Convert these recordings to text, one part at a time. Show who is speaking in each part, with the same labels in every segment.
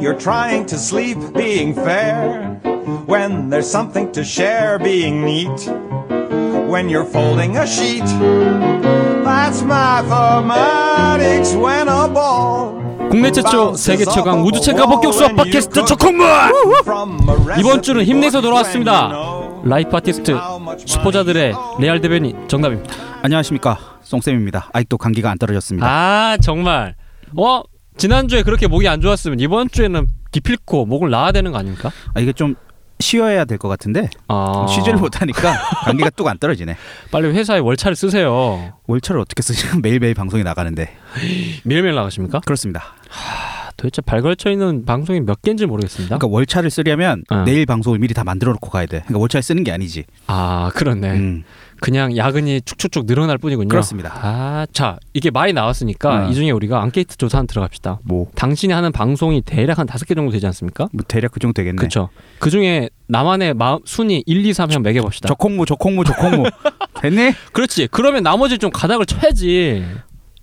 Speaker 1: you're trying to sleep, being fair. When there's something to share, being neat. When you're folding a sheet. That's mathematics when a ball.
Speaker 2: 국내 최초, 그렇죠. 세계 최강, 우주 최강 목격 수업 팟캐스트 초콩문! 이번 주는 힘내서 돌아왔습니다. 라이프 아티스트 수포자들의 레알 대변인 정답입니다.
Speaker 3: 안녕하십니까 송쌤입니다 아직도 감기가 안 떨어졌습니다
Speaker 2: 아 정말 어 지난주에 그렇게 목이 안 좋았으면 이번 주에는 기필코 목을 놔야 되는 거 아닙니까?
Speaker 3: 아, 이게 좀 쉬어야 될 것 같은데
Speaker 2: 아
Speaker 3: 쉬지를 못하니까 감기가 뚝 안 떨어지네
Speaker 2: 빨리 회사에 월차를 쓰세요.
Speaker 3: 월차를 어떻게 쓰지 매일매일 방송이 나가는데
Speaker 2: 매일매일 나가십니까?
Speaker 3: 그렇습니다
Speaker 2: 아, 도대체 발걸쳐 있는 방송이 몇 개인지 모르겠습니다.
Speaker 3: 그러니까 월차를 쓰려면
Speaker 2: 어.
Speaker 3: 내일 방송을 미리 다 만들어 놓고 가야 돼 그러니까 월차를 쓰는 게 아니지
Speaker 2: 아 그렇네.
Speaker 3: 음,
Speaker 2: 그냥 야근이 쭉쭉쭉 늘어날 뿐이군요.
Speaker 3: 그렇습니다
Speaker 2: 아자 이게 많이 나왔으니까
Speaker 3: 어.
Speaker 2: 이 중에 우리가 앙케이트 조사 한 들어갑시다.
Speaker 3: 뭐,
Speaker 2: 당신이 하는 방송이 대략 한 다섯 개 정도 되지 않습니까?
Speaker 3: 뭐 대략 그 정도 되겠네
Speaker 2: 그렇죠. 그 중에 나만의 마음 순위 1, 2, 3 한번 매겨봅시다.
Speaker 3: 저콩무 저콩무 저콩무 됐니?
Speaker 2: 그렇지. 그러면 나머지 좀 가닥을 쳐야지.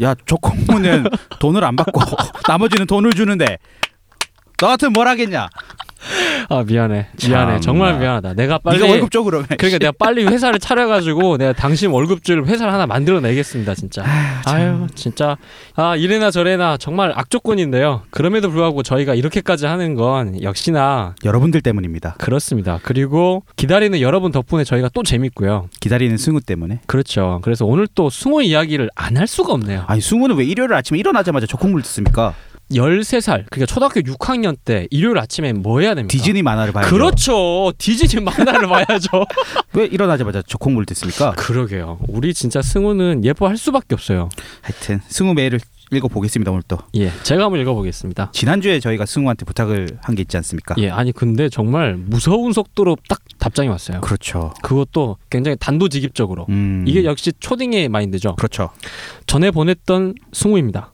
Speaker 3: 야 저콩무는 돈을 안 받고 나머지는 돈을 주는데 너 같으면 뭘 하겠냐
Speaker 2: 아 미안해. 미안해.
Speaker 3: 참나.
Speaker 2: 정말 미안하다. 내가 빨리
Speaker 3: 네가 월급 줘 그러면
Speaker 2: 그러니까 내가 빨리 회사를 차려가지고 내가 당신 월급줄 회사를 하나 만들어내겠습니다 진짜. 아유 진짜 아 이래나 저래나 정말 악조건인데요. 그럼에도 불구하고 저희가 이렇게까지 하는 건 역시나
Speaker 3: 여러분들 때문입니다
Speaker 2: 그렇습니다. 그리고 기다리는 여러분 덕분에 저희가 또 재밌고요.
Speaker 3: 기다리는 승우 때문에
Speaker 2: 그렇죠. 그래서 오늘 또 승호 이야기를 안 할 수가 없네요.
Speaker 3: 아니 승우는 왜 일요일 아침에 일어나자마자 저콩물 듣습니까?
Speaker 2: 그러니까. 13살 그러니까 초등학교 6학년 때 일요일 아침에 뭐 해야 됩니까?
Speaker 3: 디즈니 만화를 봐요.
Speaker 2: 그렇죠. 디즈니 만화를 봐야죠.
Speaker 3: 왜 일어나자마자 저콩물 듣습니까?
Speaker 2: 그러게요. 우리 진짜 승우는 예뻐할 수밖에 없어요.
Speaker 3: 하여튼 승우 메일을 읽어 보겠습니다 오늘 또.
Speaker 2: 예, 제가 한번 읽어보겠습니다.
Speaker 3: 지난주에 저희가 승우한테 부탁을 한 게 있지 않습니까?
Speaker 2: 예, 아니 근데 정말 무서운 속도로 딱 답장이 왔어요.
Speaker 3: 그렇죠.
Speaker 2: 그것도 굉장히 단도직입적으로.
Speaker 3: 음.
Speaker 2: 이게 역시 초딩의 마인드죠.
Speaker 3: 그렇죠.
Speaker 2: 전에 보냈던 승우입니다.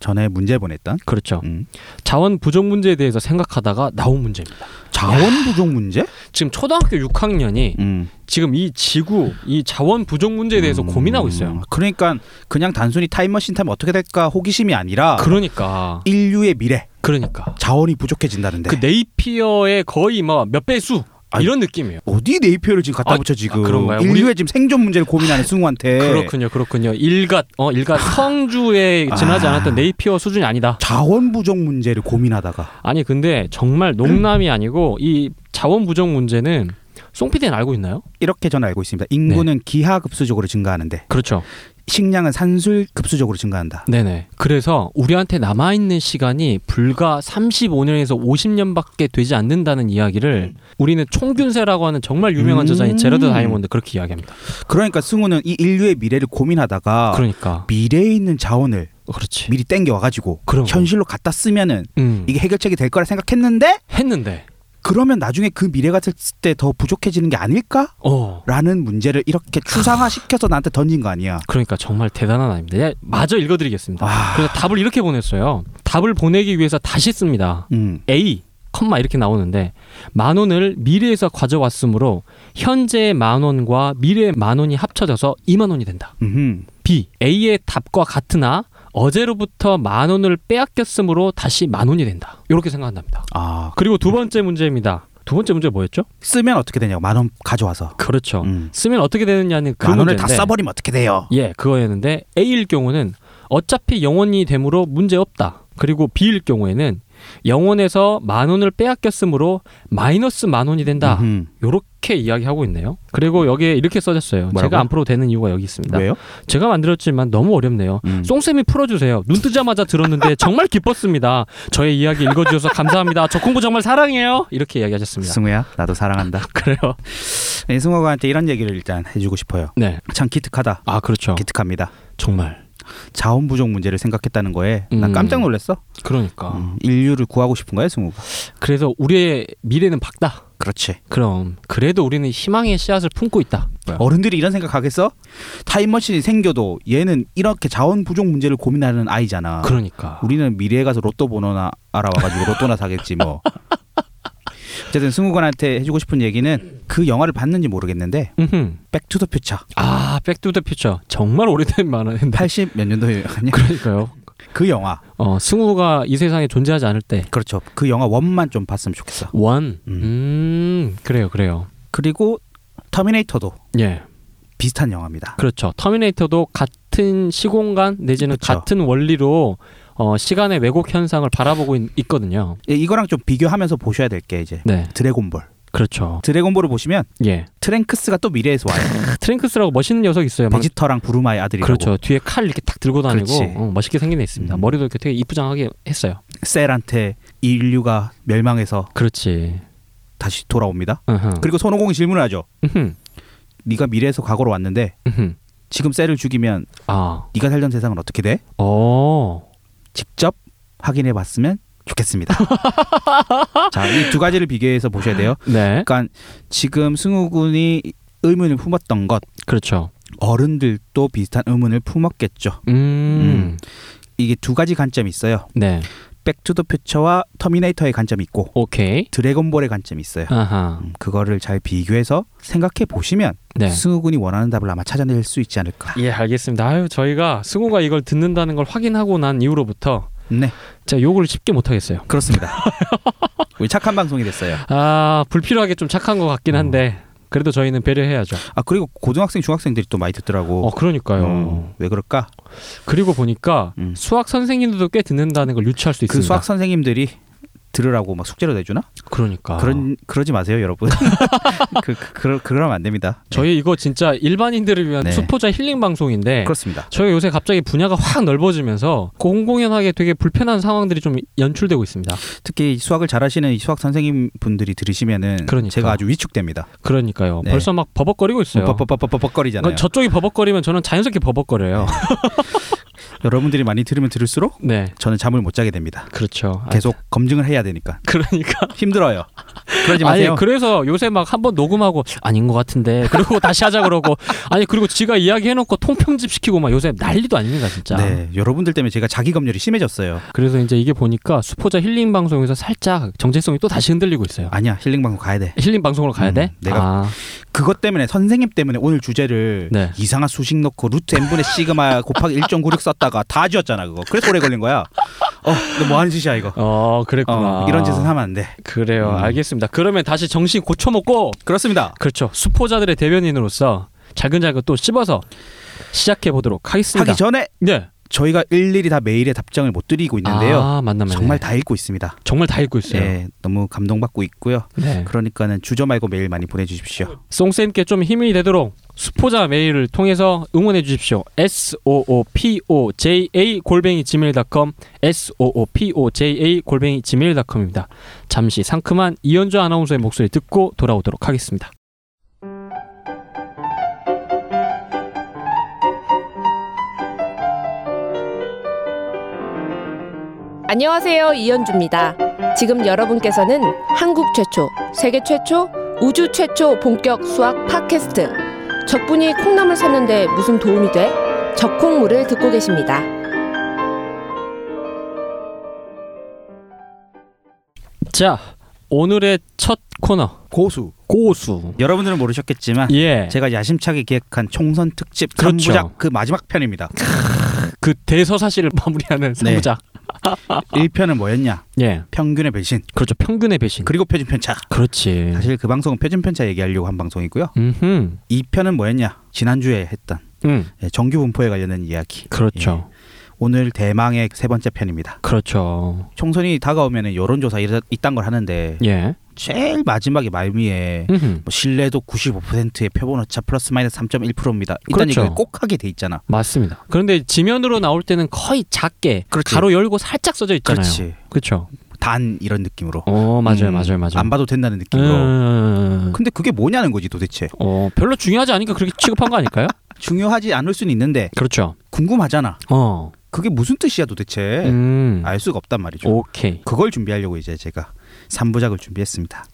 Speaker 3: 전에 문제 보냈던
Speaker 2: 그렇죠.
Speaker 3: 음.
Speaker 2: 자원 부족 문제에 대해서 생각하다가 나온 문제입니다.
Speaker 3: 자원 부족 문제?
Speaker 2: 지금 초등학교 6학년이
Speaker 3: 음.
Speaker 2: 지금 이 지구 이 자원 부족 문제에 대해서 고민하고 있어요.
Speaker 3: 음. 그러니까 그냥 단순히 타임머신 타면 어떻게 될까 호기심이 아니라
Speaker 2: 그러니까
Speaker 3: 인류의 미래
Speaker 2: 그러니까
Speaker 3: 자원이 부족해진다는데
Speaker 2: 그 네이피어의 거의 뭐 막몇 배수
Speaker 3: 네. 아니,
Speaker 2: 이런 느낌이에요.
Speaker 3: 어디 네이피어를 지금 갖다
Speaker 2: 아,
Speaker 3: 붙여 지금
Speaker 2: 그런가요? 우리-
Speaker 3: 인류의 지금 생존 문제를 고민하는 승우한테
Speaker 2: 그렇군요, 그렇군요. 일갓 어 일갓 성주에 지나지
Speaker 3: 아.
Speaker 2: 않았던 네이피어 수준이 아니다.
Speaker 3: 자원 부족 문제를 고민하다가
Speaker 2: 아니 근데 정말 농담이 아니고 이 자원 부족 문제는 송 PD는 알고 있나요?
Speaker 3: 이렇게 저는 알고 있습니다. 인구는
Speaker 2: 네.
Speaker 3: 기하 급수적으로 증가하는데
Speaker 2: 그렇죠.
Speaker 3: 식량은 산술 급수적으로 증가한다.
Speaker 2: 네네. 그래서 우리한테 남아 있는 시간이 불과 35년에서 50년밖에 되지 않는다는 이야기를 우리는 총균세라고 하는 정말 유명한
Speaker 3: 음.
Speaker 2: 저자인 제러드 다이몬드 그렇게 이야기합니다.
Speaker 3: 그러니까 승우는 이 인류의 미래를 고민하다가
Speaker 2: 그러니까
Speaker 3: 미래에 있는 자원을
Speaker 2: 그렇지.
Speaker 3: 미리 땡겨 와가지고
Speaker 2: 그런 거.
Speaker 3: 현실로 갖다 쓰면은
Speaker 2: 음.
Speaker 3: 이게 해결책이 될 거라 생각했는데
Speaker 2: 했는데.
Speaker 3: 그러면 나중에 그 미래가 됐을 때 더 부족해지는 게 아닐까?
Speaker 2: 어.
Speaker 3: 라는 문제를 이렇게 추상화 시켜서 나한테 던진 거 아니야.
Speaker 2: 그러니까 정말 대단한 아닙니다. 예, 마저 읽어드리겠습니다.
Speaker 3: 아.
Speaker 2: 그래서 답을 이렇게 보냈어요. 답을 보내기 위해서 다시 씁니다.
Speaker 3: 음.
Speaker 2: A 컴마 이렇게 나오는데 만 원을 미래에서 가져왔으므로 현재의 만 원과 미래의 만 원이 합쳐져서 2만 원이 된다.
Speaker 3: 음.
Speaker 2: B A의 답과 같으나 어제로부터 만 원을 빼앗겼으므로 다시 만 원이 된다. 이렇게 생각한답니다.
Speaker 3: 아
Speaker 2: 그리고 두 번째 문제입니다. 두 번째 문제 뭐였죠?
Speaker 3: 쓰면 어떻게 되냐고 만 원 가져와서
Speaker 2: 그렇죠.
Speaker 3: 음.
Speaker 2: 쓰면 어떻게 되느냐는 그
Speaker 3: 만 원을 다
Speaker 2: 문제인데
Speaker 3: 써버리면 어떻게 돼요?
Speaker 2: 예, 그거였는데 A일 경우는 어차피 영원이 되므로 문제 없다. 그리고 B일 경우에는 영원에서 만 원을 빼앗겼으므로 마이너스 만 원이 된다.
Speaker 3: 음.
Speaker 2: 요렇게 이야기하고 있네요. 그리고 여기에 이렇게 써졌어요.
Speaker 3: 뭐라고요?
Speaker 2: 제가 안 풀어도 되는 이유가 여기 있습니다.
Speaker 3: 왜요?
Speaker 2: 제가 만들었지만 너무 어렵네요.
Speaker 3: 음.
Speaker 2: 송쌤이 풀어주세요. 눈 뜨자마자 들었는데 정말 기뻤습니다. 저의 이야기 읽어주셔서 감사합니다. 저 공부 정말 사랑해요. 이렇게 이야기하셨습니다.
Speaker 3: 승우야 나도 사랑한다.
Speaker 2: 그래요?
Speaker 3: 네, 승우가한테 이런 얘기를 일단 해주고 싶어요.
Speaker 2: 네.
Speaker 3: 참 기특하다.
Speaker 2: 아 그렇죠.
Speaker 3: 기특합니다.
Speaker 2: 정말.
Speaker 3: 자원 부족 문제를 생각했다는 거에
Speaker 2: 음.
Speaker 3: 난 깜짝 놀랐어.
Speaker 2: 그러니까.
Speaker 3: 음, 인류를 구하고 싶은 거야 승우가.
Speaker 2: 그래서 우리의 미래는 밝다.
Speaker 3: 그렇지.
Speaker 2: 그럼 그래도 우리는 희망의 씨앗을 품고 있다.
Speaker 3: 네. 어른들이 이런 생각 하겠어? 타임머신이 생겨도 얘는 이렇게 자원 부족 문제를 고민하는 아이잖아.
Speaker 2: 그러니까.
Speaker 3: 우리는 미래에 가서 로또 번호나 알아와가지고 로또나 사겠지 뭐. 어쨌든 승우관한테 해주고 싶은 얘기는 그 영화를 봤는지 모르겠는데
Speaker 2: 음흠.
Speaker 3: 백투더 퓨처
Speaker 2: 아, 백투더퓨처 정말 오래된 만화인데.
Speaker 3: 80 몇 년도에 아니야?
Speaker 2: 그러니까요.
Speaker 3: 그 영화
Speaker 2: 어, 승우가 이 세상에 존재하지 않을 때
Speaker 3: 그렇죠. 그 영화 원만 좀 봤으면 좋겠어.
Speaker 2: 원.
Speaker 3: 음.
Speaker 2: 음, 그래요, 그래요.
Speaker 3: 그리고 터미네이터도
Speaker 2: 예,
Speaker 3: 비슷한 영화입니다.
Speaker 2: 그렇죠. 터미네이터도 같은 시공간 내지는
Speaker 3: 그쵸.
Speaker 2: 같은 원리로 어, 시간의 왜곡 현상을 바라보고 있, 거든요
Speaker 3: 예, 이거랑 좀 비교하면서 보셔야 될 게 이제
Speaker 2: 네,
Speaker 3: 드래곤볼.
Speaker 2: 그렇죠.
Speaker 3: 드래곤볼을 보시면
Speaker 2: 예,
Speaker 3: 트랭크스가 또 미래에서 와요.
Speaker 2: 크, 트랭크스라고 멋있는 녀석 있어요. 막-
Speaker 3: 베지터랑 부르마의 아들이라고.
Speaker 2: 그렇죠. 뒤에 칼 이렇게 딱 들고 다니고
Speaker 3: 그렇지.
Speaker 2: 어, 멋있게 생긴 애 있습니다.
Speaker 3: 음.
Speaker 2: 머리도 이렇게 되게 이쁘장하게 했어요.
Speaker 3: 셀한테 이 인류가 멸망해서
Speaker 2: 그렇지.
Speaker 3: 다시 돌아옵니다.
Speaker 2: 으흠.
Speaker 3: 그리고 손오공이 질문을 하죠.
Speaker 2: 으흠.
Speaker 3: 네가 미래에서 과거로 왔는데
Speaker 2: 으흠.
Speaker 3: 지금 셀을 죽이면
Speaker 2: 아,
Speaker 3: 네가 살던 세상은 어떻게 돼?
Speaker 2: 어,
Speaker 3: 직접 확인해 봤으면 좋겠습니다. 자, 이 두 가지를 비교해서 보셔야 돼요.
Speaker 2: 네,
Speaker 3: 그러니까 지금 승우 군이 의문을 품었던 것
Speaker 2: 그렇죠.
Speaker 3: 어른들도 비슷한 의문을 품었겠죠.
Speaker 2: 음,
Speaker 3: 이게 두 가지 관점이 있어요.
Speaker 2: 네,
Speaker 3: 백투더퓨처와 터미네이터의 관점이 있고
Speaker 2: 오케이.
Speaker 3: 드래곤볼의 관점이 있어요.
Speaker 2: 아하,
Speaker 3: 음, 그거를 잘 비교해서 생각해 보시면
Speaker 2: 네.
Speaker 3: 승우 군이 원하는 답을 아마 찾아낼 수 있지 않을까.
Speaker 2: 예, 알겠습니다. 아유, 저희가 승우가 이걸 듣는다는 걸 확인하고 난 이후로부터
Speaker 3: 네,
Speaker 2: 제가 욕을 쉽게 못 하겠어요.
Speaker 3: 그렇습니다. 우리 착한 방송이 됐어요.
Speaker 2: 아, 불필요하게 좀 착한 것 같긴
Speaker 3: 어.
Speaker 2: 한데 그래도 저희는 배려해야죠.
Speaker 3: 아 그리고 고등학생, 중학생들이 또 많이
Speaker 2: 어,
Speaker 3: 듣더라고.
Speaker 2: 그러니까요.
Speaker 3: 음, 왜 그럴까?
Speaker 2: 그리고 보니까
Speaker 3: 음.
Speaker 2: 수학 선생님들도 꽤 듣는다는 걸 유추할 수 있습니다.
Speaker 3: 그 수학 선생님들이 들으라고 막 숙제로 내주나?
Speaker 2: 그러니까.
Speaker 3: 그런 그러지 마세요, 여러분. 그, 그 그러, 그러면 안 됩니다. 네,
Speaker 2: 저희 네. 이거 진짜 일반인들을 위한
Speaker 3: 네.
Speaker 2: 수포자 힐링 방송인데
Speaker 3: 그렇습니다.
Speaker 2: 저희가 요새 갑자기 분야가 확 넓어지면서 공공연하게 되게 불편한 상황들이 좀 연출되고 있습니다.
Speaker 3: 특히 이 수학을 잘하시는 이 수학 선생님 분들이 들으시면은
Speaker 2: 그러니까.
Speaker 3: 제가 아주 위축됩니다.
Speaker 2: 그러니까요.
Speaker 3: 네.
Speaker 2: 벌써 막 버벅거리고 있어요.
Speaker 3: 뻑뻑뻑뻑뻑거리잖아요.
Speaker 2: 그러니까 저쪽이 버벅거리면 저는 자연스럽게 버벅거려요.
Speaker 3: 여러분들이 많이 들으면 들을수록
Speaker 2: 네.
Speaker 3: 저는 잠을 못 자게 됩니다.
Speaker 2: 그렇죠. 아,
Speaker 3: 계속 검증을 해야 되니까
Speaker 2: 그러니까
Speaker 3: 힘들어요. 그러지 마세요.
Speaker 2: 아니 그래서 요새 막 한 번 녹음하고 아닌 것 같은데 그리고 다시 하자 그러고 아니 그리고 지가 이야기해놓고 통평집 시키고 막 요새 난리도 아닙니다 진짜
Speaker 3: 네, 여러분들 때문에 제가 자기 검열이 심해졌어요.
Speaker 2: 그래서 이제 이게 보니까 수포자 힐링 방송에서 살짝 정체성이 또 다시 흔들리고 있어요
Speaker 3: 아니야, 힐링 방송 가야 돼.
Speaker 2: 힐링 방송으로 가야
Speaker 3: 음,
Speaker 2: 돼?
Speaker 3: 내가-
Speaker 2: 아,
Speaker 3: 그것 때문에 선생님 때문에 오늘 주제를
Speaker 2: 네.
Speaker 3: 이상한 수식 넣고 루트 n 분의 시그마 곱하기 1.96 썼다가 다 지웠잖아 그거. 그래서 오래 걸린 거야. 어, 너 뭐 하는 짓이야 이거.
Speaker 2: 어 그랬구나
Speaker 3: 어, 이런 짓은 하면 안 돼.
Speaker 2: 그래요
Speaker 3: 음.
Speaker 2: 알겠습니다 그러면 다시 정신 고쳐먹고
Speaker 3: 그렇습니다.
Speaker 2: 그렇죠 수포자들의 대변인으로서 잘근잘근 또 씹어서 시작해 보도록 하겠습니다
Speaker 3: 하기 전에
Speaker 2: 네
Speaker 3: 저희가 일일이 다 메일에 답장을 못 드리고 있는데요.
Speaker 2: 아, 맞나 맞네
Speaker 3: 정말 다 읽고 있습니다.
Speaker 2: 정말 다 읽고 있어요
Speaker 3: 예, 너무 감동받고 있고요.
Speaker 2: 네.
Speaker 3: 그러니까는 주저 말고 메일 많이 보내주십시오.
Speaker 2: 송쌤께 좀 힘이 되도록 수포자 메일을 통해서 응원해 주십시오. s o o p o j a 골뱅이 gmail.com s o o p o j a 골뱅이 gmail.com입니다. 잠시 상큼한 이현주 아나운서의 목소리 듣고 돌아오도록 하겠습니다.
Speaker 4: 안녕하세요. 이현주입니다. 지금 여러분께서는 한국 최초, 세계 최초, 우주 최초 본격 수학 팟캐스트. 적분이 콩나물 샀는데 무슨 도움이 돼? 적콩물을 듣고 계십니다.
Speaker 2: 자, 오늘의 첫 코너
Speaker 3: 고수.
Speaker 2: 고수.
Speaker 3: 여러분들은 모르셨겠지만
Speaker 2: 예,
Speaker 3: 제가 야심차게 기획한 총선 특집
Speaker 2: 그렇죠.
Speaker 3: 3부작 그 마지막 편입니다.
Speaker 2: 그 대서사실을 마무리하는
Speaker 3: 네.
Speaker 2: 상부작. 아.
Speaker 3: 1편은 뭐였냐?
Speaker 2: 예,
Speaker 3: 평균의 배신
Speaker 2: 그렇죠. 평균의 배신.
Speaker 3: 그리고 표준 편차.
Speaker 2: 그렇지.
Speaker 3: 사실 그 방송은 표준 편차 얘기하려고 한 방송이고요.
Speaker 2: 음,
Speaker 3: 2편은 뭐였냐? 지난주에 했던
Speaker 2: 음,
Speaker 3: 예, 정규 분포에 관련된 이야기.
Speaker 2: 그렇죠.
Speaker 3: 오늘 대망의 세 번째 편입니다.
Speaker 2: 그렇죠.
Speaker 3: 총선이 다가오면 여론조사 이러- 이딴 걸 하는데
Speaker 2: 예,
Speaker 3: 제일 마지막에 말미에
Speaker 2: 음,
Speaker 3: 뭐 신뢰도 95%의 표본 오차 플러스 마이너스 3.1%입니다. 일단
Speaker 2: 그렇죠.
Speaker 3: 이걸 꼭 하게 돼 있잖아.
Speaker 2: 맞습니다. 그런데 지면으로 나올 때는 거의 작게
Speaker 3: 그렇지.
Speaker 2: 가로 열고 살짝 써져 있잖아요.
Speaker 3: 그렇지.
Speaker 2: 그렇죠.
Speaker 3: 단 이런 느낌으로.
Speaker 2: 어 맞아요,
Speaker 3: 음,
Speaker 2: 맞아요, 맞아요.
Speaker 3: 안 봐도 된다는 느낌으로.
Speaker 2: 음,
Speaker 3: 근데 그게 뭐냐는 거지 도대체.
Speaker 2: 어 별로 중요하지 않으니까 그렇게 취급한 거 아닐까요?
Speaker 3: 중요하지 않을 수는 있는데
Speaker 2: 그렇죠.
Speaker 3: 궁금하잖아.
Speaker 2: 어,
Speaker 3: 그게 무슨 뜻이야 도대체.
Speaker 2: 음,
Speaker 3: 알 수가 없단 말이죠.
Speaker 2: 오케이.
Speaker 3: 그걸 준비하려고 이제 제가 3부작을 준비했습니다.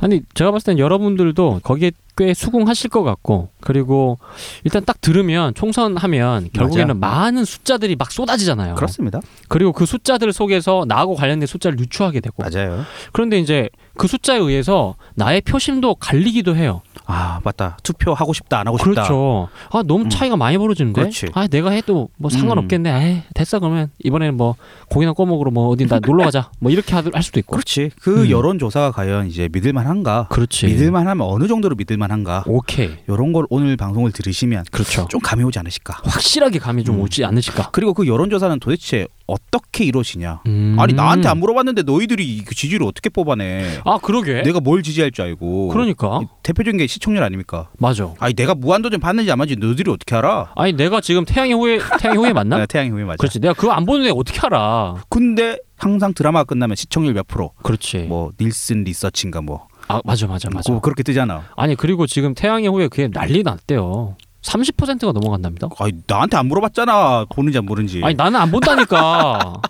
Speaker 2: 아니 제가 봤을 땐 여러분들도 거기에 꽤 수긍하실 것 같고 그리고 일단 딱 들으면 총선하면 결국에는 많은 숫자들이 막 쏟아지잖아요. 어.
Speaker 3: 그렇습니다.
Speaker 2: 그리고 그 숫자들 속에서 나하고 관련된 숫자를 유추하게 되고
Speaker 3: 맞아요.
Speaker 2: 그런데 이제 그 숫자에 의해서 나의 표심도 갈리기도 해요.
Speaker 3: 아 맞다 투표 하고 싶다 안 하고 싶다
Speaker 2: 그렇죠. 아 너무
Speaker 3: 음.
Speaker 2: 차이가 많이 벌어지는데.
Speaker 3: 그렇지. 음.
Speaker 2: 아 내가 해도 뭐 상관없겠네. 에이, 됐어 그러면 이번에는 뭐 고기나 꺼먹으러 뭐 어딘다 놀러 가자. 뭐 이렇게 하- 할 수도 있고.
Speaker 3: 그렇지 그
Speaker 2: 음.
Speaker 3: 여론조사가 과연 이제 믿을만한가
Speaker 2: 그렇지.
Speaker 3: 믿을만하면 어느 정도로 믿을만한가
Speaker 2: 오케이.
Speaker 3: 이런 걸 오늘 방송을 들으시면
Speaker 2: 그렇죠.
Speaker 3: 좀 감이 오지 않으실까
Speaker 2: 확실하게 감이 좀
Speaker 3: 음.
Speaker 2: 오지 않으실까.
Speaker 3: 그리고 그 여론조사는 도대체 어떻게 이루어지냐
Speaker 2: 음.
Speaker 3: 아니 나한테 안 물어봤는데 너희들이 그 지지를 어떻게 뽑아내
Speaker 2: 아 그러게.
Speaker 3: 내가 뭐 뭘 지지할 줄 알고
Speaker 2: 그러니까
Speaker 3: 대표적인 게 시청률 아닙니까
Speaker 2: 맞아.
Speaker 3: 아니 내가 무한도전 봤는지 안 봤는지 너희들이 어떻게 알아
Speaker 2: 아니 내가 지금 태양의 후예 태양의 후예 맞나? 그렇죠.
Speaker 3: 네, 태양의 후예 맞아
Speaker 2: 그렇지. 내가 그거 안 보는 애 어떻게 알아?
Speaker 3: 근데 항상 드라마가 끝나면 시청률 몇 프로
Speaker 2: 그렇지.
Speaker 3: 뭐 닐슨 리서치인가 뭐
Speaker 2: 아 맞아 네. 맞아 맞아.
Speaker 3: 뭐 그렇게 뜨잖아
Speaker 2: 아니 그리고 지금 태양의 후예 그게 난리 났대요. 30%가 넘어간답니다.
Speaker 3: 아니 나한테 안 물어봤잖아 보는지 안 보는지
Speaker 2: 아니 나는 안 본다니까.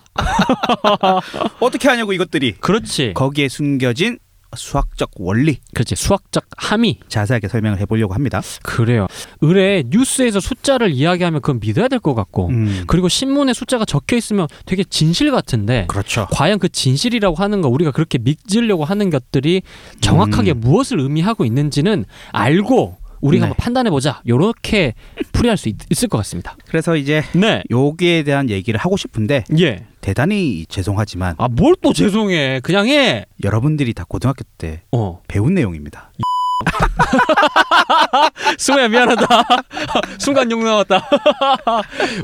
Speaker 3: 어떻게 하냐고 이것들이
Speaker 2: 그렇지.
Speaker 3: 거기에 숨겨진 수학적 원리
Speaker 2: 그렇지. 수학적 함의.
Speaker 3: 자세하게 설명을 해보려고 합니다
Speaker 2: 그래요. 의뢰 뉴스에서 숫자를 이야기하면 그건 믿어야 될 것 같고.
Speaker 3: 음,
Speaker 2: 그리고 신문에 숫자가 적혀 있으면 되게 진실 같은데
Speaker 3: 그렇죠
Speaker 2: 과연 그 진실이라고 하는 거 우리가 그렇게 믿으려고 하는 것들이 정확하게
Speaker 3: 음.
Speaker 2: 무엇을 의미하고 있는지는 알고 우리가
Speaker 3: 네.
Speaker 2: 한번 판단해 보자. 요렇게 풀이할 수 있, 을것 같습니다.
Speaker 3: 그래서 이제
Speaker 2: 네.
Speaker 3: 여기에 대한 얘기를 하고 싶은데
Speaker 2: 예.
Speaker 3: 대단히 죄송하지만
Speaker 2: 아 뭘 또 죄송해. 그냥 해.
Speaker 3: 여러분들이 다 고등학교 때
Speaker 2: 어.
Speaker 3: 배운 내용입니다
Speaker 2: 승우야 미안하다. 순간 욕 나왔다.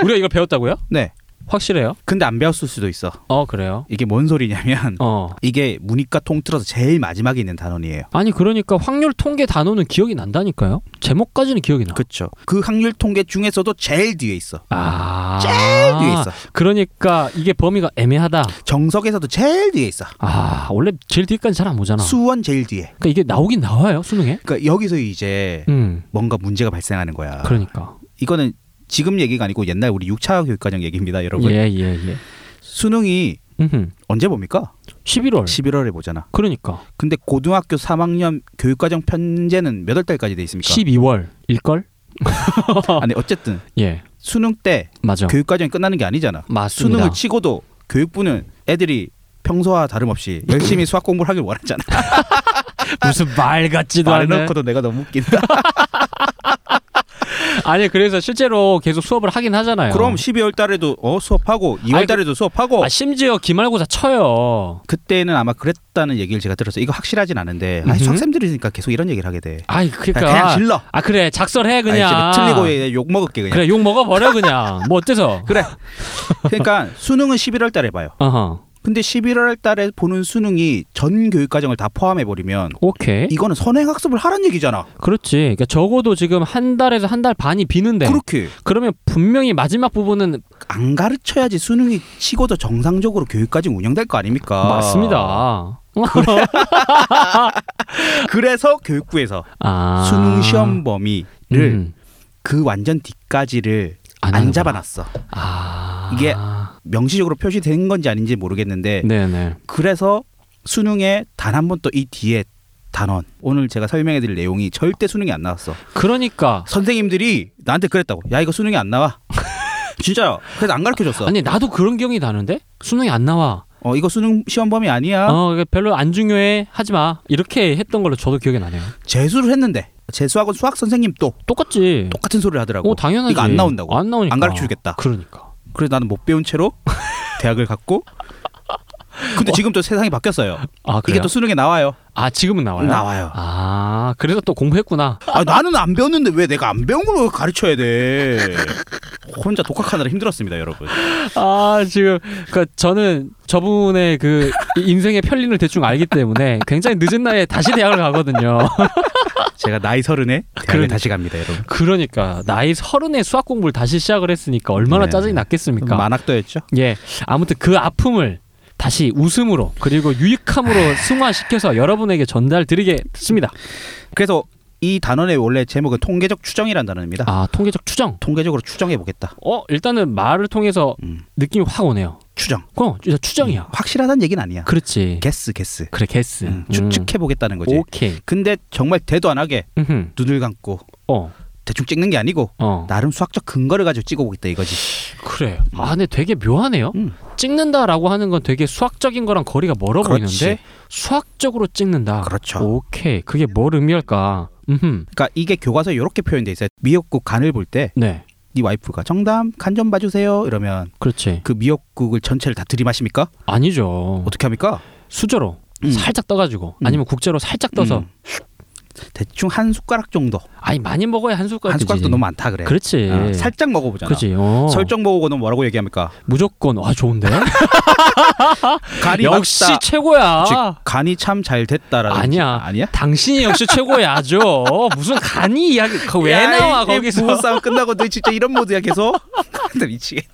Speaker 2: 우리가 이걸 배웠다고요?
Speaker 3: 네
Speaker 2: 확실해요?
Speaker 3: 근데 안 배웠을 수도 있어
Speaker 2: 어 그래요.
Speaker 3: 이게 뭔 소리냐면
Speaker 2: 어.
Speaker 3: 이게 문이과 통틀어서 제일 마지막에 있는 단원이에요
Speaker 2: 아니 그러니까 확률 통계 단어는 기억이 난다니까요. 제목까지는 기억이 나.
Speaker 3: 그렇죠. 그 확률 통계 중에서도 제일 뒤에 있어.
Speaker 2: 아.
Speaker 3: 제일 뒤에 있어.
Speaker 2: 그러니까 이게 범위가 애매하다.
Speaker 3: 정석에서도 제일 뒤에 있어.
Speaker 2: 아 원래 제일 뒤까지 잘 안 보잖아.
Speaker 3: 수원 제일 뒤에.
Speaker 2: 그러니까 이게 나오긴 나와요 수능에.
Speaker 3: 그러니까 여기서 이제
Speaker 2: 음.
Speaker 3: 뭔가 문제가 발생하는 거야.
Speaker 2: 그러니까.
Speaker 3: 이거는 지금 얘기가 아니고 옛날 우리 6차 교육과정 얘기입니다, 여러분.
Speaker 2: 예예 예. 예.
Speaker 3: 수능이
Speaker 2: 음.
Speaker 3: 언제 봅니까?
Speaker 2: 11월.
Speaker 3: 11월에 보잖아.
Speaker 2: 그러니까
Speaker 3: 근데 고등학교 3학년 교육과정 편제는 몇 월 달까지 돼 있습니까?
Speaker 2: 12월 일걸?
Speaker 3: 아니 어쨌든
Speaker 2: 예.
Speaker 3: 수능 때
Speaker 2: 맞아.
Speaker 3: 교육과정이 끝나는 게 아니잖아.
Speaker 2: 어. 맞습니다.
Speaker 3: 그 수능을 치고도 교육부는 애들이 평소와 다름없이 열심히 수학 공부를 하길 원하잖아.
Speaker 2: 무슨 말 같지도 않은.
Speaker 3: 말해놓고도 내가 너무 웃긴다.
Speaker 2: 아니 그래서 실제로 계속 수업을 하긴 하잖아요.
Speaker 3: 그럼 12월 달에도 어 수업하고 2월
Speaker 2: 아이고.
Speaker 3: 달에도 수업하고
Speaker 2: 아, 심지어 기말고사 쳐요.
Speaker 3: 그때는 아마 그랬다는 얘기를 제가 들었어요. 이거 확실하진 않은데 아니,
Speaker 2: 음흠.
Speaker 3: 수학생들이니까 계속 이런 얘기를 하게 돼.
Speaker 2: 아이 그러니까
Speaker 3: 그냥 질러.
Speaker 2: 아 그래 작설해 그냥
Speaker 3: 아니, 진짜 틀리고 욕 먹을게 그냥.
Speaker 2: 그래 욕 먹어버려 그냥 뭐 어때서
Speaker 3: 그래. 그러니까 수능은 11월 달에 봐요.
Speaker 2: 어허
Speaker 3: 근데 11월 달에 보는 수능이 전 교육 과정을 다 포함해 버리면
Speaker 2: 오케이
Speaker 3: 이거는 선행 학습을 하란 얘기잖아.
Speaker 2: 그렇지 그러니까 적어도 지금 한 달에서 한 달 반이 비는데
Speaker 3: 그렇게
Speaker 2: 그러면 분명히 마지막 부분은
Speaker 3: 안 가르쳐야지 수능이 치고도 정상적으로 교육 과정 운영될 거 아닙니까?
Speaker 2: 맞습니다
Speaker 3: 그래서 교육부에서
Speaker 2: 아
Speaker 3: 수능 시험 범위를
Speaker 2: 음,
Speaker 3: 그 완전 뒤까지를
Speaker 2: 안
Speaker 3: 안
Speaker 2: 하는구나.
Speaker 3: 잡아놨어.
Speaker 2: 아
Speaker 3: 이게- 명시적으로 표시된 건지 아닌지 모르겠는데
Speaker 2: 네네
Speaker 3: 그래서 수능에 단 한 번 또 이 뒤에 단원 오늘 제가 설명해드릴 내용이 절대 수능이 안 나왔어.
Speaker 2: 그러니까
Speaker 3: 선생님들이 나한테 그랬다고. 야 이거 수능이 안 나와. 진짜요. 그래서 안 가르쳐줬어.
Speaker 2: 아니 나도 그런 기억이 나는데 수능이 안 나와
Speaker 3: 어 이거 수능 시험 범위 아니야.
Speaker 2: 어 이게 별로 안 중요해 하지 마 이렇게 했던 걸로 저도 기억이 나네요
Speaker 3: 재수를 했는데 재수학원 수학 선생님 또
Speaker 2: 똑같지
Speaker 3: 똑같은 소리를 하더라고.
Speaker 2: 어 당연하지
Speaker 3: 이거 안 나온다고.
Speaker 2: 안 나오니까
Speaker 3: 안 가르쳐주겠다.
Speaker 2: 그러니까
Speaker 3: 그래서 나는 못 배운 채로 대학을 갔고. 근데 지금 또 세상이 바뀌었어요.
Speaker 2: 아 어. 그래요
Speaker 3: 이게 또 수능에 나와요.
Speaker 2: 아 지금은 나와요?
Speaker 3: 나와요.
Speaker 2: 아 그래서 또 공부했구나.
Speaker 3: 아, 나는 안 배웠는데 왜 내가 안 배운 걸 가르쳐야 돼? 혼자 독학하느라 힘들었습니다, 여러분.
Speaker 2: 아 지금 그러니까 저는 저분의 그 이- 인생의 편린을 대충 알기 때문에 굉장히 늦은 나이에 다시 대학을 가거든요.
Speaker 3: 제가 나이 서른에 대학을
Speaker 2: 그러니까.
Speaker 3: 다시 갑니다, 여러분.
Speaker 2: 그러니까 나이 서른에 수학 공부를 다시 시작을 했으니까 얼마나
Speaker 3: 네.
Speaker 2: 짜증이 났겠습니까?
Speaker 3: 만학도였죠?
Speaker 2: 예 아무튼 그 아픔을 다시 웃음으로 그리고 유익함으로 승화시켜서 여러분에게 전달드리겠습니다.
Speaker 3: 그래서 이 단원의 원래 제목은 통계적 추정이라는 단어입니다.
Speaker 2: 아 통계적 추정.
Speaker 3: 통계적으로 추정해 보겠다.
Speaker 2: 어 일단은 말을 통해서
Speaker 3: 음.
Speaker 2: 느낌이 확 오네요.
Speaker 3: 추정.
Speaker 2: 그럼 진짜 추정이야.
Speaker 3: 확실하다는 얘기는 아니야.
Speaker 2: 그렇지.
Speaker 3: 게스, 게스.
Speaker 2: 그래 게스.
Speaker 3: 음,
Speaker 2: 음. 음.
Speaker 3: 추측해 보겠다는 거지.
Speaker 2: 오케이.
Speaker 3: 근데 정말 대도 안 하게
Speaker 2: 음흠.
Speaker 3: 눈을 감고
Speaker 2: 어.
Speaker 3: 대충 찍는 게 아니고
Speaker 2: 어.
Speaker 3: 나름 수학적 근거를 가지고 찍어보겠다 이거지.
Speaker 2: 그래. 아, 근데 되게 묘하네요.
Speaker 3: 음.
Speaker 2: 찍는다라고 하는 건 되게 수학적인 거랑 거리가 멀어
Speaker 3: 그렇지.
Speaker 2: 보이는데 수학적으로 찍는다.
Speaker 3: 그렇죠.
Speaker 2: 오케이. 그게 뭘 의미할까? 음.
Speaker 3: 그러니까 이게 교과서에 이렇게 표현돼 있어요. 미역국 간을 볼 때 네
Speaker 2: 네.
Speaker 3: 와이프가 정답 간 좀 봐주세요 이러면
Speaker 2: 그렇지.
Speaker 3: 그 미역국을 전체를 다 들이마십니까?
Speaker 2: 음. 아니죠.
Speaker 3: 어떻게 합니까?
Speaker 2: 수저로
Speaker 3: 음.
Speaker 2: 살짝 떠가지고
Speaker 3: 음.
Speaker 2: 아니면 국제로 살짝 떠서
Speaker 3: 음. 대충 한 숟가락 정도.
Speaker 2: 아니 많이 먹어야 한 숟가락
Speaker 3: 한 숟가락도
Speaker 2: 되지.
Speaker 3: 너무 많다 그래.
Speaker 2: 그렇지.
Speaker 3: 아, 살짝 먹어보잖아.
Speaker 2: 그렇지. 어.
Speaker 3: 설정 먹어보고는 뭐라고 얘기합니까?
Speaker 2: 무조건 와 좋은데.
Speaker 3: 간이
Speaker 2: 역시
Speaker 3: 맞다.
Speaker 2: 최고야.
Speaker 3: 즉, 간이 참 잘 됐다라는.
Speaker 2: 아니야.
Speaker 3: 아니야?
Speaker 2: 당신이 역시 최고야죠. 무슨 간이 이야기 그거 왜
Speaker 3: 야,
Speaker 2: 나와
Speaker 3: 이게
Speaker 2: 거기서?
Speaker 3: 부부싸움 끝나고 너 진짜 이런 모드야 계속? 근데 미치겠네.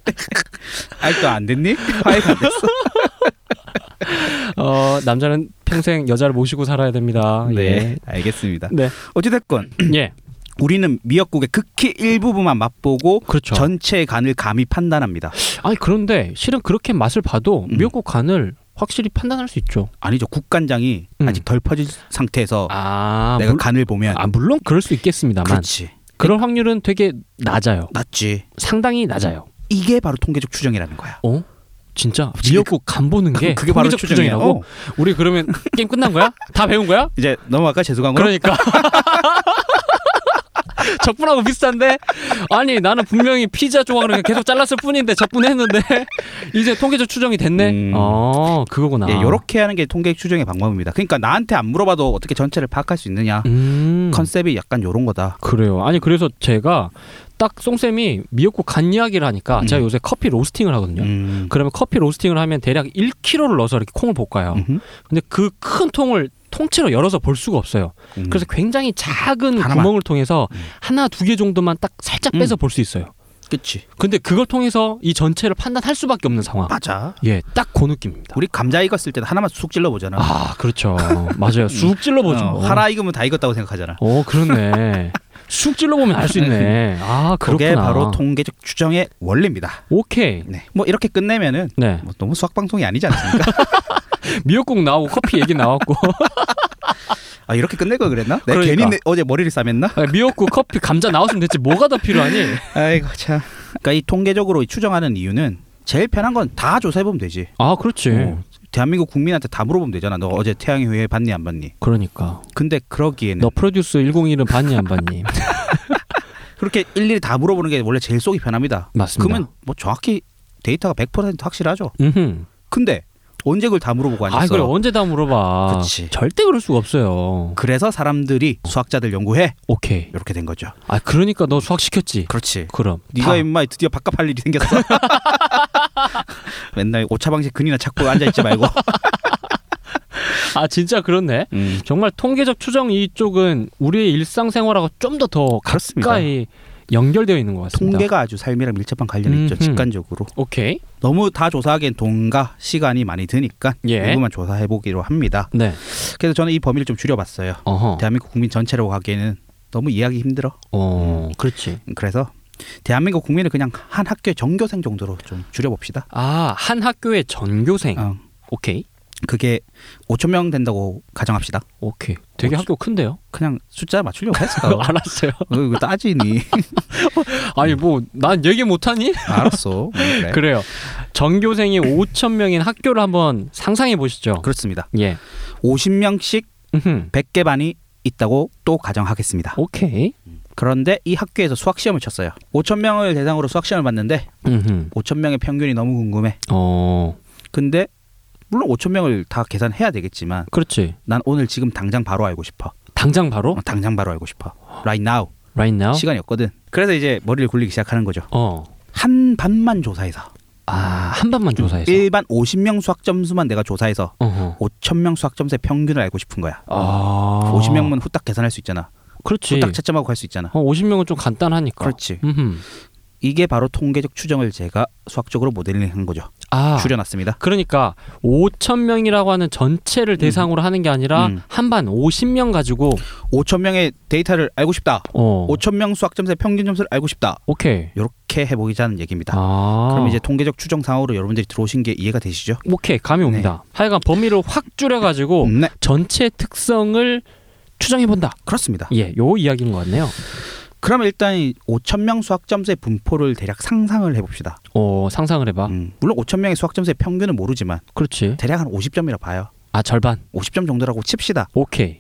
Speaker 3: 아직도 안 됐니? 화해가 안 됐어.
Speaker 2: 어 남자는 평생 여자를 모시고 살아야 됩니다.
Speaker 3: 네, 알겠습니다.
Speaker 2: 예. 네.
Speaker 3: 어찌됐건
Speaker 2: 예.
Speaker 3: 우리는 미역국의 극히 일부분만 맛보고
Speaker 2: 그렇죠.
Speaker 3: 전체 간을 감히 판단합니다.
Speaker 2: 아니 그런데 실은 그렇게 맛을 봐도
Speaker 3: 음. 어,
Speaker 2: 미역국 간을 확실히 판단할 수 있죠.
Speaker 3: 아니죠. 국간장이
Speaker 2: 음.
Speaker 3: 아직 덜 퍼진 상태에서
Speaker 2: 아,
Speaker 3: 내가
Speaker 2: 물,
Speaker 3: 간을 보면
Speaker 2: 아 물론 그럴 수 있겠습니다만
Speaker 3: 그렇지.
Speaker 2: 그럴 확률은 되게 낮아요.
Speaker 3: 맞지.
Speaker 2: 상당히 낮아요.
Speaker 3: 이게 바로 통계적 추정이라는 거야.
Speaker 2: 어? 진짜 미역국 간 보는 게
Speaker 3: 그게 바로
Speaker 2: 통계적
Speaker 3: 추정이야.
Speaker 2: 추정이라고?
Speaker 3: 어.
Speaker 2: 우리 그러면 게임 끝난 거야? 다 배운 거야?
Speaker 3: 이제 넘어갈까 재수강 으로
Speaker 2: 그러니까. 적분하고 비슷한데 아니 나는 분명히 피자 조각을 계속 잘랐을 뿐인데 적분했는데 이제 통계적 추정이 됐네.
Speaker 3: 음.
Speaker 2: 어 그거구나.
Speaker 3: 예, 요렇게 하는 게 통계 추정의 방법입니다. 그러니까 나한테 안 물어봐도 어떻게 전체를 파악할 수 있느냐.
Speaker 2: 음.
Speaker 3: 컨셉이 약간 요런 거다.
Speaker 2: 그래요. 아니 그래서 제가 딱 송쌤이 미역국 간 이야기를 하니까
Speaker 3: 음.
Speaker 2: 제가 요새 커피 로스팅을 하거든요.
Speaker 3: 음.
Speaker 2: 그러면 커피 로스팅을 하면 대략 1kg를 넣어서 이렇게 콩을 볶아요.
Speaker 3: 음흠.
Speaker 2: 근데 그 큰 통을 통째로 열어서 볼 수가 없어요.
Speaker 3: 음.
Speaker 2: 그래서 굉장히 작은
Speaker 3: 하나만. 음.
Speaker 2: 구멍을 통해서 하나 두 개 정도만 딱 살짝 빼서 볼 수 있어요.
Speaker 3: 그치.
Speaker 2: 근데 그걸 통해서 이 전체를 판단할 수밖에 없는 상황.
Speaker 3: 맞아.
Speaker 2: 예, 딱 그 느낌입니다.
Speaker 3: 우리 감자 익었을 때도 하나만 쑥 찔러 보잖아.
Speaker 2: 아, 뭐. 그렇죠. 맞아요. 쑥 찔러보죠.
Speaker 3: 어, 하나 익으면 다 익었다고 생각하잖아.
Speaker 2: 어, 그렇네. 쑥 찔러보면 알 수 있네. 아, 그렇구나.
Speaker 3: 그게 바로 통계적 추정의 원리입니다.
Speaker 2: 오케이.
Speaker 3: 네. 뭐 이렇게 끝내면은
Speaker 2: 네.
Speaker 3: 뭐 너무 수학 방송이 아니지 않습니까?
Speaker 2: 미역국 나오고 커피 얘기 나왔고
Speaker 3: 아 이렇게 끝낼 걸 그랬나? 내가
Speaker 2: 그러니까.
Speaker 3: 괜히 내- 어제 머리를 싸맸나?
Speaker 2: 아, 미역국 커피 감자 나왔으면 됐지 뭐가 더 필요하니?
Speaker 3: 아이고 참. 그러니까 이 통계적으로 추정하는 이유는 제일 편한 건 다 조사해 보면 되지.
Speaker 2: 아, 그렇지.
Speaker 3: 어. 대한민국 국민한테 다 물어보면 되잖아. 너 어제 태양의 후예 봤니 안 봤니?
Speaker 2: 그러니까
Speaker 3: 근데 그러기에는
Speaker 2: 너 프로듀스 101은 봤니 안 봤니?
Speaker 3: 그렇게 일일이 다 물어보는 게 원래 제일 속이 편합니다.
Speaker 2: 맞습니다.
Speaker 3: 그러면 뭐 정확히 데이터가 100% 확실하죠.
Speaker 2: 음흠.
Speaker 3: 근데 언제 그걸 다 물어보고
Speaker 2: 아, 이걸
Speaker 3: 앉았어?
Speaker 2: 언제 다 물어봐.
Speaker 3: 그치.
Speaker 2: 절대 그럴 수가 없어요.
Speaker 3: 그래서 사람들이 수학자들 연구해
Speaker 2: 오케이.
Speaker 3: 이렇게 된 거죠.
Speaker 2: 아, 그러니까 너 수학 시켰지.
Speaker 3: 그렇지.
Speaker 2: 그럼
Speaker 3: 네가
Speaker 2: 다.
Speaker 3: 임마 드디어 바깥 할 일이 생겼어. 맨날 오차방식 근이나 찾고 앉아 있지 말고.
Speaker 2: 아 진짜 그렇네.
Speaker 3: 음,
Speaker 2: 정말 통계적 추정 이쪽은 우리의 일상생활하고 좀 더 더
Speaker 3: 그렇습니다.
Speaker 2: 가까이 연결되어 있는 것 같습니다.
Speaker 3: 통계가 아주 삶이랑 밀접한 관련이 있죠.
Speaker 2: 음흠.
Speaker 3: 직관적으로.
Speaker 2: 오케이.
Speaker 3: 너무 다 조사하기엔 돈과 시간이 많이 드니까
Speaker 2: 예.
Speaker 3: 일부만 조사해 보기로 합니다.
Speaker 2: 네.
Speaker 3: 그래서 저는 이 범위를 좀 줄여봤어요.
Speaker 2: 어허.
Speaker 3: 대한민국 국민 전체라고 하기에는 너무 이해하기 힘들어.
Speaker 2: 어. 그렇지.
Speaker 3: 그래서 대한민국 국민을 그냥 한 학교의 전교생 정도로 좀 줄여봅시다.
Speaker 2: 아, 한 학교의 전교생.
Speaker 3: 어,
Speaker 2: 오케이.
Speaker 3: 그게 5천 명 된다고 가정합시다.
Speaker 2: 오케이. 되게 학교 큰데요?
Speaker 3: 그냥 숫자 맞추려고 했어.
Speaker 2: 알았어요.
Speaker 3: 어, 이거 따지니.
Speaker 2: 아니 뭐 난 얘기 못 하니?
Speaker 3: 알았어. 음, 그래.
Speaker 2: 그래요. 전교생이 5천 명인 학교를 한번 상상해 보시죠.
Speaker 3: 그렇습니다.
Speaker 2: 예.
Speaker 3: 50명씩
Speaker 2: 음흠.
Speaker 3: 100개 반이 있다고 또 가정하겠습니다.
Speaker 2: 오케이.
Speaker 3: 그런데 이 학교에서 수학 시험을 쳤어요. 5천 명을 대상으로 수학 시험을 봤는데
Speaker 2: 음흠.
Speaker 3: 5천 명의 평균이 너무 궁금해.
Speaker 2: 어.
Speaker 3: 근데 물론 5천 명을 다 계산해야 되겠지만
Speaker 2: 그렇지.
Speaker 3: 난 오늘 지금 당장 바로 알고 싶어.
Speaker 2: 당장 바로
Speaker 3: 어, 당장 바로 알고 싶어. Right now.
Speaker 2: right now.
Speaker 3: 시간이 없거든. 그래서 이제 머리를 굴리기 시작하는 거죠.
Speaker 2: 어.
Speaker 3: 한 반만 조사해서
Speaker 2: 아, 한 반만 조사해서.
Speaker 3: 일반 50명 수학 점수만 내가 조사해서
Speaker 2: 어허.
Speaker 3: 5천 명 수학 점수의 평균을 알고 싶은 거야.
Speaker 2: 아.
Speaker 3: 50명만 후딱 계산할 수 있잖아.
Speaker 2: 그렇지.
Speaker 3: 후딱 채점하고 갈 수 있잖아.
Speaker 2: 어, 50명은 좀 간단하니까.
Speaker 3: 그렇지.
Speaker 2: 음흠.
Speaker 3: 이게 바로 통계적 추정을 제가 수학적으로 모델링한 거죠.
Speaker 2: 아.
Speaker 3: 줄여놨습니다.
Speaker 2: 그러니까 5천 명이라고 하는 전체를 대상으로 하는 게 아니라
Speaker 3: 음.
Speaker 2: 한 반 50명 가지고
Speaker 3: 5천 명의 데이터를 알고 싶다.
Speaker 2: 어.
Speaker 3: 5천 명 수학 점수의 평균 점수를 알고 싶다.
Speaker 2: 오케이.
Speaker 3: 이렇게 해보기자는 얘기입니다.
Speaker 2: 아.
Speaker 3: 그럼 이제 통계적 추정 상으로 여러분들이 들어오신 게 이해가 되시죠?
Speaker 2: 오케이 감이 옵니다. 하여간 범위를 확 줄여가지고
Speaker 3: 네. 음, 네,
Speaker 2: 전체 특성을 추정해 본다.
Speaker 3: 그렇습니다.
Speaker 2: 예, 요 이야기인 것 같네요.
Speaker 3: 그러면 일단 5천 명 수학 점수의 분포를 대략 상상을 해봅시다.
Speaker 2: 어 상상을 해봐.
Speaker 3: 음, 물론 5천 명의 수학 점수의 평균은 모르지만
Speaker 2: 그렇지.
Speaker 3: 대략 한 50점이라 봐요.
Speaker 2: 아 절반.
Speaker 3: 50점 정도라고 칩시다.
Speaker 2: 오케이.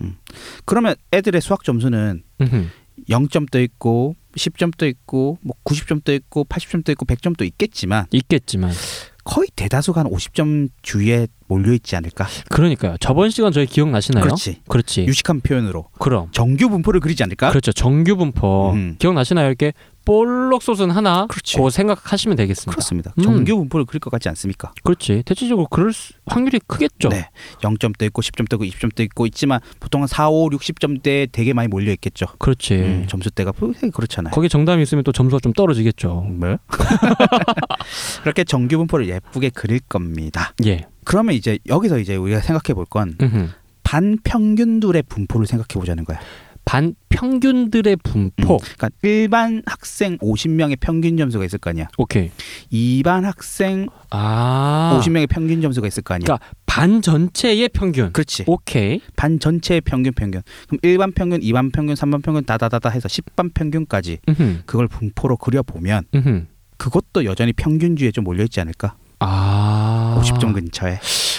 Speaker 3: 그러면 애들의 수학 점수는
Speaker 2: 음흠.
Speaker 3: 0점도 있고 10점도 있고 뭐 90점도 있고 80점도 있고 100점도 있겠지만
Speaker 2: 있겠지만.
Speaker 3: 거의 대다수가 한 50점 주위에 몰려 있지 않을까?
Speaker 2: 그러니까요. 저번 시간 저희 기억 나시나요?
Speaker 3: 그렇지.
Speaker 2: 그렇지.
Speaker 3: 유식한 표현으로
Speaker 2: 그럼.
Speaker 3: 정규 분포를 그리지 않을까?
Speaker 2: 그렇죠. 정규 분포
Speaker 3: 아? 음.
Speaker 2: 기억 나시나요? 이렇게 볼록 솟은 하나.
Speaker 3: 그렇지.
Speaker 2: 고 생각하시면 되겠습니다.
Speaker 3: 그렇습니다.
Speaker 2: 음.
Speaker 3: 정규 분포를 그릴 것 같지 않습니까?
Speaker 2: 그렇지. 대체적으로 그럴 수- 확률이 크겠죠.
Speaker 3: 네. 0점도 있고 10점도 있고 20점도 있고 있지만 보통 한 4, 5, 60점대에 되게 많이 몰려 있겠죠.
Speaker 2: 그렇지.
Speaker 3: 음, 점수대가 되게 그렇잖아요.
Speaker 2: 예. 거기 정답이 있으면 또 점수가 좀 떨어지겠죠.
Speaker 3: 뭐? 그렇게 정규 분포를 예쁘게 그릴 겁니다.
Speaker 2: 예.
Speaker 3: 그러면 이제 여기서 이제 우리가 생각해 볼 건
Speaker 2: 음흠.
Speaker 3: 반평균들의 분포를 생각해 보자는 거야.
Speaker 2: 반 평균들의 분포.
Speaker 3: 그러니까 일반 학생 50명의 평균 점수가 있을 거 아니야.
Speaker 2: 오케이.
Speaker 3: 이반 학생
Speaker 2: 아.
Speaker 3: 50명의 평균 점수가 있을 거 아니야.
Speaker 2: 그러니까 반 전체의 평균.
Speaker 3: 그렇지. 예.
Speaker 2: 오케이.
Speaker 3: 반 전체의 평균 평균. 그럼 일반 평균, 이반 평균, 삼반 평균 다다다다 해서 10반 평균까지
Speaker 2: 음흠.
Speaker 3: 그걸 분포로 그려 보면
Speaker 2: 음흠.
Speaker 3: 그것도 여전히 평균주에 좀 몰려 있지 않을까?
Speaker 2: 아.
Speaker 3: 50점 근처에.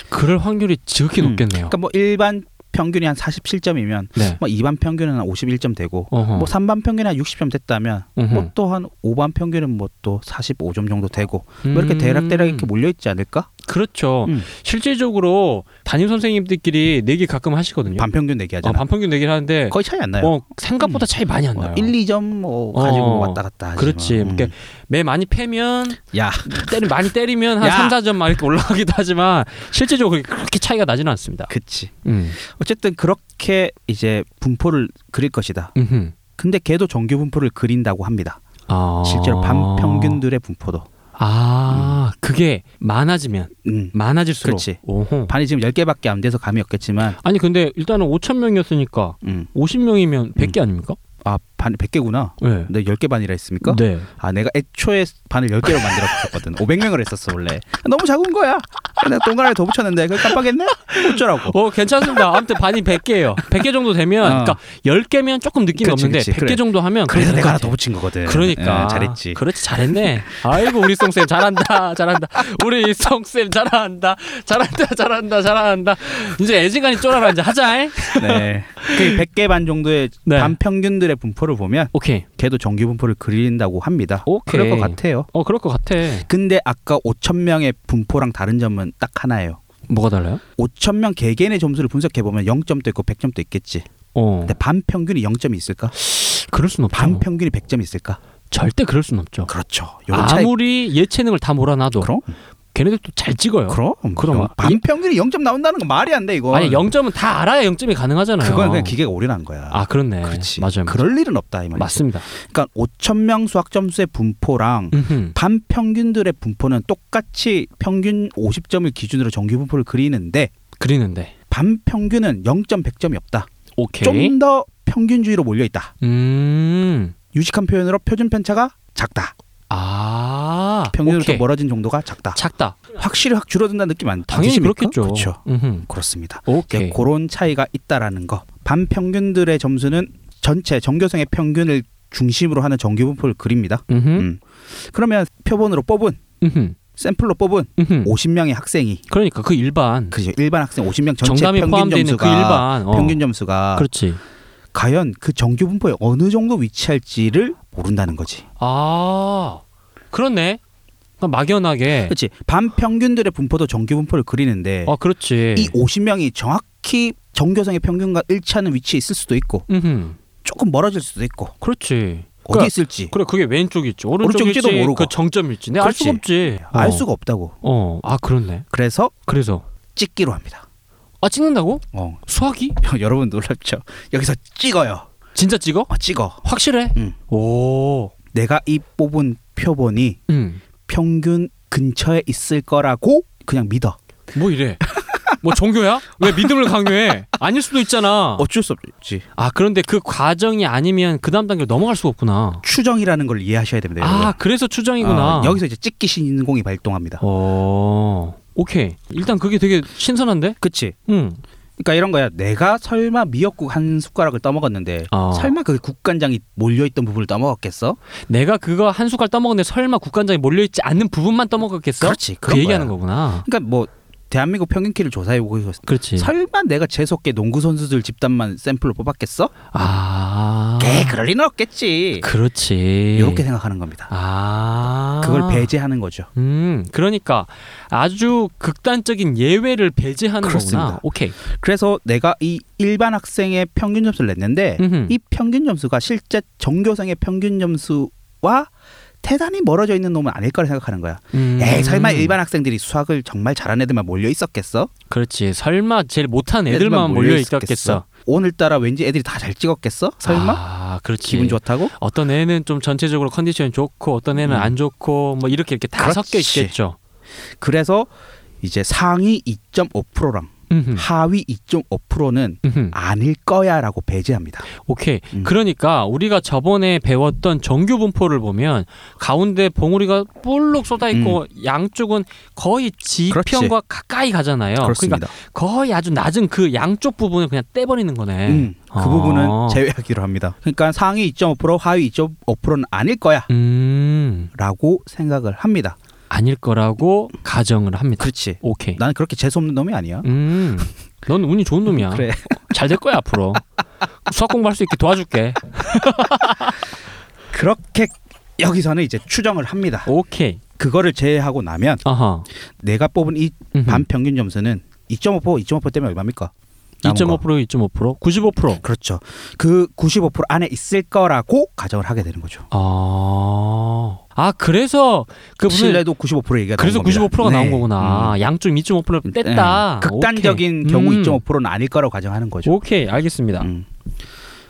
Speaker 2: 그럴 확률이 지극히
Speaker 3: 음.
Speaker 2: 높겠네요.
Speaker 3: 그러니까 뭐 일반 평균이 한 47점이면
Speaker 2: 네.
Speaker 3: 뭐 2반 평균은 한 51점 되고
Speaker 2: 어허.
Speaker 3: 뭐 3반 평균이 한 60점 됐다면
Speaker 2: 음흠.
Speaker 3: 뭐 또 한 5반 평균은 뭐 또 45점 정도 되고 뭐 이렇게 대략대략
Speaker 2: 음.
Speaker 3: 이렇게 몰려 있지 않을까?
Speaker 2: 그렇죠.
Speaker 3: 음.
Speaker 2: 실질적으로 담임 선생님들끼리 내기 가끔 하시거든요.
Speaker 3: 반평균 얘기하잖아.
Speaker 2: 평균 내기를 하는데
Speaker 3: 거의 차이 안 나요.
Speaker 2: 어, 생각보다 차이 많이 안
Speaker 3: 뭐
Speaker 2: 나요.
Speaker 3: 1, 2점 뭐
Speaker 2: 어,
Speaker 3: 가지고 왔다 갔다 하지.
Speaker 2: 그렇지.
Speaker 3: 뭐. 음.
Speaker 2: 그러니까 매 많이 패면
Speaker 3: 야,
Speaker 2: 때리 많이 때리면 한
Speaker 3: 야.
Speaker 2: 3, 4점 막 이렇게 올라가기도 하지만 실질적으로 그렇게 차이가 나지는 않습니다.
Speaker 3: 그치.
Speaker 2: 음.
Speaker 3: 어쨌든 그렇게 이제 분포를 그릴 것이다.
Speaker 2: 음흠.
Speaker 3: 근데 걔도 정규 분포를 그린다고 합니다.
Speaker 2: 아.
Speaker 3: 실제로 반평균들의 분포도.
Speaker 2: 아, 그게 많아지면
Speaker 3: 음.
Speaker 2: 많아질수록.
Speaker 3: 그렇지.
Speaker 2: 오호.
Speaker 3: 반이 지금 10개밖에 안 돼서 감이 없겠지만
Speaker 2: 아니 근데 일단은 5천 명이었으니까
Speaker 3: 음.
Speaker 2: 50명이면 100개 아닙니까?
Speaker 3: 아, 반 100개구나.
Speaker 2: 네.
Speaker 3: 내 10개 반이라 했습니까?
Speaker 2: 네.
Speaker 3: 아, 내가 애초에 반을 10개로 만들어 봤거든. 500명을 했었어, 원래. 아, 너무 작은 거야. 내가 동그라미 더 붙였는데 그걸 깜빡했네. 어쩌라고.
Speaker 2: 어, 괜찮습니다. 아무튼 반이 100개예요. 100개 정도 되면
Speaker 3: 어.
Speaker 2: 그러니까 10개면 조금 느낌이
Speaker 3: 그렇지,
Speaker 2: 없는데
Speaker 3: 그렇지.
Speaker 2: 100개
Speaker 3: 그래.
Speaker 2: 정도 하면
Speaker 3: 그래서
Speaker 2: 괜찮을
Speaker 3: 내가
Speaker 2: 것
Speaker 3: 하나
Speaker 2: 같아요.
Speaker 3: 더 붙인 거거든.
Speaker 2: 그러니까
Speaker 3: 예, 잘했지.
Speaker 2: 그렇지 잘했네. 아이고 우리 송쌤 잘한다 잘한다. 우리 송쌤 잘한다 잘한다 잘한다 잘한다. 이제 애지간히 쫄아라 이제 하자. 잉?
Speaker 3: 네. 그 100개 반 정도의
Speaker 2: 네.
Speaker 3: 반평균들의 분포를 보면
Speaker 2: 오케이.
Speaker 3: 걔도 정규 분포를 그린다고 합니다.
Speaker 2: 오케이.
Speaker 3: 그럴 것 같아요.
Speaker 2: 어 그럴 것 같아.
Speaker 3: 근데 아까 5천 명의 분포랑 다른 점은 딱 하나예요.
Speaker 2: 뭐가 달라요?
Speaker 3: 5천 명 개개인의 점수를 분석해 보면 0점도 있고 100점도 있겠지.
Speaker 2: 어.
Speaker 3: 근데 반평균이 0점이 있을까?
Speaker 2: 그럴 순 없죠.
Speaker 3: 반평균이 100점이 있을까?
Speaker 2: 절대 그럴 순 없죠.
Speaker 3: 그렇죠. 요런 차이.
Speaker 2: 어. 아무리 예체능을 다 몰아놔도
Speaker 3: 그럼
Speaker 2: 걔네들도 잘 찍어요.
Speaker 3: 그럼
Speaker 2: 그럼
Speaker 3: 영- 반평균이 0점 나온다는 건 말이 안 돼 이거.
Speaker 2: 아니 0점은 다 알아야 0점이 가능하잖아요.
Speaker 3: 그건 그냥 기계가 올인한 거야.
Speaker 2: 아 그렇네.
Speaker 3: 그렇지.
Speaker 2: 맞아요. 맞아요.
Speaker 3: 그럴 일은 없다 이 말이야.
Speaker 2: 맞습니다.
Speaker 3: 그러니까 5천 명 수학 점수의 분포랑
Speaker 2: 음흠.
Speaker 3: 반평균들의 분포는 똑같이 평균 50점을 기준으로 정규 분포를 그리는데
Speaker 2: 그리는데.
Speaker 3: 반평균은 0점 100점이 없다.
Speaker 2: 오케이.
Speaker 3: 좀 더 평균주의로 몰려 있다.
Speaker 2: 음.
Speaker 3: 유식한 표현으로 표준 편차가 작다.
Speaker 2: 아.
Speaker 3: 평균으로부터
Speaker 2: 오케이.
Speaker 3: 멀어진 정도가 작다.
Speaker 2: 작다.
Speaker 3: 확실히 확 줄어든다는 느낌 안
Speaker 2: 당연히
Speaker 3: 드십니까?
Speaker 2: 그렇겠죠.
Speaker 3: 그렇죠.
Speaker 2: 음흠.
Speaker 3: 그렇습니다.
Speaker 2: 오케이.
Speaker 3: 이제 그런 차이가 있다라는 거. 반평균들의 점수는 전체 전교생의 평균을 중심으로 하는 정규 분포를 그립니다.
Speaker 2: 음흠.
Speaker 3: 음. 그러면 표본으로 뽑은
Speaker 2: 음흠.
Speaker 3: 샘플로 뽑은
Speaker 2: 음흠.
Speaker 3: 50명의 학생이
Speaker 2: 그러니까 그 일반
Speaker 3: 그죠 일반 학생 50명 전체
Speaker 2: 정답이
Speaker 3: 평균
Speaker 2: 포함되어 있는
Speaker 3: 점수가
Speaker 2: 그 일반 어.
Speaker 3: 평균 점수가
Speaker 2: 그렇지.
Speaker 3: 과연 그 정규 분포에 어느 정도 위치할지를 모른다는 거지.
Speaker 2: 아. 그렇네. 그러니까 막연하게.
Speaker 3: 그렇지 반평균들의 분포도 정규 분포를 그리는데
Speaker 2: 아, 그렇지.
Speaker 3: 이 50명이 정확히 전교생의 평균과 일치하는 위치에 있을 수도 있고
Speaker 2: 음흠.
Speaker 3: 조금 멀어질 수도 있고
Speaker 2: 그렇지.
Speaker 3: 어디
Speaker 2: 그러니까-
Speaker 3: 있을지
Speaker 2: 그래 그게 왼쪽일지
Speaker 3: 오른쪽일지도
Speaker 2: 오른쪽일지
Speaker 3: 모르고.
Speaker 2: 그 정점일지 내가 알 수가 없지.
Speaker 3: 알
Speaker 2: 어.
Speaker 3: 수가 없다고.
Speaker 2: 어. 아, 그렇네.
Speaker 3: 그래서
Speaker 2: 그래서
Speaker 3: 찍기로 합니다.
Speaker 2: 아, 찍는다고?
Speaker 3: 어.
Speaker 2: 수학이?
Speaker 3: 여러분 놀랍죠? 여기서 찍어요.
Speaker 2: 진짜 찍어?
Speaker 3: 어, 찍어.
Speaker 2: 확실해?
Speaker 3: 음.
Speaker 2: 오.
Speaker 3: 내가 이 뽑은 표본이
Speaker 2: 음.
Speaker 3: 평균 근처에 있을 거라고 그냥 믿어.
Speaker 2: 뭐 이래? 뭐 종교야? 왜 믿음을 강요해? 아닐 수도 있잖아.
Speaker 3: 어쩔 수 없지.
Speaker 2: 아 그런데 그 과정이 아니면 그 다음 단계로 넘어갈 수가 없구나.
Speaker 3: 추정이라는 걸 이해하셔야 됩니다.
Speaker 2: 아
Speaker 3: 여러분.
Speaker 2: 그래서 추정이구나.
Speaker 3: 어, 네. 여기서 이제 찍기 신공이 발동합니다.
Speaker 2: 어 오케이. 일단 그게 되게 신선한데?
Speaker 3: 그치?
Speaker 2: 응.
Speaker 3: 그러니까 이런 거야. 내가 설마 미역국 한 숟가락을 떠먹었는데
Speaker 2: 어.
Speaker 3: 설마 그 국간장이 몰려있던 부분을 떠먹었겠어?
Speaker 2: 내가 그거 한 숟갈 떠먹는데 설마 국간장이 몰려있지 않는 부분만 떠먹었겠어?
Speaker 3: 그렇지.
Speaker 2: 그
Speaker 3: 그런
Speaker 2: 얘기하는
Speaker 3: 거야.
Speaker 2: 거구나.
Speaker 3: 그러니까 뭐 대한민국 평균 키를 조사해 보고
Speaker 2: 그렇지.
Speaker 3: 설마 내가 재수없게 농구 선수들 집단만 샘플로 뽑았겠어?
Speaker 2: 아.
Speaker 3: 개 그럴 리는 없겠지.
Speaker 2: 그렇지.
Speaker 3: 이렇게 생각하는 겁니다.
Speaker 2: 예. 아.
Speaker 3: 그걸 배제하는 거죠.
Speaker 2: 음, 그러니까 아주 극단적인 예외를 배제하는 거구나.
Speaker 3: 그렇습니다.
Speaker 2: 오케이.
Speaker 3: 그래서 내가 이 일반 학생의 평균 점수를 냈는데
Speaker 2: 음흠.
Speaker 3: 네. 이 평균 점수가 실제 전교생의 평균 점수와 대단히 멀어져 있는 놈은 아닐 거라 생각하는 거야.
Speaker 2: 음.
Speaker 3: 에이 네, 설마 일반 학생들이 수학을 정말 잘하는 애들만 몰려 있었겠어?
Speaker 2: 그렇지. 설마 제일 못한 네, 애들만 몰려 있었겠어.
Speaker 3: 오늘따라 왠지 애들이 다 잘 찍었겠어? 설마?
Speaker 2: 아, 그렇지.
Speaker 3: 기분 좋다고?
Speaker 2: 어떤 애는 좀 전체적으로 컨디션이 좋고 어떤 애는
Speaker 3: 음.
Speaker 2: 안 좋고 뭐 이렇게 이렇게 다
Speaker 3: 그렇지.
Speaker 2: 섞여 있겠죠.
Speaker 3: 그래서 이제 상위 2.5%랑
Speaker 2: 음흠.
Speaker 3: 하위 2.5%는
Speaker 2: 음흠.
Speaker 3: 아닐 거야라고
Speaker 2: 아,
Speaker 3: 배제합니다.
Speaker 2: 오케이.
Speaker 3: 음.
Speaker 2: 그러니까 우리가 저번에 배웠던 정규 분포를 보면 가운데 봉우리가 볼록 쏟아 있고
Speaker 3: 음.
Speaker 2: 양쪽은 거의 지평과 가까이 가잖아요. 러니까
Speaker 3: 그렇습니다.
Speaker 2: 거의 아주 낮은 그 양쪽 부분을 그냥 떼버리는 거네.
Speaker 3: 음, 그
Speaker 2: 아.
Speaker 3: 부분은 제외하기로 합니다. 그러니까 상위 2.5% 하위 2.5%는 아닐
Speaker 2: 음,
Speaker 3: 거야라고 생각을 합니다.
Speaker 2: 아닐 거라고 가정을 합니다.
Speaker 3: 그렇지.
Speaker 2: 오케이.
Speaker 3: 나는 그렇게 재수 없는 놈이 아니야.
Speaker 2: 음, 넌 운이 좋은 놈이야.
Speaker 3: 그래.
Speaker 2: 잘 될 거야 앞으로. 수학 공부할 수 있게 도와줄게.
Speaker 3: 그렇게 여기서는 이제 추정을 합니다.
Speaker 2: 오케이.
Speaker 3: 그거를 제외하고 나면
Speaker 2: 아하.
Speaker 3: 내가 뽑은 이
Speaker 2: 음흠.
Speaker 3: 반평균 점수는 2.5% 2.5% 때문에 얼마입니까? 남은 거.
Speaker 2: 2.5% 2.5% 95%.
Speaker 3: 그렇죠. 그 95% 안에 있을 거라고 가정을 하게 되는 거죠.
Speaker 2: 아, 아 그래서 그 무슨
Speaker 3: 신뢰도 95% 얘기가
Speaker 2: 그래서
Speaker 3: 나온 겁니다.
Speaker 2: 95%가 나온
Speaker 3: 네.
Speaker 2: 거구나. 양쪽 2.5%를
Speaker 3: 네.
Speaker 2: 뗐다.
Speaker 3: 극단적인
Speaker 2: 오케이.
Speaker 3: 경우
Speaker 2: 음.
Speaker 3: 2.5%는 아닐 거라고 가정하는 거죠.
Speaker 2: 오케이, 알겠습니다.
Speaker 3: 음.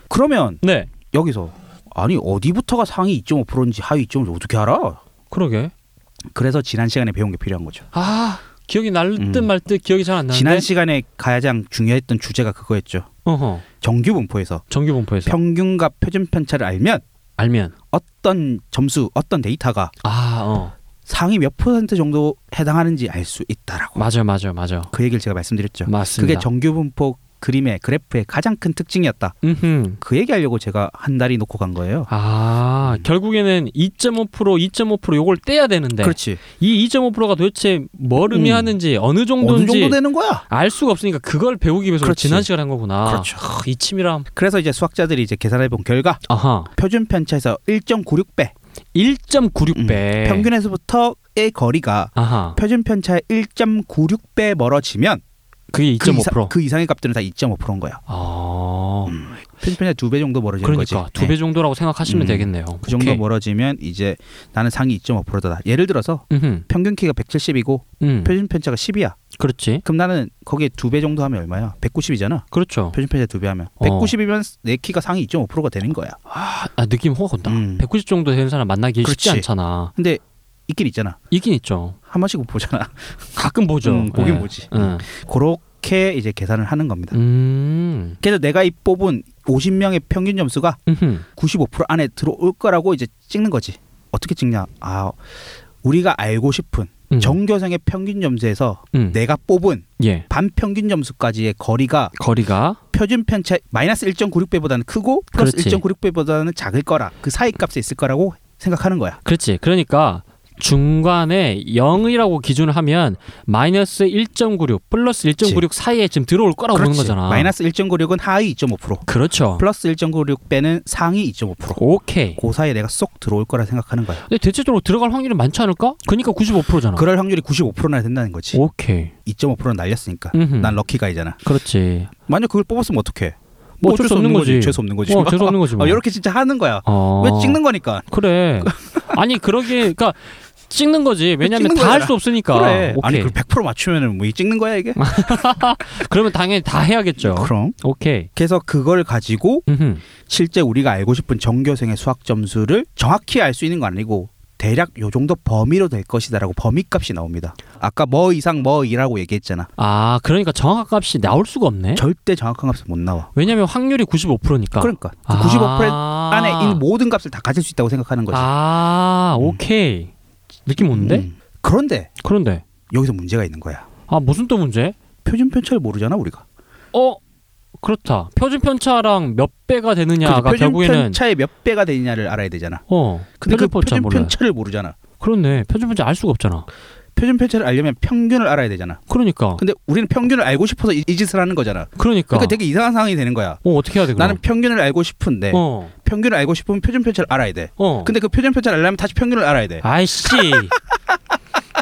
Speaker 3: 그러면
Speaker 2: 네,
Speaker 3: 여기서 아니 어디부터가 상위 2.5%인지 하위 2.5인지 어떻게 알아?
Speaker 2: 그러게.
Speaker 3: 그래서 지난 시간에 배운 게 필요한 거죠.
Speaker 2: 아, 기억이 날 듯
Speaker 3: 음.
Speaker 2: 말 듯 기억이 잘 안 나는데.
Speaker 3: 지난 시간에 가장 중요했던 주제가 그거였죠.
Speaker 2: 어허.
Speaker 3: 정규 분포에서
Speaker 2: 정규 분포에서
Speaker 3: 평균과 표준 편차를 알면
Speaker 2: 알면
Speaker 3: 어떤 점수, 어떤 데이터가
Speaker 2: 아, 어.
Speaker 3: 상위 몇 퍼센트 정도 해당하는지 알 수 있다라고.
Speaker 2: 맞아, 맞아, 맞아.
Speaker 3: 그 얘기를 제가 말씀드렸죠.
Speaker 2: 맞습니다.
Speaker 3: 그게 정규 분포 그림의 그래프의 가장 큰 특징이었다.
Speaker 2: 음흠.
Speaker 3: 그 얘기하려고 제가 한 달이 놓고 간 거예요.
Speaker 2: 아,
Speaker 3: 음.
Speaker 2: 결국에는 2.5% 2.5% 요걸 떼야 되는데
Speaker 3: 그렇지.
Speaker 2: 이 2.5%가 도대체 뭘
Speaker 3: 음.
Speaker 2: 의미하는지 어느
Speaker 3: 어느
Speaker 2: 정도인지
Speaker 3: 정도 되는 거야?
Speaker 2: 알 수가 없으니까 그걸 배우기 위해서 우리
Speaker 3: 그렇지.
Speaker 2: 지난 시간에 한 거구나.
Speaker 3: 그렇죠.
Speaker 2: 크, 이 치밀함.
Speaker 3: 그래서 이제 수학자들이 이제 계산해 본 결과
Speaker 2: 아하.
Speaker 3: 표준 편차에서 1.96배 음.
Speaker 2: 1.96배.
Speaker 3: 평균에서부터의 거리가
Speaker 2: 아하.
Speaker 3: 표준 편차의 1.96배 멀어지면
Speaker 2: 그게 2.5%.
Speaker 3: 그, 이상, 그 음. 이상의 값들은 다 2.5%인 거야.
Speaker 2: 아.
Speaker 3: 표준 편차 두 배 정도 멀어지는
Speaker 2: 그러니까
Speaker 3: 거지.
Speaker 2: 두 배 정도라고 생각하시면
Speaker 3: 음.
Speaker 2: 되겠네요.
Speaker 3: 그 정도
Speaker 2: 오케이.
Speaker 3: 멀어지면 이제 나는 상위 2.5%다. 예를 들어서
Speaker 2: 음흠.
Speaker 3: 평균 키가 170이고
Speaker 2: 음.
Speaker 3: 표준 편차가 10이야.
Speaker 2: 그렇지.
Speaker 3: 그럼 나는 거기에 두 배 정도 하면 얼마야? 190이잖아.
Speaker 2: 그렇죠.
Speaker 3: 표준 편차 두 배 하면
Speaker 2: 어.
Speaker 3: 190이면 내 키가 상위 2.5%가 되는 거야.
Speaker 2: 아, 느낌 호가 건다.
Speaker 3: 음.
Speaker 2: 190 정도 되는 사람 만나기 쉽지
Speaker 3: 그렇지.
Speaker 2: 않잖아.
Speaker 3: 근데 있긴 있잖아.
Speaker 2: 있긴 있죠.
Speaker 3: 한 번씩 못 보잖아.
Speaker 2: 가끔 보죠.
Speaker 3: 음, 보긴
Speaker 2: 예.
Speaker 3: 보지.
Speaker 2: 예.
Speaker 3: 그렇게 이제 계산을 하는 겁니다.
Speaker 2: 음.
Speaker 3: 그래서 내가 이 뽑은 50명의 평균 점수가
Speaker 2: 음흠.
Speaker 3: 95% 안에 들어올 거라고 이제 찍는 거지. 어떻게 찍냐? 아, 우리가 알고 싶은
Speaker 2: 음.
Speaker 3: 전교생의 평균 점수에서
Speaker 2: 음.
Speaker 3: 내가 뽑은
Speaker 2: 예.
Speaker 3: 반평균 점수까지의 거리가
Speaker 2: 거리가
Speaker 3: 표준 편차 마이너스 1.96배보다는 크고 플러스
Speaker 2: 그렇지.
Speaker 3: 1.96배보다는 작을 거라 그 사이 값에 있을 거라고 생각하는 거야.
Speaker 2: 그렇지. 그러니까 중간에 0이라고 기준을 하면 마이너스 1.96 플러스 1.96 사이에 지금 들어올 거라고 보는 거잖아.
Speaker 3: 마이너스 1.96은 하위 2.5%
Speaker 2: 그렇죠.
Speaker 3: 플러스 1.96배는 상위 2.5%.
Speaker 2: 오케이.
Speaker 3: 그 사이에 내가 쏙 들어올 거라 생각하는 거야.
Speaker 2: 근데 대체적으로 들어갈 확률이 많지 않을까? 그러니까 95%잖아.
Speaker 3: 그럴 확률이 95%나 된다는 거지.
Speaker 2: 오케이.
Speaker 3: 2.5%는 날렸으니까.
Speaker 2: 어? 음흠.
Speaker 3: 난 럭키가이잖아.
Speaker 2: 그렇지.
Speaker 3: 만약 그걸 뽑았으면 어떡해?
Speaker 2: 뭐 어쩔 수 없는 거지.
Speaker 3: 죄수 없는 거지.
Speaker 2: 어, 재수 없는 거지. 뭐.
Speaker 3: 어, 이렇게 진짜 하는 거야.
Speaker 2: 어.
Speaker 3: 왜 찍는 거니까.
Speaker 2: 그래. 아니 그러게 그러니까 찍는 거지. 왜냐면
Speaker 3: 찍는
Speaker 2: 다 할
Speaker 3: 거잖아.
Speaker 2: 수 없으니까.
Speaker 3: 그래. 아니
Speaker 2: 그러니까, 오케이.
Speaker 3: 그걸 100% 맞추면은 뭐이 찍는 거야 이게?
Speaker 2: 그러면 당연히 다 해야겠죠.
Speaker 3: 그럼.
Speaker 2: 오케이.
Speaker 3: 그래서 그걸 가지고
Speaker 2: 음흠.
Speaker 3: 실제 우리가 알고 싶은 전교생의 수학 점수를 정확히 알 수 있는 건 아니고 대략 요 정도 범위로 될 것이다라고 범위값이 나옵니다. 아까 뭐 이상 뭐 이라고 얘기했잖아.
Speaker 2: 아 그러니까 정확한 값이 나올 수가 없네.
Speaker 3: 절대 정확한 값은 못 나와.
Speaker 2: 왜냐면 확률이 95%니까.
Speaker 3: 그러니까 그
Speaker 2: 아.
Speaker 3: 95% 안에 있는 모든 값을 다 가질 수 있다고 생각하는 거지.
Speaker 2: 아
Speaker 3: 음.
Speaker 2: 오케이. 느낌 오는데?
Speaker 3: 음. 그런데
Speaker 2: 그런데
Speaker 3: 여기서 문제가 있는 거야.
Speaker 2: 아 무슨 또 문제?
Speaker 3: 표준 편차를 모르잖아 우리가.
Speaker 2: 어 그렇다. 표준 편차랑 몇 배가 되느냐가
Speaker 3: 표준
Speaker 2: 결국에는
Speaker 3: 편차의 몇 배가 되느냐를 알아야 되잖아.
Speaker 2: 어
Speaker 3: 근데 그
Speaker 2: 표준 편차
Speaker 3: 표준
Speaker 2: 몰라. 요
Speaker 3: 편차를 모르잖아.
Speaker 2: 그렇네. 표준 편차 알 수가 없잖아.
Speaker 3: 표준 편차를 알려면 평균을 알아야 되잖아.
Speaker 2: 그러니까
Speaker 3: 근데 우리는 평균을 알고 싶어서 이, 이 짓을 하는 거잖아.
Speaker 2: 그러니까.
Speaker 3: 그러니까 되게 이상한 상황이 되는 거야.
Speaker 2: 어 어떻게 해야 돼? 그럼?
Speaker 3: 나는 평균을 알고 싶은데
Speaker 2: 어
Speaker 3: 평균을 알고 싶으면 표준 편차를 알아야 돼.
Speaker 2: 어.
Speaker 3: 네. 근데 그 표준 편차를 알려면 다시 평균을 알아야 돼.
Speaker 2: 아이씨.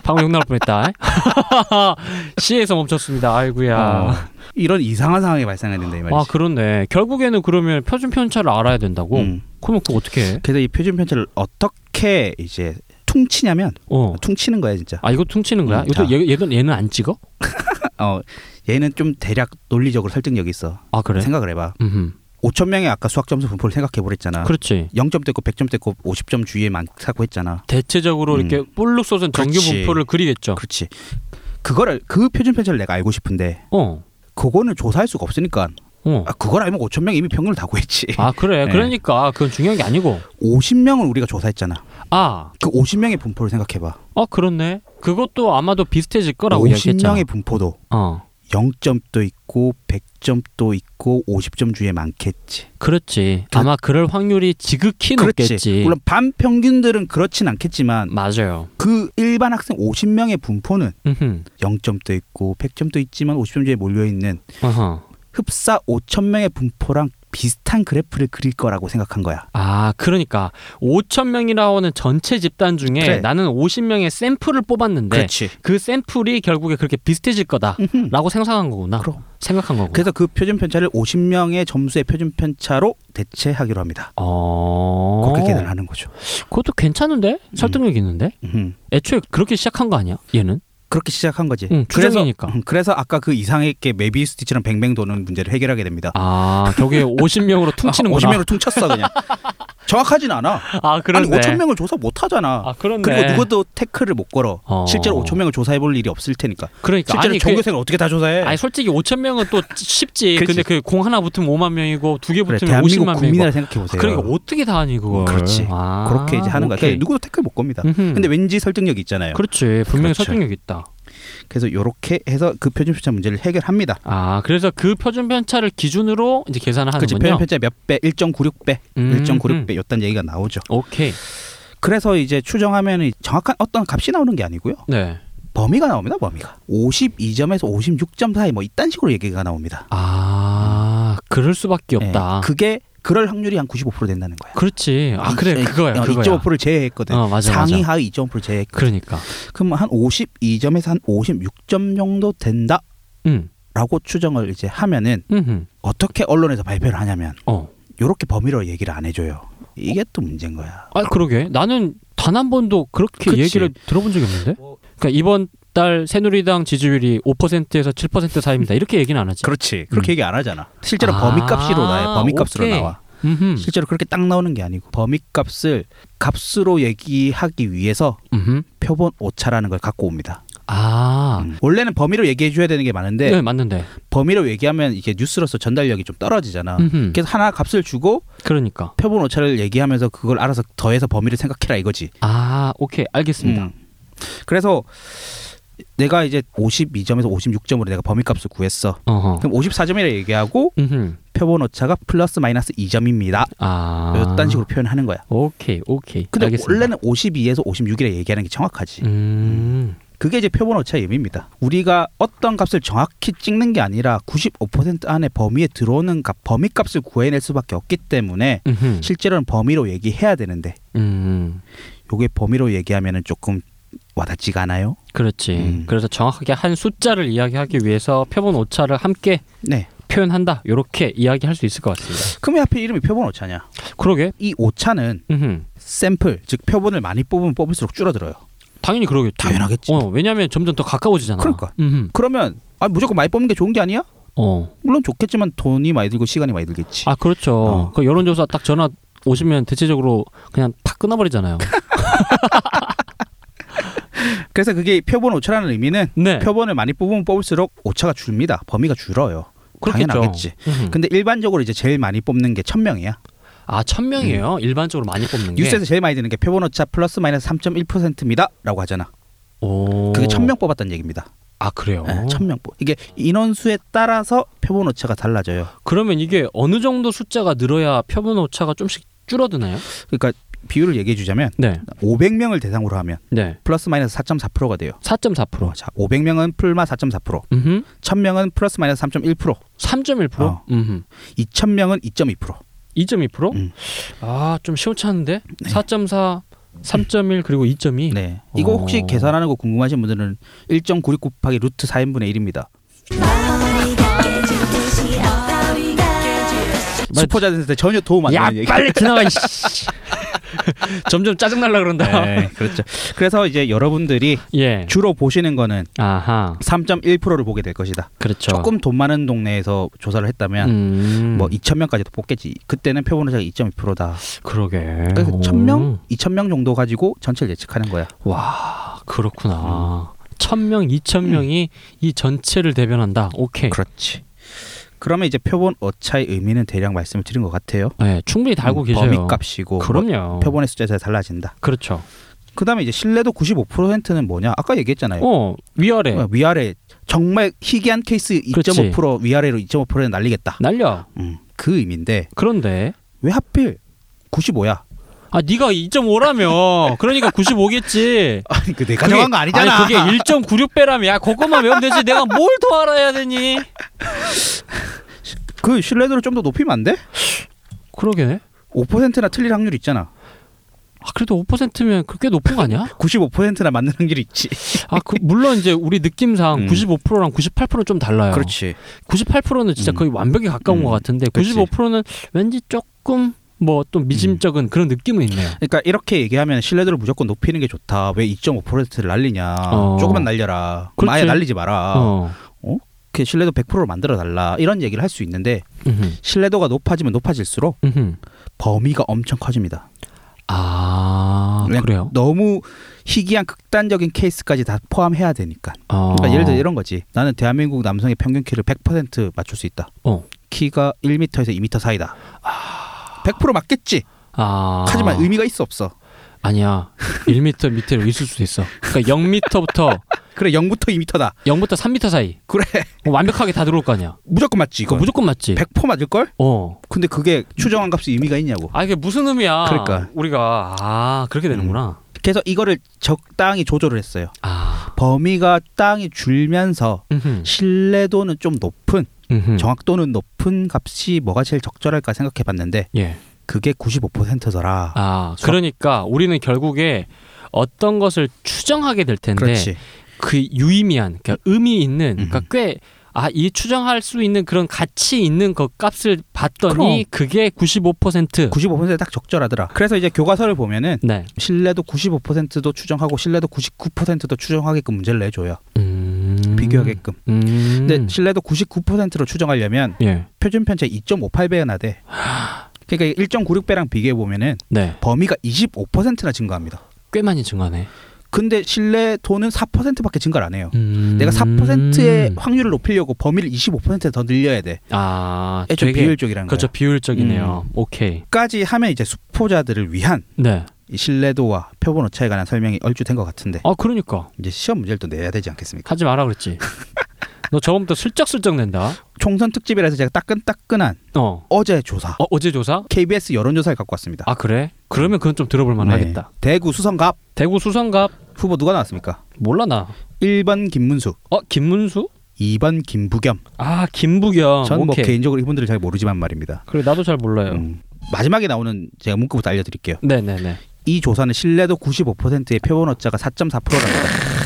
Speaker 2: 방금 욕 나올 뻔했다. C에서 멈췄습니다. 아이구야.
Speaker 3: 어. 이런 이상한 상황이 발생해야 다이 말이지.
Speaker 2: 아 그렇네. 결국에는 그러면 표준 편차를 알아야 된다고.
Speaker 3: 음.
Speaker 2: 그럼 그거 어떻게 해?
Speaker 3: 그래서 이 표준 편차를 어떻게 이제 퉁치냐면
Speaker 2: 어.
Speaker 3: 퉁치는 거야 진짜.
Speaker 2: 아 이거 퉁치는 거야?
Speaker 3: 음,
Speaker 2: 이것도
Speaker 3: 자.
Speaker 2: 얘, 얘도 얘는 안 찍어?
Speaker 3: 어 얘는 좀 대략 논리적으로 설득력이 있어.
Speaker 2: 아 그래?
Speaker 3: 생각을 해봐.
Speaker 2: 음.
Speaker 3: 5천 명의 아까 수학 점수 분포를 생각해 보랬잖아.
Speaker 2: 그렇지.
Speaker 3: 0점 됐고 100점 됐고 50점 주위에 많다고 했잖아.
Speaker 2: 대체적으로
Speaker 3: 음.
Speaker 2: 이렇게 볼록 쏟은 정규
Speaker 3: 그렇지.
Speaker 2: 분포를 그리겠죠.
Speaker 3: 그렇지. 그거를 그 표준 편차를 내가 알고 싶은데
Speaker 2: 어.
Speaker 3: 그거는 조사할 수가 없으니까
Speaker 2: 어.
Speaker 3: 아, 그걸 알면 5천 명 이미 평균을 다 구했지.
Speaker 2: 아 그래.
Speaker 3: 네.
Speaker 2: 그러니까 그건 중요한 게 아니고.
Speaker 3: 50명을 우리가 조사했잖아.
Speaker 2: 아,
Speaker 3: 그 50명의 분포를 생각해 봐.
Speaker 2: 어 그렇네. 그것도 아마도 비슷해질 거라고 이야기했잖아.
Speaker 3: 뭐 50명의 분포도
Speaker 2: 어.
Speaker 3: 0점도 있고 100점도 있고 50점 주에 많겠지.
Speaker 2: 그렇지.
Speaker 3: 그-
Speaker 2: 아마 그럴 확률이 지극히 높겠지.
Speaker 3: 물론 반평균들은 그렇진 않겠지만
Speaker 2: 맞아요.
Speaker 3: 그 일반 학생 50명의 분포는
Speaker 2: 음.
Speaker 3: 0점도 있고 100점도 있지만 50점 주에 몰려 있는
Speaker 2: 어허.
Speaker 3: 흡사 5천 명의 분포랑 비슷한 그래프를 그릴 거라고 생각한 거야.
Speaker 2: 아, 그러니까 5천 명이라고 하는 전체 집단 중에
Speaker 3: 그래.
Speaker 2: 나는 50명의 샘플을 뽑았는데 그
Speaker 3: 그렇지.
Speaker 2: 샘플이 결국에 그렇게 비슷해질 거다라고
Speaker 3: 음흠.
Speaker 2: 생각한 거구나.
Speaker 3: 그럼.
Speaker 2: 생각한 거구나.
Speaker 3: 그래서 그 표준 편차를 50명의 점수의 표준 편차로 대체하기로 합니다.
Speaker 2: 어.
Speaker 3: 그렇게 계산을 하는 거죠.
Speaker 2: 그것도 괜찮은데? 설득력 있는데?
Speaker 3: 음.
Speaker 2: 애초에 그렇게 시작한 거 아니야? 얘는?
Speaker 3: 그렇게 시작한 거지.
Speaker 2: 응, 추정이니까.
Speaker 3: 그래서, 음, 그래서 아까 그 이상하게 메비우스티처럼 뱅뱅 도는 문제를 해결하게 됩니다.
Speaker 2: 아, 저게 50명으로 퉁치는구나.
Speaker 3: 아, 50명을 퉁쳤어 그냥. 정확하진 않아.
Speaker 2: 아, 그러네.
Speaker 3: 아니 5천 명을 조사 못 하잖아.
Speaker 2: 아, 그렇네.
Speaker 3: 그리고 누구도 태클을 못 걸어.
Speaker 2: 어.
Speaker 3: 실제로 5천 명을 조사해 볼 일이 없을 테니까.
Speaker 2: 그러니까
Speaker 3: 실제로
Speaker 2: 아니 그-
Speaker 3: 전교생을 어떻게 다 조사해?
Speaker 2: 아니 솔직히 5천 명은 또 쉽지.
Speaker 3: 네. 그치.
Speaker 2: 근데 그 공 하나 붙으면 5만 명이고 두 개
Speaker 3: 그래,
Speaker 2: 붙으면
Speaker 3: 대한민국
Speaker 2: 50만 명이고.
Speaker 3: 국민이라 생각해 보세요.
Speaker 2: 그러니까 어떻게 다 하니 그걸.
Speaker 3: 그렇지.
Speaker 2: 아,
Speaker 3: 그렇게 이제 하는 거야.
Speaker 2: 오케이.
Speaker 3: 그러니까 누구도 태클 못 겁니다.
Speaker 2: 음흠.
Speaker 3: 근데 왠지 설득력 이 있잖아요.
Speaker 2: 그렇지. 분명히
Speaker 3: 그렇죠.
Speaker 2: 설득력 있다.
Speaker 3: 그래서 이렇게 해서 그 표준 표차 문제를 해결합니다.
Speaker 2: 아, 그래서 그 표준 편차를 기준으로 이제 계산을
Speaker 3: 그치
Speaker 2: 하는군요.
Speaker 3: 표준 표차 몇 배? 1.96배,
Speaker 2: 음,
Speaker 3: 1.96배 요딴 얘기가 나오죠.
Speaker 2: 오케이.
Speaker 3: 그래서 이제 추정하면 정확한 어떤 값이 나오는 게 아니고요.
Speaker 2: 네.
Speaker 3: 범위가 나옵니다. 범위가 52점에서 56점 사이 뭐 이딴 식으로 얘기가 나옵니다.
Speaker 2: 아, 그럴 수밖에 없다.
Speaker 3: 예, 음. 그게 그럴 확률이 한 95% 된다는 거야.
Speaker 2: 그, 렇지아, 그래.
Speaker 3: 이-
Speaker 2: 그거야.
Speaker 3: 어,
Speaker 2: 그거야.
Speaker 3: 2.5%를 제외했거든.
Speaker 2: 어, 맞아,
Speaker 3: 상위
Speaker 2: 맞아.
Speaker 3: 하위 2.5%를 제외했거든.
Speaker 2: 그러니까.
Speaker 3: 그럼 한 52점에서 한 56점 정도 된다라고
Speaker 2: 음.
Speaker 3: 추정을 이제 하면은
Speaker 2: 음, 음.
Speaker 3: 어떻게 언론에서 발표를 하냐면
Speaker 2: 어.
Speaker 3: 요렇게 범위로 얘기를 안 해줘요. 이게 또 문제인 거야.
Speaker 2: 아, 그러게. 나는 단 한 번도 그렇게
Speaker 3: 그치. 뭐
Speaker 2: 얘기를 들어본 적이 없는데. 그러니까 이번 달 새누리당 지지율이 5%에서 7% 사이입니다. 이렇게 얘기는 안 하지.
Speaker 3: 그렇지. 그렇게
Speaker 2: 음.
Speaker 3: 얘기 안 하잖아. 실제로
Speaker 2: 아,
Speaker 3: 범위값으로 나와. 범위값으로
Speaker 2: 오케이.
Speaker 3: 나와.
Speaker 2: 음흠.
Speaker 3: 실제로 그렇게 딱 나오는 게 아니고 범위값을 값으로 얘기하기 위해서
Speaker 2: 음흠.
Speaker 3: 표본 오차라는 걸 갖고 옵니다.
Speaker 2: 아.
Speaker 3: 음. 원래는 범위로 얘기해 줘야 되는 게 많은데
Speaker 2: 네. 맞는데.
Speaker 3: 범위로 얘기하면 이게 뉴스로서 전달력이 좀 떨어지잖아.
Speaker 2: 음흠.
Speaker 3: 그래서 하나 값을 주고
Speaker 2: 그러니까.
Speaker 3: 표본 오차를 얘기하면서 그걸 알아서 더해서 범위를 생각해라 이거지.
Speaker 2: 아, 오케이. 알겠습니다.
Speaker 3: 음. 그래서 내가 이제 52점에서 56점으로 내가 범위값을 구했어.
Speaker 2: 어허.
Speaker 3: 그럼 54점이라 얘기하고
Speaker 2: 음흠.
Speaker 3: 표본 오차가 플러스 마이너스 2점입니다.
Speaker 2: 아.
Speaker 3: 이딴 식으로 표현하는 거야.
Speaker 2: 오케이. 오케이.
Speaker 3: 근데
Speaker 2: 알겠습니다.
Speaker 3: 원래는 52에서 56이라 얘기하는 게 정확하지.
Speaker 2: 음.
Speaker 3: 그게 이제 표본 오차의 의미입니다. 우리가 어떤 값을 정확히 찍는 게 아니라 95% 안에 범위에 들어오는 값, 범위 값을 구해낼 수밖에 없기 때문에
Speaker 2: 음흠.
Speaker 3: 실제로는 범위로 얘기해야 되는데
Speaker 2: 음.
Speaker 3: 요게 범위로 얘기하면은 조금 와닿지가 않아요.
Speaker 2: 그렇지.
Speaker 3: 음.
Speaker 2: 그래서 정확하게 한 숫자를 이야기하기 위해서 표본 오차를 함께
Speaker 3: 네.
Speaker 2: 표현한다. 요렇게 이야기할 수 있을 것 같습니다.
Speaker 3: 그럼 왜 하필 이름이 표본 오차냐?
Speaker 2: 그러게.
Speaker 3: 이 오차는
Speaker 2: 음흠.
Speaker 3: 샘플, 즉 표본을 많이 뽑으면 뽑을수록 줄어들어요.
Speaker 2: 당연히 그러겠죠.
Speaker 3: 당연하겠지.
Speaker 2: 어, 왜냐면 점점 더 가까워지잖아.
Speaker 3: 그러니까.
Speaker 2: 음.
Speaker 3: 그러면 아 무조건 많이 뽑는 게 좋은 게 아니야?
Speaker 2: 어.
Speaker 3: 물론 좋겠지만 돈이 많이 들고 시간이 많이 들겠지.
Speaker 2: 아, 그렇죠.
Speaker 3: 어.
Speaker 2: 그 여론조사 딱 전화 오시면 대체적으로 그냥 탁 끊어버리잖아요. 아.
Speaker 3: 그래서 그게 표본 오차라는 의미는
Speaker 2: 네.
Speaker 3: 표본을 많이 뽑으면 뽑을수록 오차가 줍니다. 범위가 줄어요.
Speaker 2: 그렇겠죠.
Speaker 3: 당연하겠지.
Speaker 2: 음.
Speaker 3: 근데 일반적으로 이제 제일 많이 뽑는 게 1000명이야.
Speaker 2: 아, 천 명이에요.
Speaker 3: 음.
Speaker 2: 일반적으로 많이 뽑는 게.
Speaker 3: 뉴스에서 제일 많이 드는 게 표본 오차 플러스 마이너스 3.1%입니다라고 하잖아.
Speaker 2: 오.
Speaker 3: 그게 1000명 뽑았다는 얘기입니다.
Speaker 2: 아 그래요.
Speaker 3: 네, 천 명분. 이게 인원수에 따라서 표본 오차가 달라져요.
Speaker 2: 그러면 이게 어느 정도 숫자가 늘어야 표본 오차가 좀씩 줄어드나요?
Speaker 3: 그러니까 비율을 얘기해 주자면
Speaker 2: 네,
Speaker 3: 500명을 대상으로 하면
Speaker 2: 네,
Speaker 3: 플러스 마이너스 4.4%가 돼요.
Speaker 2: 4.4%.
Speaker 3: 자, 500명은 풀마 4.4%,
Speaker 2: 음,
Speaker 3: 1000명은 플러스 마이너스 3.1%,
Speaker 2: 3.1%.
Speaker 3: 어.
Speaker 2: 음,
Speaker 3: 2000명은 2.2%.
Speaker 2: 2.2%?
Speaker 3: 음.
Speaker 2: 아, 좀 시원찮은데? 4.4, 3.1 그리고 2.2.
Speaker 3: 네. 이거 혹시
Speaker 2: 어.
Speaker 3: 계산하는 거 궁금하신 분들은 1.96 곱하기 루트 4인분의 1입니다. 수포자한테 전혀 도움 안
Speaker 2: 야,
Speaker 3: 되는 얘기.
Speaker 2: 빨리 지나가. 이씨. 점점 짜증 날라 그런다.
Speaker 3: 네, 그렇죠. 그래서 이제 여러분들이
Speaker 2: 예.
Speaker 3: 주로 보시는 거는
Speaker 2: 아하.
Speaker 3: 3.1%를 보게 될 것이다.
Speaker 2: 그렇죠.
Speaker 3: 조금 돈 많은 동네에서 조사를 했다면
Speaker 2: 음.
Speaker 3: 뭐 2,000명까지도 뽑겠지. 그때는 표본 오차가 2.2%다.
Speaker 2: 그러게.
Speaker 3: 그러니까
Speaker 2: 오.
Speaker 3: 1,000명, 2,000명 정도 가지고 전체를 예측하는 거야.
Speaker 2: 와, 그렇구나. 1000명, 2000명이 이 전체를 대변한다. 오케이.
Speaker 3: 음. 그렇지. 그러면 이제 표본 오차의 의미는 대략 말씀을 드린 것 같아요.
Speaker 2: 네, 충분히 다 알고
Speaker 3: 음,
Speaker 2: 계셔요.
Speaker 3: 범위값이고 뭐
Speaker 2: 그럼요.
Speaker 3: 표본의 숫자에 따라 달라진다.
Speaker 2: 그렇죠.
Speaker 3: 그다음에 이제 신뢰도 95%는 뭐냐? 아까 얘기했잖아요.
Speaker 2: 어, 위아래
Speaker 3: 어, 위아래 정말 희귀한 케이스
Speaker 2: 그렇지.
Speaker 3: 2.5% 위아래로 2.5%는 날리겠다.
Speaker 2: 날려.
Speaker 3: 음, 그 의미인데
Speaker 2: 그런데
Speaker 3: 왜 하필 95야?
Speaker 2: 아, 네가 2.5라며. 그러니까 95겠지.
Speaker 3: 아니 그 내가
Speaker 2: 그게-
Speaker 3: 정한 거 아니잖아.
Speaker 2: 아니, 그게 1.96배라며. 야, 그것만 외우면 되지. 내가 뭘 더 알아야 되니?
Speaker 3: 그 신뢰도를 좀 더 높이면 안 돼?
Speaker 2: 그러게.
Speaker 3: 5%나 틀릴 확률 있잖아.
Speaker 2: 아, 그래도 5%면 그게 높은 거 아니야?
Speaker 3: 95%나 맞는 확률이 있지.
Speaker 2: 아, 그, 물론 이제 우리 느낌상
Speaker 3: 음.
Speaker 2: 95%랑 98%는 좀 달라요. 98%는 진짜
Speaker 3: 음.
Speaker 2: 거의 완벽에 가까운
Speaker 3: 음.
Speaker 2: 것 같은데
Speaker 3: 그치.
Speaker 2: 95%는 왠지 조금 뭐 또 미심쩍은 그런 느낌은 있네요.
Speaker 3: 그러니까 이렇게 얘기하면 신뢰도를 무조건 높이는 게 좋다. 왜 2.5%를 날리냐?
Speaker 2: 어.
Speaker 3: 조금만 날려라.
Speaker 2: 그렇지.
Speaker 3: 아예 날리지 마라.
Speaker 2: 어.
Speaker 3: 그 신뢰도 100%로 만들어 달라. 이런 얘기를 할 수 있는데
Speaker 2: 음흠.
Speaker 3: 신뢰도가 높아지면 높아질수록
Speaker 2: 음흠.
Speaker 3: 범위가 엄청 커집니다.
Speaker 2: 아
Speaker 3: 네.
Speaker 2: 그래요.
Speaker 3: 너무 희귀한 극단적인 케이스까지 다 포함해야 되니까.
Speaker 2: 어.
Speaker 3: 그러니까 예를 들어 이런 거지. 나는 대한민국 남성의 평균 키를 100% 맞출 수 있다.
Speaker 2: 어.
Speaker 3: 키가 1m에서 2m 사이다. 100% 맞겠지.
Speaker 2: 아
Speaker 3: 하지만 의미가 있어 없어.
Speaker 2: 아니야 1m 밑에로 있을 수도 있어. 그러니까 0m부터
Speaker 3: 그래 0부터 2m다.
Speaker 2: 0부터 3m 사이
Speaker 3: 그래
Speaker 2: 어, 완벽하게 다 들어올 거 아니야.
Speaker 3: 무조건 맞지
Speaker 2: 그거
Speaker 3: 이거.
Speaker 2: 무조건 맞지.
Speaker 3: 100% 맞을 걸?
Speaker 2: 어.
Speaker 3: 근데 그게 추정한 값이 의미가 있냐고.
Speaker 2: 아 이게 무슨 의미야?
Speaker 3: 그러니까.
Speaker 2: 우리가 아 그렇게 되는구나.
Speaker 3: 그래서 이거를 적당히 조절을 했어요.
Speaker 2: 아.
Speaker 3: 범위가 땅이 줄면서
Speaker 2: 음흠.
Speaker 3: 신뢰도는 좀 높은
Speaker 2: 음흠.
Speaker 3: 정확도는 높은 값이 뭐가 제일 적절할까 생각해봤는데
Speaker 2: 예.
Speaker 3: 그게 95%더라.
Speaker 2: 아,
Speaker 3: 저-
Speaker 2: 그러니까 우리는 결국에 어떤 것을 추정하게 될 텐데 그
Speaker 3: 그렇지.
Speaker 2: 유의미한, 그러니까 의미 있는,
Speaker 3: 음.
Speaker 2: 그러니까 꽤 아, 이 추정할 수 있는 그런 가치 있는 그 값을 봤더니 그게 95%.
Speaker 3: 95%에 딱 적절하더라. 그래서 이제 교과서를 보면은
Speaker 2: 네.
Speaker 3: 신뢰도 95%도 추정하고 신뢰도 99%도 추정하게끔 문제를 내줘요.
Speaker 2: 음.
Speaker 3: 비교하게끔.
Speaker 2: 음.
Speaker 3: 근데 신뢰도 99%로 추정하려면
Speaker 2: 예.
Speaker 3: 표준 편차의 2.58배나 돼. 그러니까 1.96배랑 비교해 보면은
Speaker 2: 네.
Speaker 3: 범위가 25%나 증가합니다.
Speaker 2: 꽤 많이 증가네.
Speaker 3: 근데 신뢰도는 4%밖에 증가를 안 해요.
Speaker 2: 음.
Speaker 3: 내가 4%의 확률을 높이려고 범위를 25%더 늘려야 돼.
Speaker 2: 아,
Speaker 3: 애초에
Speaker 2: 되게
Speaker 3: 비효율적이라는 음.
Speaker 2: 그렇죠.
Speaker 3: 거죠.
Speaker 2: 비효율적이네요. 오케이.
Speaker 3: 까지 하면 이제 수포자들을 위한
Speaker 2: 네.
Speaker 3: 이 신뢰도와 표본 오차에 관한 설명이 얼추된 것 같은데
Speaker 2: 아, 그러니까
Speaker 3: 이제 시험 문제를 또 내야 되지 않겠습니까?
Speaker 2: 하지 마라 그랬지. 너 저번부터 슬쩍슬쩍 낸다.
Speaker 3: 총선 특집이라서 제가 따끈따끈한
Speaker 2: 어.
Speaker 3: 어제 조사
Speaker 2: 어, 어제 조사?
Speaker 3: KBS 여론조사를 갖고 왔습니다.
Speaker 2: 아 그래? 그러면 그건 좀 들어볼 만하겠다.
Speaker 3: 네. 대구 수성갑
Speaker 2: 대구 수성갑
Speaker 3: 후보 누가 나왔습니까?
Speaker 2: 몰라 나.
Speaker 3: 1번 김문수,
Speaker 2: 어 김문수?
Speaker 3: 2번 김부겸.
Speaker 2: 아 김부겸.
Speaker 3: 전 뭐
Speaker 2: 오케이. 네.
Speaker 3: 개인적으로 이분들을 잘 모르지만 말입니다.
Speaker 2: 그래 나도 잘 몰라요.
Speaker 3: 음, 마지막에 나오는 제가 문구부터 알려드릴게요.
Speaker 2: 네네네.
Speaker 3: 이 조사는 신뢰도 95%의 표본 오차가 4.4%랍니다.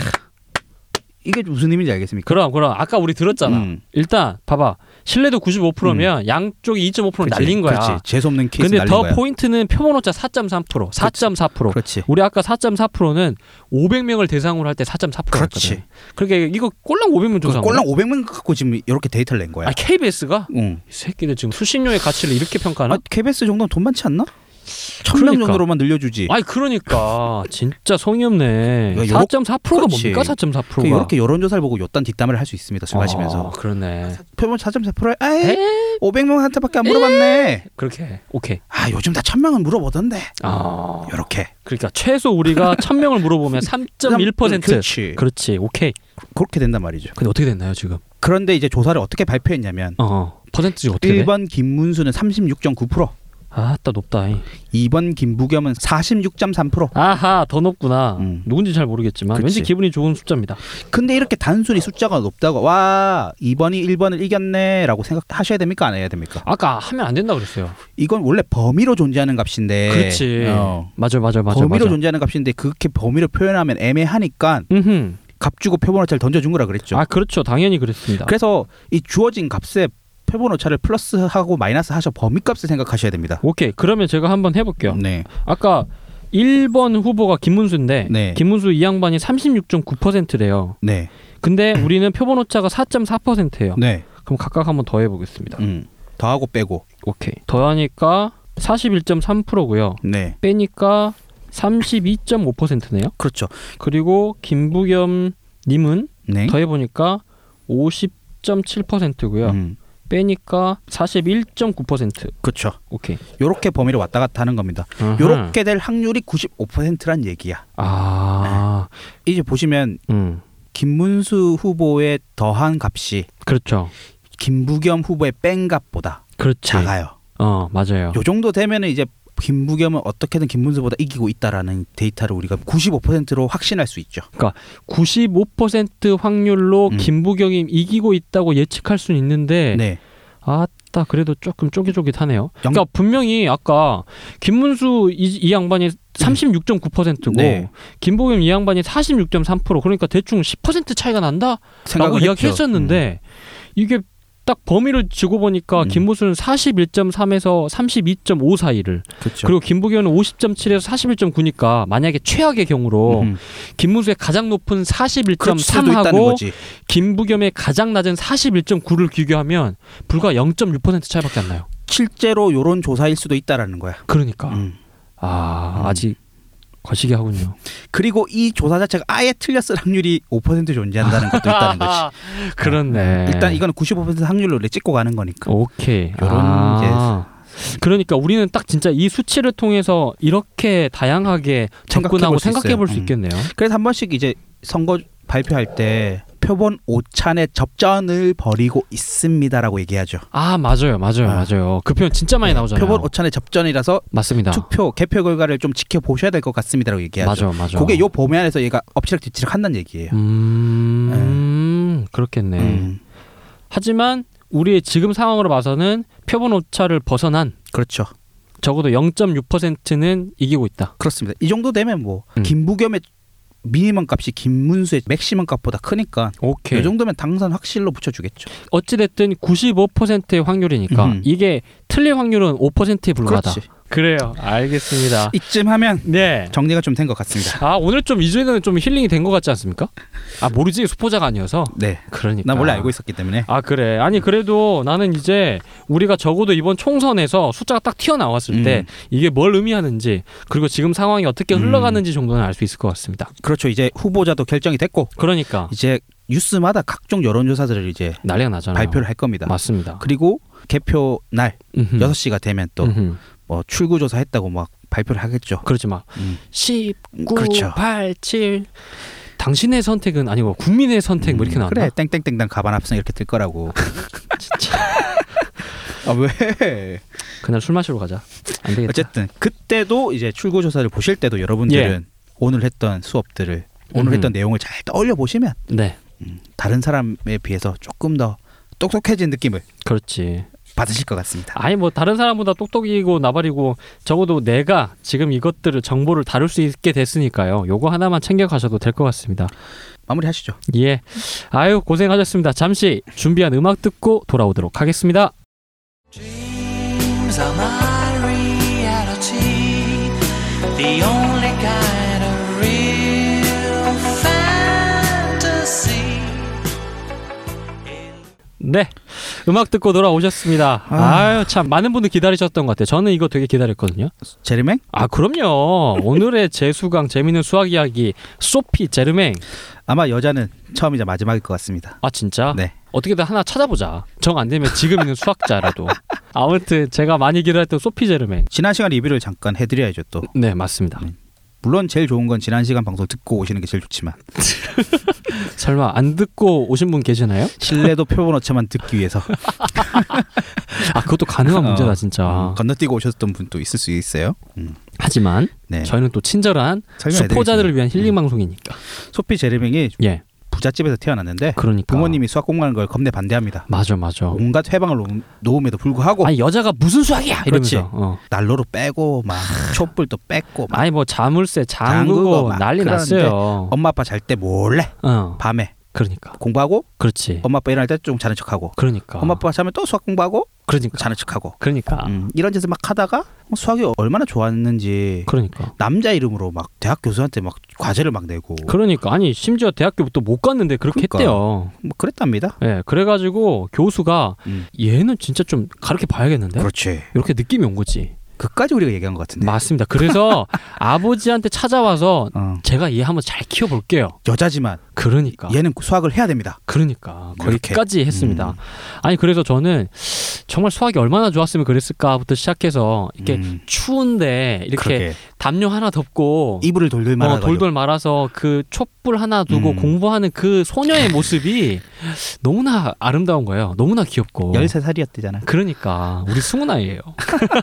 Speaker 3: 이게 무슨 의미인지 알겠습니까?
Speaker 2: 그럼 그럼 아까 우리 들었잖아.
Speaker 3: 음.
Speaker 2: 일단 봐봐 신뢰도 95%면 양쪽이 2.5%
Speaker 3: 그렇지,
Speaker 2: 날린 거야.
Speaker 3: 그렇지. 재수 없는 케이스
Speaker 2: 근데
Speaker 3: 날린
Speaker 2: 더
Speaker 3: 거야.
Speaker 2: 포인트는 표본오차 4.3%, 4.4%.
Speaker 3: 그렇지.
Speaker 2: 우리 아까 4.4%는 500명을 대상으로 할 때 4.4%였거든.
Speaker 3: 그렇지. 그
Speaker 2: 그러니까 이거 꼴랑 500명 조사.
Speaker 3: 꼴랑 500명 갖고 지금 이렇게 데이터를 낸 거야.
Speaker 2: 아 KBS가
Speaker 3: 응.
Speaker 2: 이 새끼들 지금 수신료의 가치를 이렇게 평가하나?
Speaker 3: 아, KBS 정도면 돈 많지 않나? 천명
Speaker 2: 그러니까.
Speaker 3: 정도로만 늘려주지.
Speaker 2: 아니 그러니까 진짜 성의 없네.
Speaker 3: 그러니까 요렇-
Speaker 2: 4.4%가
Speaker 3: 그렇지.
Speaker 2: 뭡니까? 4.4%가.
Speaker 3: 그 이렇게 여론조사를 보고 요딴 뒷담을 할 수 있습니다. 술
Speaker 2: 아,
Speaker 3: 마시면서.
Speaker 2: 그러네.
Speaker 3: 표본 4.4%에 아이
Speaker 2: 에?
Speaker 3: 500명한테밖에 안 물어봤네.
Speaker 2: 그렇게 해. 오케이.
Speaker 3: 아 요즘 다 1000명은 물어보던데.
Speaker 2: 아
Speaker 3: 요렇게.
Speaker 2: 그러니까 최소 우리가 1000명을 물어보면 3.1%.
Speaker 3: 그렇지.
Speaker 2: 그렇지. 오케이.
Speaker 3: 그렇게 된단 말이죠.
Speaker 2: 근데 어떻게 됐나요 지금?
Speaker 3: 그런데 이제 조사를 어떻게 발표했냐면
Speaker 2: 어, 어. 퍼센트지가 어떻게 돼?
Speaker 3: 1번 김문수는 36.9%,
Speaker 2: 아따 높다.
Speaker 3: 2번 김부겸은 46.3%.
Speaker 2: 아하 더 높구나.
Speaker 3: 음.
Speaker 2: 누군지 잘 모르겠지만
Speaker 3: 그치.
Speaker 2: 왠지 기분이 좋은 숫자입니다.
Speaker 3: 근데 이렇게 단순히 숫자가 높다고 와 2번이 1번을 이겼네라고 생각하셔야 됩니까 안 해야 됩니까?
Speaker 2: 아까 하면 안 된다 그랬어요.
Speaker 3: 이건 원래 범위로 존재하는 값인데.
Speaker 2: 그렇지.
Speaker 3: 예. 어.
Speaker 2: 맞아 맞아 맞아.
Speaker 3: 범위로
Speaker 2: 맞아.
Speaker 3: 존재하는 값인데 그렇게 범위로 표현하면 애매하니까
Speaker 2: 음흠.
Speaker 3: 값 주고 표본오차를 던져준 거라 그랬죠.
Speaker 2: 아 그렇죠. 당연히 그랬습니다.
Speaker 3: 그래서 이 주어진 값에 표본오차를 플러스하고 마이너스 하셔 범위값을 생각하셔야 됩니다.
Speaker 2: 오케이. 그러면 제가 한번 해볼게요.
Speaker 3: 네.
Speaker 2: 아까 1번 후보가 김문수인데
Speaker 3: 네.
Speaker 2: 김문수 이 양반이 36.9%래요.
Speaker 3: 네.
Speaker 2: 근데 우리는 표본 오차가 4.4%예요.
Speaker 3: 네.
Speaker 2: 그럼 각각 한번 더 해보겠습니다.
Speaker 3: 음. 더하고 빼고.
Speaker 2: 오케이. 더하니까 41.3%고요.
Speaker 3: 네.
Speaker 2: 빼니까 32.5%네요.
Speaker 3: 그렇죠.
Speaker 2: 그리고 김부겸 님은
Speaker 3: 네.
Speaker 2: 더해 보니까 50.7%고요.
Speaker 3: 음.
Speaker 2: 빼니까 41.9%.
Speaker 3: 그렇죠.
Speaker 2: 오케이.
Speaker 3: 요렇게 범위로 왔다 갔다 하는 겁니다. 요렇게 될 확률이 95%란 얘기야.
Speaker 2: 아.
Speaker 3: 이제 보시면
Speaker 2: 음.
Speaker 3: 김문수 후보의 더한 값이
Speaker 2: 그렇죠.
Speaker 3: 김부겸 후보의 뺀 값보다
Speaker 2: 그렇지.
Speaker 3: 작아요.
Speaker 2: 예. 어, 맞아요.
Speaker 3: 예. 요 정도 되면은 이제 김부겸은 어떻게든 김문수보다 이기고 있다라는 데이터를 우리가 95%로 확신할 수 있죠.
Speaker 2: 95% 확률로
Speaker 3: 음.
Speaker 2: 김부겸이 이기고 있다고 예측할 수는 있는데
Speaker 3: 네.
Speaker 2: 아따 그래도 조금 쫄깃쫄깃하네요.
Speaker 3: 영-
Speaker 2: 그러니까 분명히 아까 김문수 이, 이 양반이 36.9%고
Speaker 3: 네.
Speaker 2: 김부겸 이 양반이 46.3% 그러니까 대충 10% 차이가 난다라고
Speaker 3: 생각을 했죠.
Speaker 2: 이야기했었는데 이게 딱 범위를 지고 보니까
Speaker 3: 음.
Speaker 2: 김문수는 41.3에서 32.5 사이를
Speaker 3: 음, 그렇죠.
Speaker 2: 그리고 김부겸은 50.7에서 41.9니까 만약에 최악의 경우로
Speaker 3: 음,
Speaker 2: 김문수의 가장 높은
Speaker 3: 그렇죠. 그럴 수도 있다는
Speaker 2: 41.3하고
Speaker 3: 거지.
Speaker 2: 김부겸의 가장 낮은 41.9를 비교하면 불과 0.6% 차이밖에 안 나요.
Speaker 3: 실제로 요런 조사일 수도 있다라는 거야.
Speaker 2: 그러니까
Speaker 3: 음.
Speaker 2: 아
Speaker 3: 음.
Speaker 2: 아직 거시기 하군요.
Speaker 3: 그리고 이 조사 자체가 아예 틀렸을 확률이 5% 존재한다는 것도 있다는 거지. 음.
Speaker 2: 그렇네.
Speaker 3: 일단 이거는 95% 확률로 우리 찍고 가는 거니까.
Speaker 2: 오케이.
Speaker 3: 요런
Speaker 2: 아. 그러니까 우리는 딱 진짜 이 수치를 통해서 이렇게 다양하게 접근하고
Speaker 3: 생각해볼 수
Speaker 2: 생각해 볼 수
Speaker 3: 있어요. 음.
Speaker 2: 있겠네요.
Speaker 3: 그래서 한 번씩 이제 선거 발표할 때 표본 오찬의 접전을 벌이고 있습니다라고 얘기하죠.
Speaker 2: 아 맞아요, 맞아요,
Speaker 3: 아. 네.
Speaker 2: 맞아요. 그 표현 진짜 많이 나오잖아요.
Speaker 3: 표본 오찬의 접전이라서
Speaker 2: 맞습니다.
Speaker 3: 투표 개표 결과를 좀 지켜보셔야 될 것 같습니다라고 얘기하죠.
Speaker 2: 아. 맞아, 맞아.
Speaker 3: 그게 요 범위 안에서 얘가 엎치락 뒤치락 한다는 얘기예요.
Speaker 2: 음, 그렇겠네.
Speaker 3: 음,
Speaker 2: 하지만 우리의 지금 상황으로 봐서는 표본 오차를 벗어난
Speaker 3: 그렇죠.
Speaker 2: 적어도 0.6%는 이기고 있다.
Speaker 3: 그렇습니다. 이 정도 되면 뭐
Speaker 2: 음.
Speaker 3: 김부겸의 미니멈 값이 김문수의 맥시멈 값보다 크니까
Speaker 2: 오케이.
Speaker 3: 이그 정도면 당선 확실로 붙여주겠죠.
Speaker 2: 어찌됐든 95%의 확률이니까
Speaker 3: 음.
Speaker 2: 이게 틀릴 확률은 5%에 불과하다.
Speaker 3: 그렇지.
Speaker 2: 래요 알겠습니다.
Speaker 3: 이쯤 하면
Speaker 2: 네.
Speaker 3: 정리가 좀 된 것 같습니다.
Speaker 2: 아 오늘 좀 이주에는 좀 힐링이 된 것 같지 않습니까? 아 모르지 수포자가 아니어서
Speaker 3: 네,
Speaker 2: 그러니까.
Speaker 3: 난 원래 알고 있었기 때문에
Speaker 2: 아 그래. 아니 그래도 나는 이제 우리가 적어도 이번 총선에서 숫자가 딱 튀어나왔을
Speaker 3: 음.
Speaker 2: 때 이게 뭘 의미하는지 그리고 지금 상황이 어떻게
Speaker 3: 음.
Speaker 2: 흘러가는지 정도는 알 수 있을 것 같습니다.
Speaker 3: 그렇죠. 이제 후보자도 결정이 됐고
Speaker 2: 그러니까
Speaker 3: 이제 뉴스마다 각종 여론조사들을 이제
Speaker 2: 난리가 나잖아요.
Speaker 3: 발표를 할 겁니다.
Speaker 2: 맞습니다.
Speaker 3: 그리고 개표 날
Speaker 2: 음흠.
Speaker 3: 6시가 되면 또 뭐
Speaker 2: 음흠.
Speaker 3: 출구조사 했다고 막 발표를 하겠죠.
Speaker 2: 그렇지 막
Speaker 3: 음.
Speaker 2: 10, 9,
Speaker 3: 그렇죠.
Speaker 2: 8, 7 당신의 선택은 아니고 국민의 선택 뭐 이렇게 나왔나?
Speaker 3: 음, 그래 땡땡땡당 가반 합성 이렇게 뜰 거라고. 진짜. 아 왜?
Speaker 2: 그날 술 마시러 가자. 안 되겠다.
Speaker 3: 어쨌든 그때도 이제 출구 조사를 보실 때도 여러분들은 오늘 했던 수업들을 오늘
Speaker 2: 예. 음.
Speaker 3: 했던 내용을 잘 떠올려 보시면
Speaker 2: 네.
Speaker 3: 다른 사람에 비해서 조금 더 똑똑해진 느낌을
Speaker 2: 그렇지.
Speaker 3: 받으실 것 같습니다.
Speaker 2: 아니 뭐 다른 사람보다 똑똑이고 나발이고 적어도 내가 지금 이것들을 정보를 다룰 수 있게 됐으니까요. 요거 하나만 챙겨 가셔도 될 것 같습니다.
Speaker 3: 마무리하시죠.
Speaker 2: 예. 아유 고생하셨습니다. 잠시 준비한 음악 듣고 돌아오도록 하겠습니다.
Speaker 5: Dreams are my reality. The only kind of real fantasy.
Speaker 2: 네. 음악 듣고 돌아오셨습니다. 아. 유참 많은 분들 기다리셨던 것 같아요. 저는 이거 되게 기다렸거든요.
Speaker 3: 제르맹?
Speaker 2: 아 그럼요. 오늘의 재수강 재밌는 수학 이야기 소피 제르맹.
Speaker 3: 아마 여자는 처음이자 마지막일 것 같습니다.
Speaker 2: 아 진짜?
Speaker 3: 네.
Speaker 2: 어떻게든 하나 찾아보자. 정 안 되면 지금 있는 수학자라도. 아무튼 제가 많이 기다렸던 소피 제르맹.
Speaker 3: 지난 시간 리뷰를 잠깐 해드려야죠 또.
Speaker 2: 네 맞습니다.
Speaker 3: 물론 제일 좋은 건 지난 시간 방송 듣고 오시는 게 제일 좋지만
Speaker 2: 설마 안 듣고 오신 분 계시나요?
Speaker 3: 신뢰도 표본 어체만 듣기 위해서
Speaker 2: 아 그것도 가능한
Speaker 3: 어.
Speaker 2: 문제다 진짜.
Speaker 3: 음, 건너뛰고 오셨던 분도 있을 수 있어요. 음.
Speaker 2: 하지만
Speaker 3: 네.
Speaker 2: 저희는 또 친절한
Speaker 3: 설명해드리겠습니다. 음.
Speaker 2: 수포자들을 위한 힐링 방송이니까.
Speaker 3: 소피 제르맹이
Speaker 2: 예.
Speaker 3: 부잣집에서 태어났는데
Speaker 2: 그러니까.
Speaker 3: 부모님이 음. 수학 공부하는 걸 겁내 반대합니다.
Speaker 2: 맞아 맞아. 어.
Speaker 3: 온갖 해방을 놓- 놓음에도 불구하고
Speaker 2: 아니 여자가 무슨 수학이야
Speaker 3: 그렇지.
Speaker 2: 이러면서. 어.
Speaker 3: 난로로 빼고 막 촛불도 뺐고 막
Speaker 2: 아니 뭐 자물쇠
Speaker 3: 잠그고
Speaker 2: 잠그고
Speaker 3: 막
Speaker 2: 난리
Speaker 3: 그러는데
Speaker 2: 났어요.
Speaker 3: 엄마 아빠 잘 때 몰래
Speaker 2: 어.
Speaker 3: 밤에
Speaker 2: 그러니까.
Speaker 3: 공부하고
Speaker 2: 그렇지.
Speaker 3: 엄마 아빠 일어날 때 좀 자는 척하고
Speaker 2: 그러니까.
Speaker 3: 엄마 음. 아빠 자면 또 수학 공부하고
Speaker 2: 그러니까.
Speaker 3: 자는 척하고
Speaker 2: 그러니까.
Speaker 3: 음, 이런 짓을 막 하다가 뭐 수학이 얼마나 좋았는지
Speaker 2: 그러니까.
Speaker 3: 남자 이름으로 막 대학 교수한테 막 과제를 막 내고
Speaker 2: 그러니까 아니 심지어 대학교부터 못 갔는데 그렇게
Speaker 3: 그러니까.
Speaker 2: 했대요.
Speaker 3: 뭐 그랬답니다.
Speaker 2: 예. 그래가지고 교수가
Speaker 3: 음.
Speaker 2: 얘는 진짜 좀 가르쳐 봐야겠는데.
Speaker 3: 그렇지. 네.
Speaker 2: 이렇게 느낌이 온 거지.
Speaker 3: 그까지 우리가 얘기한 것 같은데.
Speaker 2: 맞습니다. 그래서 아버지한테 찾아와서
Speaker 3: 어,
Speaker 2: 제가 얘 한번 잘 키워볼게요.
Speaker 3: 여자지만
Speaker 2: 그러니까.
Speaker 3: 얘는 수학을 해야 됩니다.
Speaker 2: 그러니까
Speaker 3: 예. 이렇게.
Speaker 2: 거기까지 했습니다.
Speaker 3: 음.
Speaker 2: 아니 그래서 저는 정말 수학이 얼마나 좋았으면 그랬을까부터 시작해서 이렇게
Speaker 3: 음,
Speaker 2: 추운데 이렇게
Speaker 3: 그렇게
Speaker 2: 담요 하나 덮고
Speaker 3: 이불을 돌돌 말아
Speaker 2: 어, 돌돌 말아서 그 촛불 하나 두고
Speaker 3: 음.
Speaker 2: 공부하는 그 소녀의 모습이 너무나 아름다운 거예요. 너무나 귀엽고.
Speaker 3: 13살이었대잖아.
Speaker 2: 그러니까 우리 승훈 아이예요.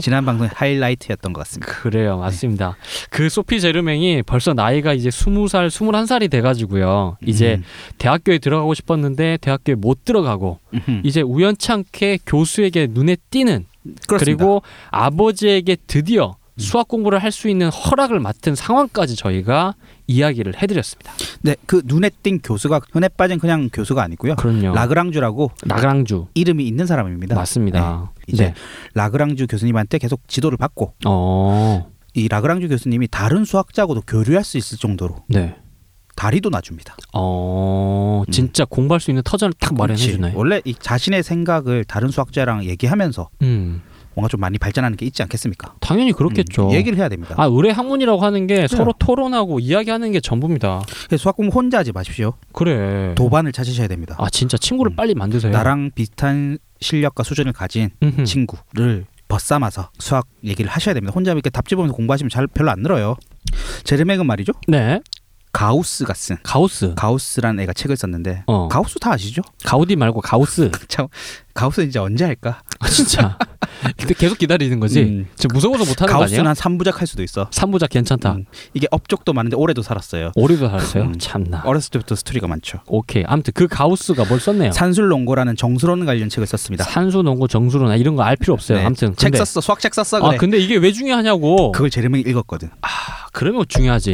Speaker 3: 지난 방송 하이라이트였던 것 같습니다.
Speaker 2: 그래요, 맞습니다. 그 소피 제르맹이 벌써 나이가 이제 스무 살, 스물한 살이 돼가지고요. 그 이제
Speaker 3: 음.
Speaker 2: 대학교에 들어가고 싶었는데 대학교에 못 들어가고
Speaker 3: 음흠.
Speaker 2: 이제 우연찮게 교수에게 눈에 띄는
Speaker 3: 그렇습니다.
Speaker 2: 그리고 아버지에게 드디어 수학 공부를 할 수 있는 허락을 맡은 상황까지 저희가 이야기를 해드렸습니다.
Speaker 3: 네, 그 눈에 띈 교수가 눈에 빠진 그냥 교수가 아니고요.
Speaker 2: 그럼요.
Speaker 3: 라그랑주라고
Speaker 2: 나그랑주
Speaker 3: 이름이 있는 사람입니다.
Speaker 2: 맞습니다.
Speaker 3: 네, 이제 라그랑주 교수님한테 계속 지도를 받고
Speaker 2: 어,
Speaker 3: 이 라그랑주 교수님이 다른 수학자하고도 교류할 수 있을 정도로
Speaker 2: 네,
Speaker 3: 다리도 놔줍니다.
Speaker 2: 어, 진짜 공부할 수 있는 터전을 딱 마련해
Speaker 3: 그렇지.
Speaker 2: 주나요?
Speaker 3: 원래 이 자신의 생각을 다른 수학자랑 얘기하면서
Speaker 2: 음,
Speaker 3: 뭔가 좀 많이 발전하는 게 있지 않겠습니까?
Speaker 2: 당연히 그렇겠죠.
Speaker 3: 음, 얘기를 네. 해야 됩니다.
Speaker 2: 아, 의뢰 학문이라고 하는 게 서로 토론하고 이야기하는 게 전부입니다.
Speaker 3: 그래서 예, 수학 공부 혼자 하지 마십시오.
Speaker 2: 그래.
Speaker 3: 도반을 찾으셔야 됩니다.
Speaker 2: 네. 아, 진짜 친구를
Speaker 3: 음.
Speaker 2: 빨리 만드세요.
Speaker 3: 나랑 비슷한 실력과 수준을 가진
Speaker 2: 음흠.
Speaker 3: 친구를 벗삼아서 수학 얘기를 하셔야 됩니다. 혼자 이렇게 답지 보면서 공부하시면 잘 별로 안 늘어요. 제르맹은 말이죠.
Speaker 2: 네,
Speaker 3: 가우스가 쓴
Speaker 2: 가우스.
Speaker 3: 가우스라는 애가 책을 썼는데
Speaker 2: 어.
Speaker 3: 가우스 음. 다 아시죠?
Speaker 2: 가우디 말고 가우스.
Speaker 3: 참 가우스 이제 언제 할까?
Speaker 2: 아, 진짜. 근데 계속 기다리는 거지.
Speaker 3: 음.
Speaker 2: 지금 무서워서 못 하는 거
Speaker 3: 가우스는
Speaker 2: 아니야?
Speaker 3: 한 3부작 할 수도 있어.
Speaker 2: 삼부작 괜찮다.
Speaker 3: 음. 이게 업적도 많은데 올해도 살았어요.
Speaker 2: 오리도 살았어요.
Speaker 3: 음.
Speaker 2: 참나.
Speaker 3: 어렸을 때부터 스토리가 많죠.
Speaker 2: 오케이. 아무튼 그 가우스가 뭘 썼네요.
Speaker 3: 산술농고라는 정수론 관련 책을 썼습니다.
Speaker 2: 산수 농구 정수로나 이런 거 알 필요 없어요.
Speaker 3: 네,
Speaker 2: 아무튼
Speaker 3: 책
Speaker 2: 근데
Speaker 3: 썼어. 수학 책 썼어.
Speaker 2: 아
Speaker 3: 그래.
Speaker 2: 근데 이게 왜 중요하냐고.
Speaker 3: 그걸 제르맹이 읽었거든.
Speaker 2: 아, 그러면 중요하지.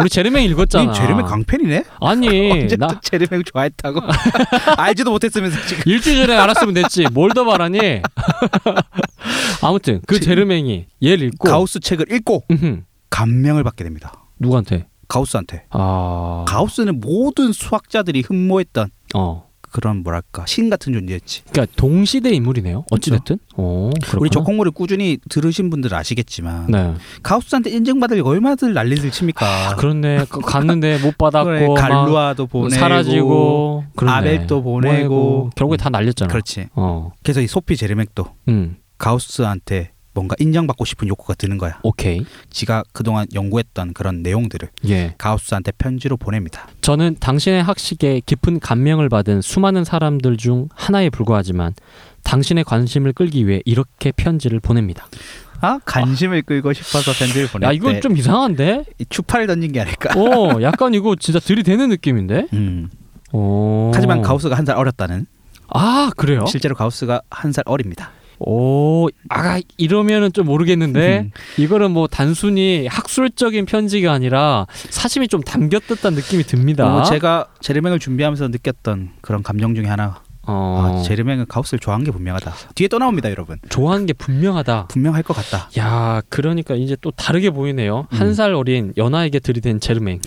Speaker 2: 우리 제르맹 읽었잖아.
Speaker 3: 니 제르맹 강팬이네?
Speaker 2: 아니
Speaker 3: 언제부터
Speaker 2: 나
Speaker 3: 제르맹 좋아했다고? 알지도 못했으면서 지금.
Speaker 2: 일주일 전에 알았으면 됐지. 뭘 더 말하니? 아무튼 그
Speaker 3: 제-
Speaker 2: 제르맹이 얘를 읽고
Speaker 3: 가우스 책을 읽고
Speaker 2: 음흠.
Speaker 3: 감명을 받게 됩니다.
Speaker 2: 누구한테?
Speaker 3: 가우스한테.
Speaker 2: 아,
Speaker 3: 가우스는 모든 수학자들이 흠모했던
Speaker 2: 어.
Speaker 3: 그런 뭐랄까 신 같은 존재였지.
Speaker 2: 그러니까 동시대 인물이네요. 어찌 됐든. 어, 그렇구나.
Speaker 3: 우리 저 콩물을 꾸준히 들으신 분들은 아시겠지만
Speaker 2: 네.
Speaker 3: 가우스한테 인증받을 얼마들 난리를 칩니까?
Speaker 2: 아, 그런데 그- 갔는데 못 받았고
Speaker 3: 그래,
Speaker 2: 막
Speaker 3: 갈루아도 보내고
Speaker 2: 사라지고 그러네.
Speaker 3: 아벨도 보내고.
Speaker 2: 결국에 다 날렸잖아.
Speaker 3: 그렇지.
Speaker 2: 어,
Speaker 3: 그래서 이 소피 제르맥도
Speaker 2: 음,
Speaker 3: 가우스한테 뭔가 인정받고 싶은 욕구가 드는 거야.
Speaker 2: 오케이.
Speaker 3: 지가 그동안 연구했던 그런 내용들을
Speaker 2: 예,
Speaker 3: 가우스한테 편지로 보냅니다.
Speaker 2: 저는 당신의 학식에 깊은 감명을 받은 수많은 사람들 중 하나에 불과하지만 당신의 관심을 끌기 위해 이렇게 편지를 보냅니다.
Speaker 3: 아 관심을 끌고 싶어서 편지를 보냈대.
Speaker 2: 야, 이건 좀 이상한데?
Speaker 3: 이 추파를 던진 게 아닐까.
Speaker 2: 어, 약간 이거 진짜 들이대는 느낌인데?
Speaker 3: 음.
Speaker 2: 어.
Speaker 3: 하지만 가우스가 한 살 어렸다는.
Speaker 2: 아, 그래요?
Speaker 3: 실제로 가우스가 한 살 어립니다.
Speaker 2: 오, 아, 이러면은 좀 모르겠는데.
Speaker 3: 음.
Speaker 2: 이거는 뭐 단순히 학술적인 편지가 아니라 사심이 좀 담겼듯한 느낌이 듭니다.
Speaker 3: 어, 제가 제르맹을 준비하면서 느꼈던 그런 감정 중에 하나.
Speaker 2: 어,
Speaker 3: 아, 제르맹은 가우스를 좋아한 게 분명하다. 뒤에 또 나옵니다, 여러분.
Speaker 2: 좋아하는 게 분명하다.
Speaker 3: 분명할 것 같다.
Speaker 2: 야, 그러니까 이제 또 다르게 보이네요.
Speaker 3: 음.
Speaker 2: 한 살 어린 연하에게 들이댄 제르맹.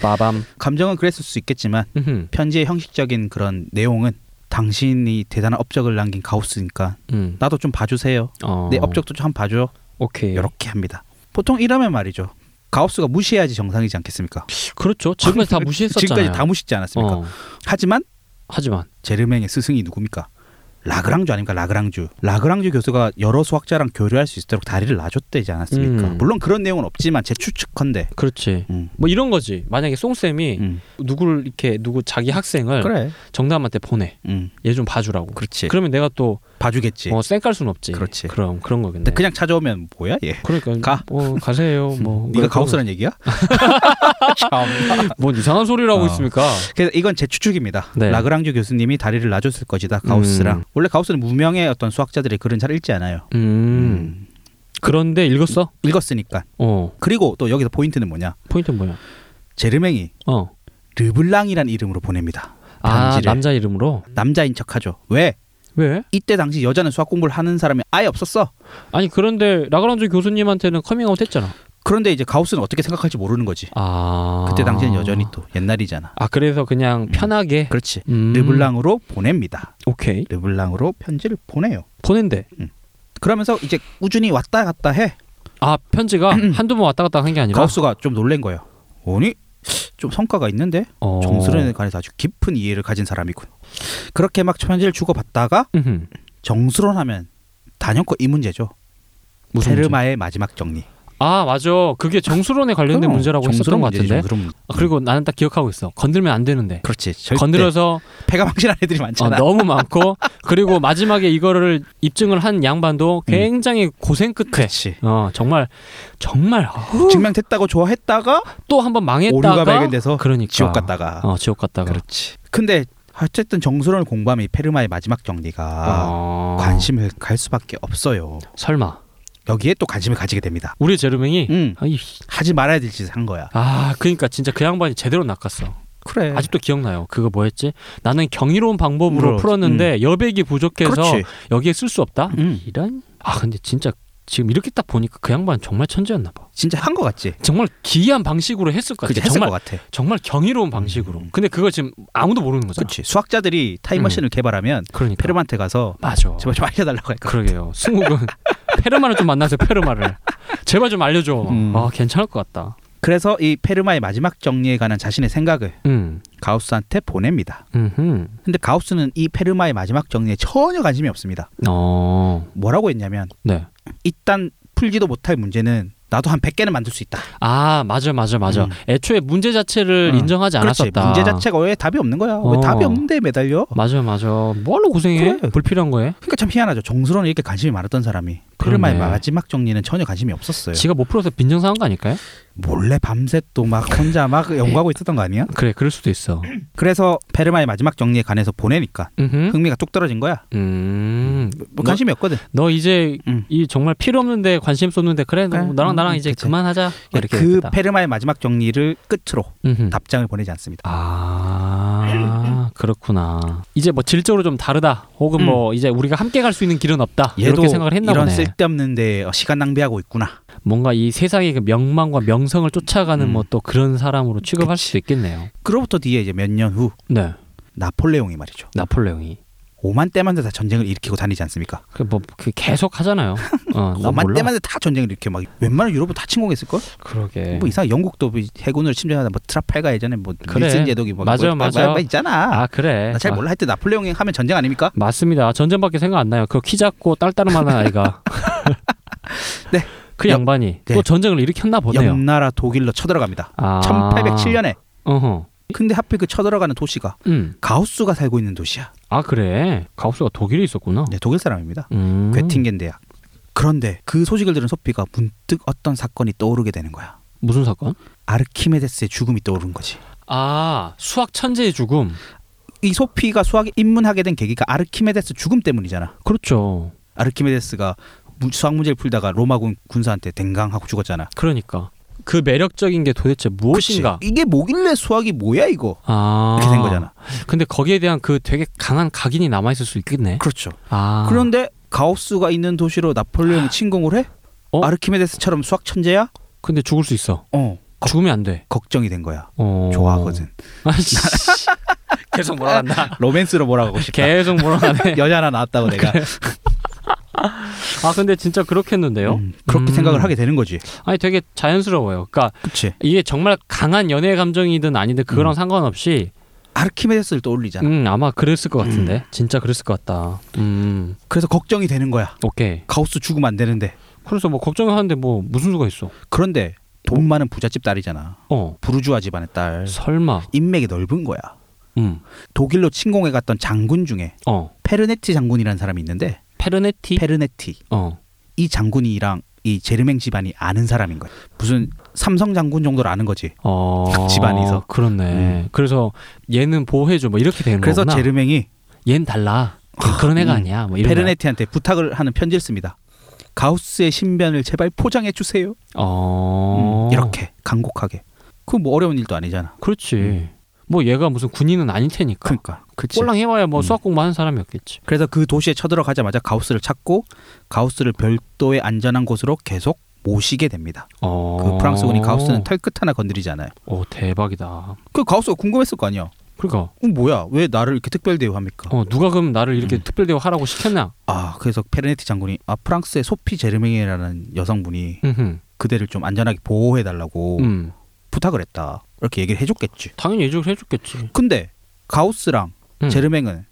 Speaker 2: 빠밤.
Speaker 3: 감정은 그랬을 수 있겠지만
Speaker 2: 음흠.
Speaker 3: 편지의 형식적인 그런 내용은 당신이 대단한 업적을 남긴 가우스니까
Speaker 2: 음.
Speaker 3: 나도 좀 봐주세요.
Speaker 2: 어. 예.
Speaker 3: 내 네, 업적도 좀 한번 봐줘.
Speaker 2: 오케이.
Speaker 3: 이렇게 합니다. 보통 이러면 말이죠. 가우스가 무시해야지 정상이지 않겠습니까?
Speaker 2: 그렇죠. 지금까지 다 무시했었잖아요.
Speaker 3: 지금까지 다 무시지 않았습니까?
Speaker 2: 어.
Speaker 3: 하지만
Speaker 2: 하지만
Speaker 3: 제르맹의 스승이 누굽니까? 라그랑주 아닙니까? 라그랑주. 라그랑주 교수가 여러 수학자랑 교류할 수 있도록 다리를 놔줬대지 않았습니까?
Speaker 2: 음.
Speaker 3: 물론 그런 내용은 없지만 제 추측컨대.
Speaker 2: 그렇지.
Speaker 3: 음.
Speaker 2: 뭐 이런 거지. 만약에 송 쌤이
Speaker 3: 음.
Speaker 2: 누구를 이렇게 누구 자기 학생을
Speaker 3: 그래.
Speaker 2: 정담한테 보내.
Speaker 3: 음.
Speaker 2: 얘 좀 봐주라고.
Speaker 3: 그렇지.
Speaker 2: 러면 내가 또
Speaker 3: 봐주겠지.
Speaker 2: 어, 쌩깔 수는 없지.
Speaker 3: 그렇지.
Speaker 2: 럼 그런 거겠네.
Speaker 3: 근데 그냥 찾아오면 뭐야 얘?
Speaker 2: 그러니까
Speaker 3: 가.
Speaker 2: 뭐 가세요. 뭐
Speaker 3: 네가 가우스란 얘기야? 참.
Speaker 2: 뭔 이상한 소리라고
Speaker 3: 어.
Speaker 2: 있습니까?
Speaker 3: 그래서 이건 제 추측입니다.
Speaker 2: 네.
Speaker 3: 라그랑주 교수님이 다리를 놔줬을 것이다. 가우스랑.
Speaker 2: 음.
Speaker 3: 원래 가우스는 무명의 어떤 수학자들의 글은 잘 읽지 않아요.
Speaker 2: 음.
Speaker 3: 음.
Speaker 2: 그런데 읽었어?
Speaker 3: 읽었으니까.
Speaker 2: 어.
Speaker 3: 그리고 또 여기서 포인트는 뭐냐?
Speaker 2: 포인트 는 뭐야?
Speaker 3: 제르맹이
Speaker 2: 어.
Speaker 3: 르블랑이란 이름으로 보냅니다.
Speaker 2: 아,
Speaker 3: 편지를.
Speaker 2: 남자 이름으로?
Speaker 3: 남자인 척하죠. 왜?
Speaker 2: 왜?
Speaker 3: 이때 당시 여자는 수학 공부를 하는 사람이 아예 없었어.
Speaker 2: 아니 그런데 라그란주 교수님한테는 커밍아웃 했잖아.
Speaker 3: 그런데 이제 가우스는 어떻게 생각할지 모르는 거지.
Speaker 2: 아.
Speaker 3: 그때 당시엔 여전히 또 옛날이잖아.
Speaker 2: 아 그래서 그냥 편하게
Speaker 3: 그렇지.
Speaker 2: 음.
Speaker 3: 르블랑으로 보냅니다.
Speaker 2: 오케이
Speaker 3: 르블랑으로 편지를 보내요.
Speaker 2: 보낸대.
Speaker 3: 그러면서 이제 꾸준히 왔다 갔다 해.
Speaker 2: 아 편지가 한두 번 왔다 갔다 한 게 아니라
Speaker 3: 가우스가 좀 놀란 거예요. 아니 좀 성과가 있는데
Speaker 2: 어.
Speaker 3: 정수련에 관해서 아주 깊은 이해를 가진 사람이군. 그렇게 막 편지를 주고받다가
Speaker 2: 음흠.
Speaker 3: 정수론하면 단연코 이 문제죠.
Speaker 2: 무슨
Speaker 3: 페르마의 마지막 정리.
Speaker 2: 아 맞아 그게 정수론에 관련된
Speaker 3: 그럼
Speaker 2: 문제라고
Speaker 3: 정수론
Speaker 2: 했었던 것
Speaker 3: 문제죠,
Speaker 2: 같은데
Speaker 3: 그럼.
Speaker 2: 아, 그리고 나는 딱 기억하고 있어 건들면 안 되는데
Speaker 3: 그렇지. 절대
Speaker 2: 건드려서
Speaker 3: 폐가 망신한 애들이
Speaker 2: 어,
Speaker 3: 많잖아.
Speaker 2: 너무 많고 그리고 마지막에 이거를 입증을 한 양반도 굉장히 고생 끝에
Speaker 3: 음. 그렇지.
Speaker 2: 어 정말 정말 어,
Speaker 3: 증명됐다고 좋아했다가
Speaker 2: 또 한 번 망했다가
Speaker 3: 오류가 발견돼서
Speaker 2: 그러니까
Speaker 3: 지옥 갔다가.
Speaker 2: 어 지옥 갔다가
Speaker 3: 그렇지. 근데 어쨌든 정수론을 공부하면 이 페르마의 마지막 정리가
Speaker 2: 어,
Speaker 3: 아, 관심을 갈 수밖에 없어요.
Speaker 2: 설마
Speaker 3: 여기에 또 관심을 가지게 됩니다.
Speaker 2: 우리 제르맹이
Speaker 3: 음.
Speaker 2: 아이,
Speaker 3: 하지 말아야 될 짓을 한 거야.
Speaker 2: 아 그러니까 진짜 그 양반이 제대로 낚았어
Speaker 3: 그래.
Speaker 2: 아직도 기억나요. 그거 뭐였지? 나는 경이로운 방법으로
Speaker 3: 네. 물어.
Speaker 2: 풀었는데 여백이 부족해서
Speaker 3: 음. 그렇지.
Speaker 2: 여기에 쓸 수 없다.
Speaker 3: 음.
Speaker 2: 이런? 아 근데 진짜 지금 이렇게 딱 보니까 그 양반 정말 천재였나 봐.
Speaker 3: 진짜 한 거 같지?
Speaker 2: 정말 기이한 방식으로 했을 것
Speaker 3: 그치,
Speaker 2: 같아.
Speaker 3: 했을
Speaker 2: 정말
Speaker 3: 것 같아. 음.
Speaker 2: 정말 경이로운 방식으로. 근데 그걸 지금 아무도 모르는 거잖아.
Speaker 3: 그렇지. 수학자들이 타임머신을 개발하면
Speaker 2: 그러니까.
Speaker 3: 페르마한테 가서
Speaker 2: 맞아.
Speaker 3: 제발 좀 알려달라고 할까?
Speaker 2: 그러게요. 승욱은 페르마를 좀 만나세요. 페르마를 제발 좀 알려줘.
Speaker 3: 음.
Speaker 2: 아 괜찮을 것 같다.
Speaker 3: 그래서 이 페르마의 마지막 정리에 관한 자신의 생각을
Speaker 2: 음,
Speaker 3: 가우스한테 보냅니다.
Speaker 2: 음,
Speaker 3: 근데 가우스는 이 페르마의 마지막 정리에 전혀 관심이 없습니다.
Speaker 2: 어,
Speaker 3: 뭐라고 했냐면
Speaker 2: 네.
Speaker 3: 일단 풀지도 못할 문제는 나도 한 100개는 만들 수 있다.
Speaker 2: 아 맞아 맞아 맞아.
Speaker 3: 음.
Speaker 2: 애초에 문제 자체를
Speaker 3: 음.
Speaker 2: 인정하지
Speaker 3: 그렇지.
Speaker 2: 않았었다.
Speaker 3: 문제 자체가 왜 답이 없는 거야?
Speaker 2: 어.
Speaker 3: 왜 답이 없는데 매달려?
Speaker 2: 맞아 맞아 뭘로 고생해
Speaker 3: 그래.
Speaker 2: 불필요한 거에
Speaker 3: 그러니까 참 희한하죠. 정수론에 이렇게 관심이 많았던 사람이 페르마의
Speaker 2: 그러네.
Speaker 3: 마지막 정리는 전혀 관심이 없었어요.
Speaker 2: 지가 못 풀어서 빈정상한 거 아닐까요?
Speaker 3: 몰래 밤새 또 막 혼자 막
Speaker 2: 네.
Speaker 3: 연구하고 있었던 거 아니야?
Speaker 2: 그래 그럴 수도 있어
Speaker 3: 그래서 페르마의 마지막 정리에 관해서 보내니까
Speaker 2: 음흠.
Speaker 3: 흥미가 뚝 떨어진 거야.
Speaker 2: 음.
Speaker 3: 뭐 관심이 없거든.
Speaker 2: 너 이제
Speaker 3: 음.
Speaker 2: 이 정말 필요 없는데 관심 쏟는데 그래 너
Speaker 3: 그래,
Speaker 2: 나랑
Speaker 3: 음,
Speaker 2: 나랑 이제
Speaker 3: 그치.
Speaker 2: 그만하자 이렇게
Speaker 3: 그
Speaker 2: 됐겠다.
Speaker 3: 페르마의 마지막 정리를 끝으로
Speaker 2: 음흠.
Speaker 3: 답장을 보내지 않습니다.
Speaker 2: 아 그렇구나 이제 뭐 질적으로 좀 다르다 혹은
Speaker 3: 음.
Speaker 2: 뭐 이제 우리가 함께 갈 수 있는 길은 없다
Speaker 3: 얘도
Speaker 2: 이렇게 생각을 했나
Speaker 3: 이런
Speaker 2: 보네
Speaker 3: 쓸데없는데 어, 시간 낭비하고 있구나.
Speaker 2: 뭔가 이 세상의 그 명망과 명성을 쫓아가는
Speaker 3: 음.
Speaker 2: 뭐 또 그런 사람으로 취급할
Speaker 3: 그치.
Speaker 2: 수도 있겠네요
Speaker 3: 그로부터 뒤에 이제 몇 년 후
Speaker 2: 네
Speaker 3: 나폴레옹이 말이죠.
Speaker 2: 나폴레옹이
Speaker 3: 오만 때마다 다 전쟁을 일으키고 다니지 않습니까?
Speaker 2: 그뭐그 계속 하잖아요 어, 난
Speaker 3: 오만
Speaker 2: 몰라.
Speaker 3: 때마다 다 전쟁을 일으켜 막 웬만한 유럽은 다 침공했을 걸?
Speaker 2: 그러게.
Speaker 3: 뭐 이상 영국도 뭐 해군을 침전하다 뭐 트라팔가 예전에 뭐
Speaker 2: 네. 그래.
Speaker 3: 밀슨 제독이 뭐
Speaker 2: 맞아,
Speaker 3: 뭐,
Speaker 2: 맞아.
Speaker 3: 뭐 있잖아.
Speaker 2: 아 그래.
Speaker 3: 나 잘
Speaker 2: 아,
Speaker 3: 몰라 하여튼 나폴레옹이 하면 전쟁 아닙니까?
Speaker 2: 맞습니다. 전쟁밖에 생각 안 나요. 그 키 작고 딸따름한 아이가.
Speaker 3: 네.
Speaker 2: 그
Speaker 3: 여-
Speaker 2: 양반이
Speaker 3: 네.
Speaker 2: 또 전쟁을 일으켰나 보네요.
Speaker 3: 옆나라 독일로 쳐들어갑니다.
Speaker 2: 아.
Speaker 3: 1807년에.
Speaker 2: 어허.
Speaker 3: 근데 하필 그 쳐들어가는 도시가
Speaker 2: 음.
Speaker 3: 가우스가 살고 있는 도시야.
Speaker 2: 아 그래. 가우스가 독일에 있었구나.
Speaker 3: 네, 독일 사람입니다.
Speaker 2: 음.
Speaker 3: 괴팅겐 대학. 그런데 그 소식을 들은 소피가 문득 어떤 사건이 떠오르게 되는 거야.
Speaker 2: 무슨 사건?
Speaker 3: 아르키메데스의 죽음이 떠오른 거지.
Speaker 2: 아 수학 천재의 죽음.
Speaker 3: 이 소피가 수학에 입문하게 된 계기가 아르키메데스 죽음 때문이잖아.
Speaker 2: 그렇죠.
Speaker 3: 아르키메데스가 무- 수학 문제를 풀다가 로마군 군사한테 댕강하고 죽었잖아.
Speaker 2: 그러니까 그 매력적인 게 도대체 무엇인가.
Speaker 3: 그치? 이게 뭐길래 수학이 뭐야 이거?
Speaker 2: 아.
Speaker 3: 이렇게 된 거잖아.
Speaker 2: 근데 거기에 대한 그 되게 강한 각인이 남아 있을 수 있겠네.
Speaker 3: 그렇죠.
Speaker 2: 아.
Speaker 3: 그런데 가우스가 있는 도시로 나폴레옹이 침공을 해?
Speaker 2: 어?
Speaker 3: 아르키메데스처럼 수학 천재야?
Speaker 2: 근데 죽을 수 있어.
Speaker 3: 어.
Speaker 2: 죽으면 안 돼.
Speaker 3: 걱정이 된 거야.
Speaker 2: 어.
Speaker 3: 좋아하거든.
Speaker 2: 아씨. 계속 몰아간다.
Speaker 3: 로맨스로 몰아가고 싶다.
Speaker 2: 계속 몰아가네.
Speaker 3: 여자 하나 낳았다고 내가
Speaker 2: 아 근데 진짜 그렇게 했는데요.
Speaker 3: 음, 그렇게
Speaker 2: 음.
Speaker 3: 생각을 하게 되는 거지.
Speaker 2: 아니 되게 자연스러워요. 그러니까
Speaker 3: 그치.
Speaker 2: 이게 정말 강한 연애 감정이든 아니든 그거랑
Speaker 3: 음.
Speaker 2: 상관없이
Speaker 3: 아르키메데스를 떠올리잖아.
Speaker 2: 음 아마 그랬을 것 같은데 진짜 그랬을 것 같다. 음
Speaker 3: 그래서 걱정이 되는 거야.
Speaker 2: 오케이.
Speaker 3: 가우스 죽으면 안 되는데.
Speaker 2: 그래서 뭐 걱정을 하는데 뭐 무슨 수가 있어?
Speaker 3: 그런데 돈 많은 부잣집 딸이잖아.
Speaker 2: 어
Speaker 3: 부르주아 집안의 딸.
Speaker 2: 설마
Speaker 3: 인맥이 넓은 거야.
Speaker 2: 음어
Speaker 3: 독일로 침공해 갔던 장군 중에 페르네티 장군이라는 사람이 있는데
Speaker 2: 어. 페르네티
Speaker 3: 페르네티
Speaker 2: 어
Speaker 3: 이 장군이랑 이 제르맹 집안이 아는 사람인 거야. 무슨 삼성 장군 정도를 아는 거지.
Speaker 2: 어,
Speaker 3: 집안에서.
Speaker 2: 그렇네.
Speaker 3: 음.
Speaker 2: 그래서 얘는 보호해줘 뭐 이렇게 되는
Speaker 3: 그래서
Speaker 2: 거구나.
Speaker 3: 제르맹이
Speaker 2: 얘는 달라. 그런 애가
Speaker 3: 음.
Speaker 2: 아니야. 뭐 이런. 거야.
Speaker 3: 페르네티한테 부탁을 하는 편지를 씁니다. 가우스의 신변을 제발 포장해 주세요.
Speaker 2: 어
Speaker 3: 음, 이렇게 간곡하게. 그 뭐 어려운 일도 아니잖아.
Speaker 2: 그렇지.
Speaker 3: 음.
Speaker 2: 뭐 얘가 무슨 군인은 아닐 테니까.
Speaker 3: 그러니까. 그치.
Speaker 2: 꼴랑 해봐야 뭐
Speaker 3: 음.
Speaker 2: 수학 공부하는 사람이었겠지.
Speaker 3: 그래서 그 도시에 쳐들어가자마자 가우스를 찾고 가우스를 별도의 안전한 곳으로 계속 모시게 됩니다.
Speaker 2: 어.
Speaker 3: 그 프랑스군이 가우스는 털끝 하나 건드리지 않아요.
Speaker 2: 오 대박이다.
Speaker 3: 그 가우스가 궁금했을 거 아니야.
Speaker 2: 그러니까
Speaker 3: 어, 뭐야? 왜 나를 이렇게 특별 대우합니까?
Speaker 2: 어 누가 그럼 나를 이렇게
Speaker 3: 음.
Speaker 2: 특별 대우하라고 시켰나?
Speaker 3: 아 그래서 페르네티 장군이 아 프랑스의 소피 제르맹이라는 여성분이
Speaker 2: 음.
Speaker 3: 그대를 좀 안전하게 보호해 달라고
Speaker 2: 음.
Speaker 3: 부탁을 했다. 이렇게 얘기를 해줬겠지.
Speaker 2: 당연히 예적을 해줬겠지.
Speaker 3: 근데 가우스랑
Speaker 2: 음.
Speaker 3: 제르맹은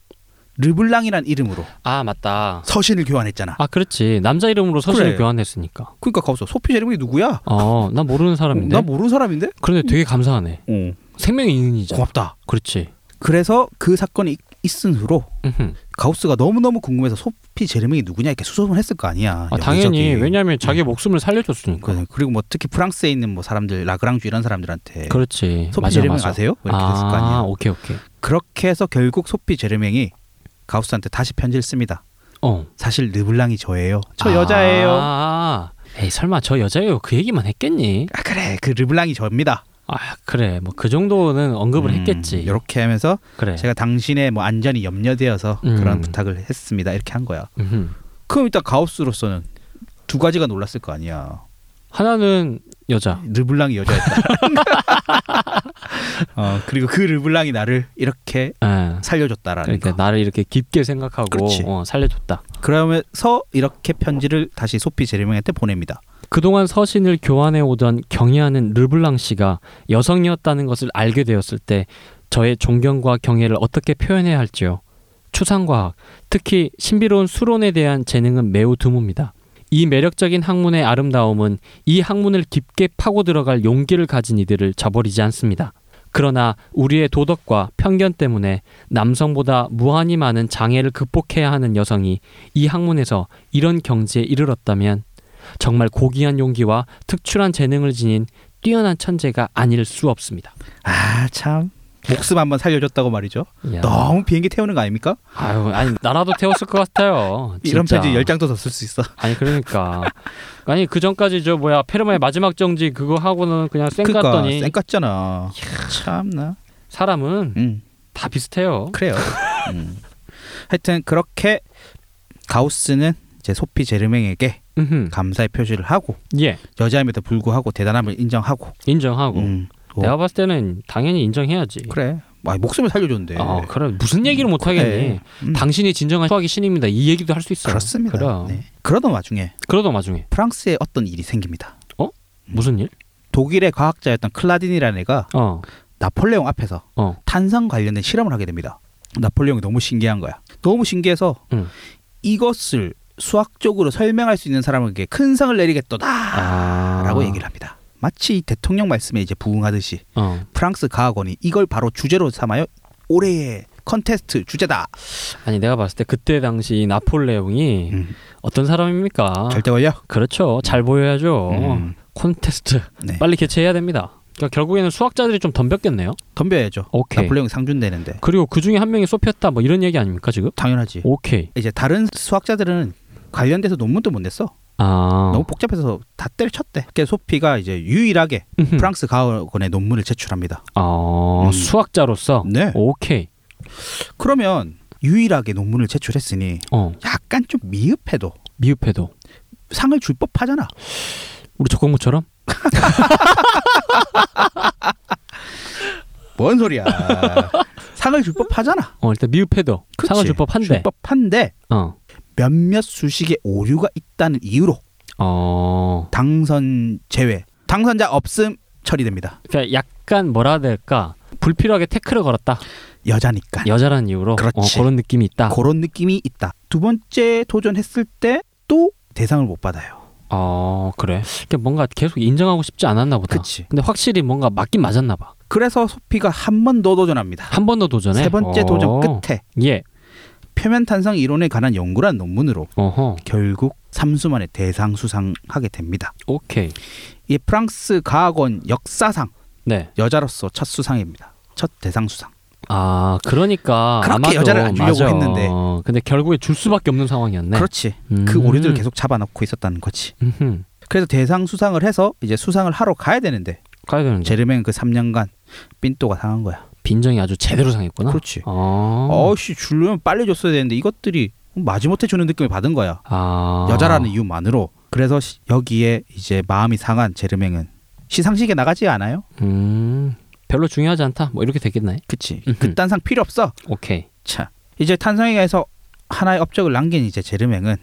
Speaker 3: 르블랑이란 이름으로
Speaker 2: 아 맞다.
Speaker 3: 서신을 교환했잖아.
Speaker 2: 아 그렇지. 남자 이름으로 서신을
Speaker 3: 그래.
Speaker 2: 교환했으니까.
Speaker 3: 그러니까 가우스 소피 제르맹이 누구야?
Speaker 2: 어, 나 모르는 사람인데.
Speaker 3: 나 모르는 사람인데?
Speaker 2: 그런데 되게 감사하네.
Speaker 3: 어,
Speaker 2: 생명의 인연이잖아.
Speaker 3: 고맙다.
Speaker 2: 그렇지.
Speaker 3: 그래서 그 사건이 있- 있은 후로
Speaker 2: 음흠.
Speaker 3: 가우스가 너무너무 궁금해서 소피 제르맹이 누구냐 이렇게 수소문 했을 거 아니야.
Speaker 2: 아, 당연히
Speaker 3: 여기저기.
Speaker 2: 왜냐하면 자기 목숨을 살려줬으니까.
Speaker 3: 그- 그리고 뭐 특히 프랑스에 있는 뭐 사람들 라그랑주 이런 사람들한테
Speaker 2: 그렇지.
Speaker 3: 소피
Speaker 2: 맞아
Speaker 3: 제르맹
Speaker 2: 맞아.
Speaker 3: 아세요 이렇게
Speaker 2: 아,
Speaker 3: 됐을 거 아니야.
Speaker 2: 오케이 오케이.
Speaker 3: 그렇게 해서 결국 소피 제르맹이 가우스한테 다시 편지를 씁니다.
Speaker 2: 어.
Speaker 3: 사실 르블랑이 저예요. 저
Speaker 2: 아.
Speaker 3: 여자예요.
Speaker 2: 에이 설마 저 여자예요 그 얘기만 했겠니?
Speaker 3: 아 그래 그 르블랑이 저입니다.
Speaker 2: 아 그래 뭐 그 정도는 언급을 했겠지.
Speaker 3: 이렇게 하면서
Speaker 2: 그래.
Speaker 3: 음, 제가 당신의 뭐 안전이 염려되어서
Speaker 2: 음.
Speaker 3: 그런 부탁을 했습니다. 이렇게 한 거야.
Speaker 2: 음흠.
Speaker 3: 그럼 일단 가우스로서는 두 가지가 놀랐을 거 아니야.
Speaker 2: 하나는 여자.
Speaker 3: 르블랑이 여자였다. 어, 그리고 그 르블랑이 나를 이렇게
Speaker 2: 예.
Speaker 3: 살려줬다라는
Speaker 2: 그러니까
Speaker 3: 거.
Speaker 2: 나를 이렇게 깊게 생각하고
Speaker 3: 그렇지.
Speaker 2: 어, 살려줬다.
Speaker 3: 그러면서 이렇게 편지를 다시 소피 제르맹한테 보냅니다.
Speaker 2: 그동안 서신을 교환해 오던 경애하는 르블랑 씨가 여성이었다는 것을 알게 되었을 때 저의 존경과 경애를 어떻게 표현해야 할지요. 추상과학, 특히 신비로운 수론에 대한 재능은 매우 드뭅니다. 이 매력적인 학문의 아름다움은 이 학문을 깊게 파고 들어갈 용기를 가진 이들을 저버리지 않습니다. 그러나 우리의 도덕과 편견 때문에 남성보다 무한히 많은 장애를 극복해야 하는 여성이 이 학문에서 이런 경지에 이르렀다면 정말 고귀한 용기와 특출한 재능을 지닌 뛰어난 천재가 아닐 수 없습니다.
Speaker 3: 아 참. 목숨 한번 살려줬다고 말이죠.
Speaker 2: 야.
Speaker 3: 너무 비행기 태우는 거 아닙니까?
Speaker 2: 아유, 아니 나라도 태웠을 것 같아요.
Speaker 3: 이런
Speaker 2: 진짜.
Speaker 3: 편지 열 장도 더 쓸 수 있어.
Speaker 2: 아니 그러니까 아니 그 전까지 저 뭐야 페르마의 마지막 정지 그거 하고는 그냥 쌩
Speaker 3: 그러니까
Speaker 2: 갔더니
Speaker 3: 쌩 같잖아. 참나.
Speaker 2: 사람은
Speaker 3: 음
Speaker 2: 다 비슷해요.
Speaker 3: 그래요. 음. 하여튼 그렇게 가우스는 이제 소피 제르맹에게
Speaker 2: 음흠.
Speaker 3: 감사의 표시를 하고
Speaker 2: 예,
Speaker 3: 음.
Speaker 2: 예. 아, 그렇죠.
Speaker 3: 음. 네. 음.
Speaker 2: 어. 아. 어. 아. 그렇죠. 어. 그러니까 그뭐 어. 아. 음. 아,
Speaker 3: 음. 음. 네. 음. 네.
Speaker 2: 어,
Speaker 3: 상을 줄 법하잖아.
Speaker 2: 어, 일단 미흡해도
Speaker 3: 그치?
Speaker 2: 상을 줄 법한데.
Speaker 3: 줄 법한데
Speaker 2: 어.
Speaker 3: 몇몇 수식에 오류가 있다는 이유로
Speaker 2: 어.
Speaker 3: 당선 제외, 당선자 없음 처리됩니다.
Speaker 2: 그러니까 약간 뭐라 해야 될까? 불필요하게 태클을 걸었다.
Speaker 3: 여자니까.
Speaker 2: 여자라는 이유로
Speaker 3: 아, 그렇지.
Speaker 2: 어, 그런 느낌이 있다.
Speaker 3: 그런 느낌이 있다. 두 번째 도전했을 때 또 대상을 못 받아요.
Speaker 2: 어, 그래. 그러니까 뭔가 계속 인정하고 싶지 않았나 보다.
Speaker 3: 그치.
Speaker 2: 근데 확실히 뭔가 맞긴 맞았나 봐.
Speaker 3: 그래서 소피가 한 번 더 도전합니다.
Speaker 2: 한 번 더 도전해.
Speaker 3: 세 번째
Speaker 2: 어.
Speaker 3: 도전 끝에
Speaker 2: 예.
Speaker 3: 표면 탄성 이론에 관한 연구란 논문으로
Speaker 2: 어허.
Speaker 3: 결국 삼수만의 대상 수상하게 됩니다.
Speaker 2: 오케이.
Speaker 3: 이 프랑스 과학원 역사상
Speaker 2: 네.
Speaker 3: 여자로서 첫 수상입니다. 첫 대상 수상.
Speaker 2: 아, 그러니까
Speaker 3: 그렇게
Speaker 2: 아마도
Speaker 3: 여자를 안 주려고
Speaker 2: 맞아.
Speaker 3: 했는데.
Speaker 2: 어, 근데 결국에 줄 수밖에 없는 상황이었네.
Speaker 3: 그렇지.
Speaker 2: 음.
Speaker 3: 그 오류들을 계속 잡아놓고 있었다는 거지.
Speaker 2: 음흠.
Speaker 3: 그래서 대상 수상을 해서 이제 수상을 하러 가야 되는데
Speaker 2: 가야 되는데.
Speaker 3: 제르맹 그 3년간 삔또가 상한 거야.
Speaker 2: 빈정이 아주 제대로 상했구나.
Speaker 3: 그렇지.
Speaker 2: 어.
Speaker 3: 어씨 줄려면 빨리 줬어야 되는데 이것들이 마지못해 주는 느낌을 받은 거야.
Speaker 2: 아.
Speaker 3: 여자라는 이유만으로. 그래서 시- 여기에 이제 마음이 상한 제르맹은 시상식에 나가지 않아요.
Speaker 2: 음. 별로 중요하지 않다. 뭐 이렇게 되겠네.
Speaker 3: 그치.
Speaker 2: 음흠.
Speaker 3: 그딴 상 필요 없어.
Speaker 2: 오케이.
Speaker 3: 자 이제 탄성이가에서 하나의 업적을 남긴 이제 제르맹은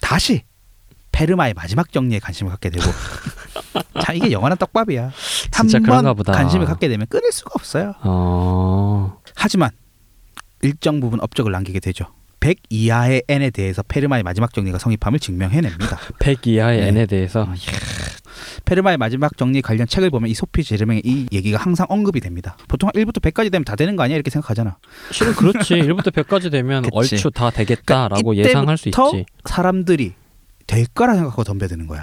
Speaker 3: 다시 페르마의 마지막 정리에 관심을 갖게 되고 자 이게 영원한 떡밥이야
Speaker 2: 진짜
Speaker 3: 한
Speaker 2: 그런가
Speaker 3: 번
Speaker 2: 보다.
Speaker 3: 관심을 갖게 되면 끊을 수가 없어요
Speaker 2: 어.
Speaker 3: 하지만 일정 부분 업적을 남기게 되죠 100 이하의 n에 대해서 페르마의 마지막 정리가 성립함을 증명해냅니다
Speaker 2: 100 아, 이하의
Speaker 3: 네.
Speaker 2: n에 대해서
Speaker 3: 페르마의 마지막 정리 관련 책을 보면 이 소피 제르맹의 이 얘기가 항상 언급이 됩니다 보통 한 1부터 100까지 되면 다 되는 거 아니야 이렇게 생각하잖아
Speaker 2: 실은 그렇지. 1부터 100까지 되면
Speaker 3: 그치.
Speaker 2: 얼추 다 되겠다라고
Speaker 3: 그러니까
Speaker 2: 예상할 수
Speaker 3: 이때부터
Speaker 2: 있지.
Speaker 3: 사람들이 될 거라 생각하고 덤벼드는 거야.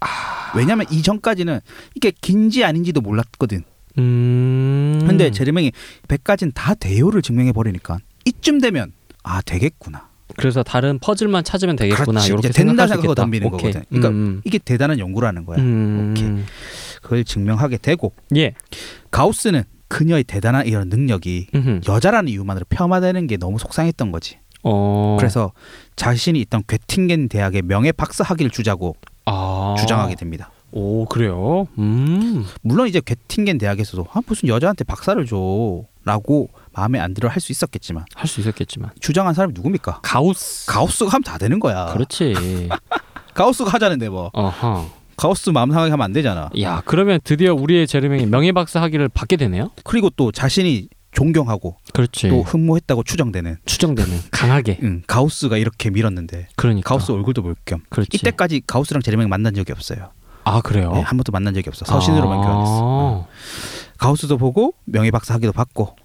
Speaker 2: 아.
Speaker 3: 왜냐면 이전까지는 이게 긴지 아닌지도 몰랐거든.
Speaker 2: 음.
Speaker 3: 근데 제르맹이 100까지는 다 대요를 증명해 버리니까 이쯤 되면 아 되겠구나.
Speaker 2: 그래서 다른 퍼즐만 찾으면 되겠구나.
Speaker 3: 그렇지.
Speaker 2: 이렇게
Speaker 3: 이제 된다
Speaker 2: 생각할 수
Speaker 3: 생각하고
Speaker 2: 있겠다.
Speaker 3: 덤비는
Speaker 2: 오케이.
Speaker 3: 거거든. 그러니까 네.
Speaker 2: 음.
Speaker 3: 이게 대단한 연구라는 거야.
Speaker 2: 음.
Speaker 3: 오케이. 그걸 증명하게 되고
Speaker 2: 예.
Speaker 3: 가우스는 그녀의 대단한 이런 능력이
Speaker 2: 음흠.
Speaker 3: 여자라는 이유만으로 폄하되는 게 너무 속상했던 거지.
Speaker 2: 어.
Speaker 3: 그래서 자신이 있던 괴팅겐 대학의 명예 박사 학위를 주자고
Speaker 2: 아.
Speaker 3: 주장하게 됩니다.
Speaker 2: 오 그래요. 음.
Speaker 3: 물론 이제 괴팅겐 대학에서도 아 무슨 여자한테 박사를 줘라고 마음에 안 들어 할 수 있었겠지만
Speaker 2: 할 수 있었겠지만.
Speaker 3: 주장한 사람이 누굽니까?
Speaker 2: 가우스.
Speaker 3: 가우스가 하면 다 되는 거야.
Speaker 2: 그렇지.
Speaker 3: 가우스가 하자는데 뭐
Speaker 2: 어허.
Speaker 3: 가우스 마음 상하게 하면 안 되잖아.
Speaker 2: 야 그러면 드디어 우리의 제르맹이 명예박사 학위를 받게 되네요.
Speaker 3: 그리고 또 자신이 존경하고
Speaker 2: 그렇지.
Speaker 3: 또 흠모했다고 추정되는
Speaker 2: 추정되는 강하게.
Speaker 3: 응, 가우스가 이렇게 밀었는데
Speaker 2: 네. 그러니까.
Speaker 3: 가우스 얼굴도 볼 겸
Speaker 2: 그렇지.
Speaker 3: 이때까지 가우스랑 제르맹 만난 적이 없어요.
Speaker 2: 아 그래요.
Speaker 3: 네, 한 번도 만난 적이 없어. 서신으로만
Speaker 2: 아.
Speaker 3: 교환했어. 가우스도 보고 명예 박사 학위도 받고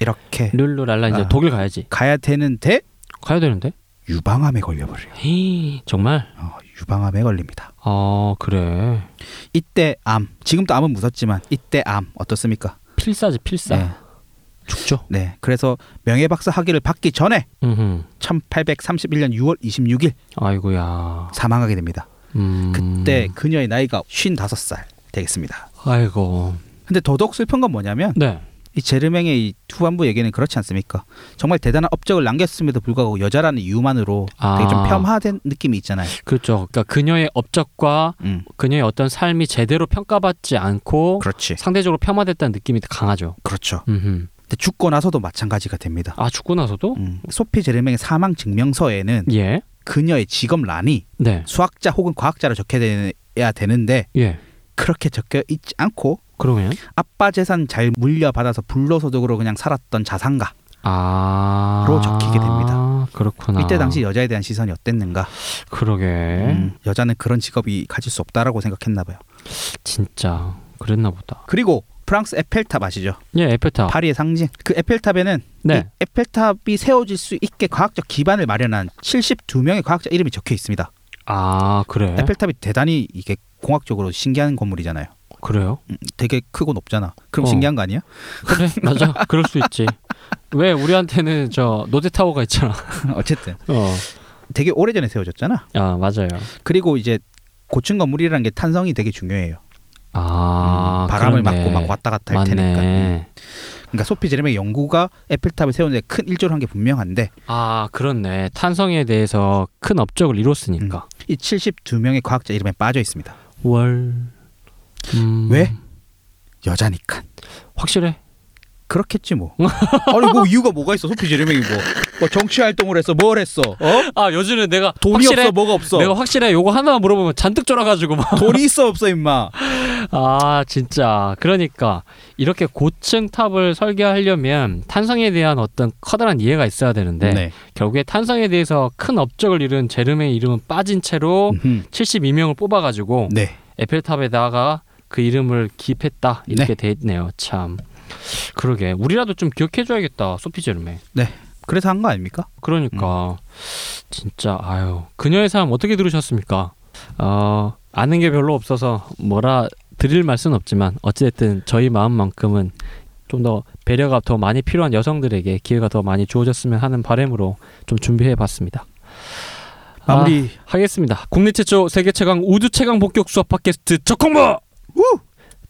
Speaker 3: 이렇게
Speaker 2: 음. 룰루랄라 이제
Speaker 3: 아.
Speaker 2: 독일 가야지.
Speaker 3: 가야 되는데
Speaker 2: 가야 되는데.
Speaker 3: 유방암에 걸려버려요.
Speaker 2: 헤이, 정말.
Speaker 3: 어, 유방암에 걸립니다.
Speaker 2: 아 그래.
Speaker 3: 이때 암 지금도 암은 무섭지만 이때 암 어떻습니까?
Speaker 2: 필사지 필사.
Speaker 3: 네.
Speaker 2: 죽죠.
Speaker 3: 네. 그래서 명예박사 학위를 받기 전에
Speaker 2: 음.
Speaker 3: 1831년 6월 26일
Speaker 2: 아이고야.
Speaker 3: 사망하게 됩니다.
Speaker 2: 음.
Speaker 3: 그때 그녀의 나이가 55살 되겠습니다.
Speaker 2: 아이고.
Speaker 3: 근데 더더욱 슬픈 건 뭐냐면
Speaker 2: 네.
Speaker 3: 이 제르맹의 이 후반부 얘기는 그렇지 않습니까? 정말 대단한 업적을 남겼음에도 불구하고 여자라는 이유만으로 되게 좀
Speaker 2: 아.
Speaker 3: 폄하된 느낌이 있잖아요.
Speaker 2: 그렇죠. 그러니까 그녀의 업적과
Speaker 3: 음.
Speaker 2: 그녀의 어떤 삶이 제대로 평가받지 않고
Speaker 3: 그렇지.
Speaker 2: 상대적으로 폄하됐다는 느낌이 강하죠.
Speaker 3: 그렇죠.
Speaker 2: 음흠.
Speaker 3: 근데 죽고 나서도 마찬가지가 됩니다.
Speaker 2: 아 죽고 나서도?
Speaker 3: 음. 소피 제르맹의 사망 증명서에는
Speaker 2: 예.
Speaker 3: 그녀의 직업란이
Speaker 2: 네.
Speaker 3: 수학자 혹은 과학자로 적혀야 되는데
Speaker 2: 예.
Speaker 3: 그렇게 적혀 있지 않고
Speaker 2: 그러면
Speaker 3: 아빠 재산 잘 물려받아서 불로소득으로 그냥 살았던 자산가
Speaker 2: 아로
Speaker 3: 로 적히게 됩니다.
Speaker 2: 그렇구나.
Speaker 3: 이때 당시 여자에 대한 시선이 어땠는가
Speaker 2: 그러게
Speaker 3: 음, 여자는 그런 직업이 가질 수 없다라고 생각했나 봐요
Speaker 2: 진짜 그랬나 보다.
Speaker 3: 그리고 프랑스 에펠탑 아시죠
Speaker 2: 예, 에펠탑.
Speaker 3: 파리의 상징 그 에펠탑에는
Speaker 2: 네.
Speaker 3: 이 에펠탑이 세워질 수 있게 과학적 기반을 마련한 72명의 과학자 이름이 적혀 있습니다
Speaker 2: 아 그래.
Speaker 3: 에펠탑이 대단히 이게 공학적으로 신기한 건물이잖아요
Speaker 2: 그래요?
Speaker 3: 음, 되게 크고 높잖아 그럼
Speaker 2: 어.
Speaker 3: 신기한 거 아니야
Speaker 2: 그래 맞아. 그럴 수 있지. 왜 우리한테는 저 노제 타워가 있잖아.
Speaker 3: 어쨌든
Speaker 2: 어.
Speaker 3: 되게 오래전에 세워졌잖아
Speaker 2: 아 맞아요.
Speaker 3: 그리고 이제 고층 건물이라는 게 탄성이 되게 중요해요.
Speaker 2: 아
Speaker 3: 음, 바람을
Speaker 2: 그렇네.
Speaker 3: 맞고 막 왔다 갔다 할
Speaker 2: 맞네.
Speaker 3: 테니까. 음. 그러니까 소피 제르맹 연구가 에펠탑을 세우는데 큰 일조를 한 게 분명한데
Speaker 2: 아 그렇네. 탄성에 대해서 큰 업적을 이뤘으니까.
Speaker 3: 이 72명의 과학자 이름에 빠져 있습니다.
Speaker 2: 월. 음,
Speaker 3: 왜? 여자니까.
Speaker 2: 확실해.
Speaker 3: 그렇겠지 뭐. 아니 뭐 이유가 뭐가 있어 소피 지르맹이 뭐. 뭐 정치 활동을 했어 뭘 했어 어
Speaker 2: 아 요즘은 내가
Speaker 3: 돈이
Speaker 2: 확실해?
Speaker 3: 없어 뭐가 없어
Speaker 2: 내가 확실해 요거 하나 물어보면 잔뜩 쫄아가지고 막.
Speaker 3: 돈이 있어 없어 임마
Speaker 2: 아 진짜 그러니까 이렇게 고층 탑을 설계하려면 탄성에 대한 어떤 커다란 이해가 있어야
Speaker 3: 네.
Speaker 2: 되는데 결국에 탄성에 대해서 큰 업적을 이룬 제르맹의 이름은 빠진 채로
Speaker 3: 음흠.
Speaker 2: 72명을 뽑아가지고
Speaker 3: 네.
Speaker 2: 에펠탑에다가 그 이름을 기입했다 이렇게 돼 있네요 참 그러게 우리라도 좀 기억해줘야겠다 소피 제르맹
Speaker 3: 그래서 한 거 아닙니까?
Speaker 2: 그러니까 진짜 아유 그녀의 삶 어떻게 들으셨습니까? 어 아는 게 별로 없어서 뭐라 드릴 말씀은 없지만 어찌됐든 저희 마음만큼은 좀 더 배려가 더 많이 필요한 여성들에게 기회가 더 많이 주어졌으면 하는 바람으로 좀 준비해봤습니다. 아,
Speaker 3: 마무리
Speaker 2: 하겠습니다. 국내 최초 세계 최강 우주 최강 복격 수업 팟캐스트 적콩버
Speaker 3: 우!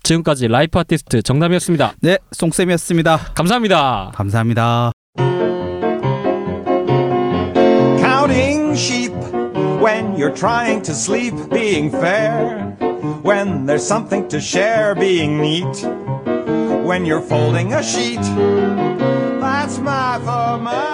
Speaker 2: 지금까지 라이프 아티스트 정남이었습니다.
Speaker 3: 네 송쌤이었습니다
Speaker 2: 감사합니다.
Speaker 3: 감사합니다
Speaker 1: counting sheep when you're trying to sleep, being fair, when there's something to share, being neat, when you're folding a sheet. That's my for my.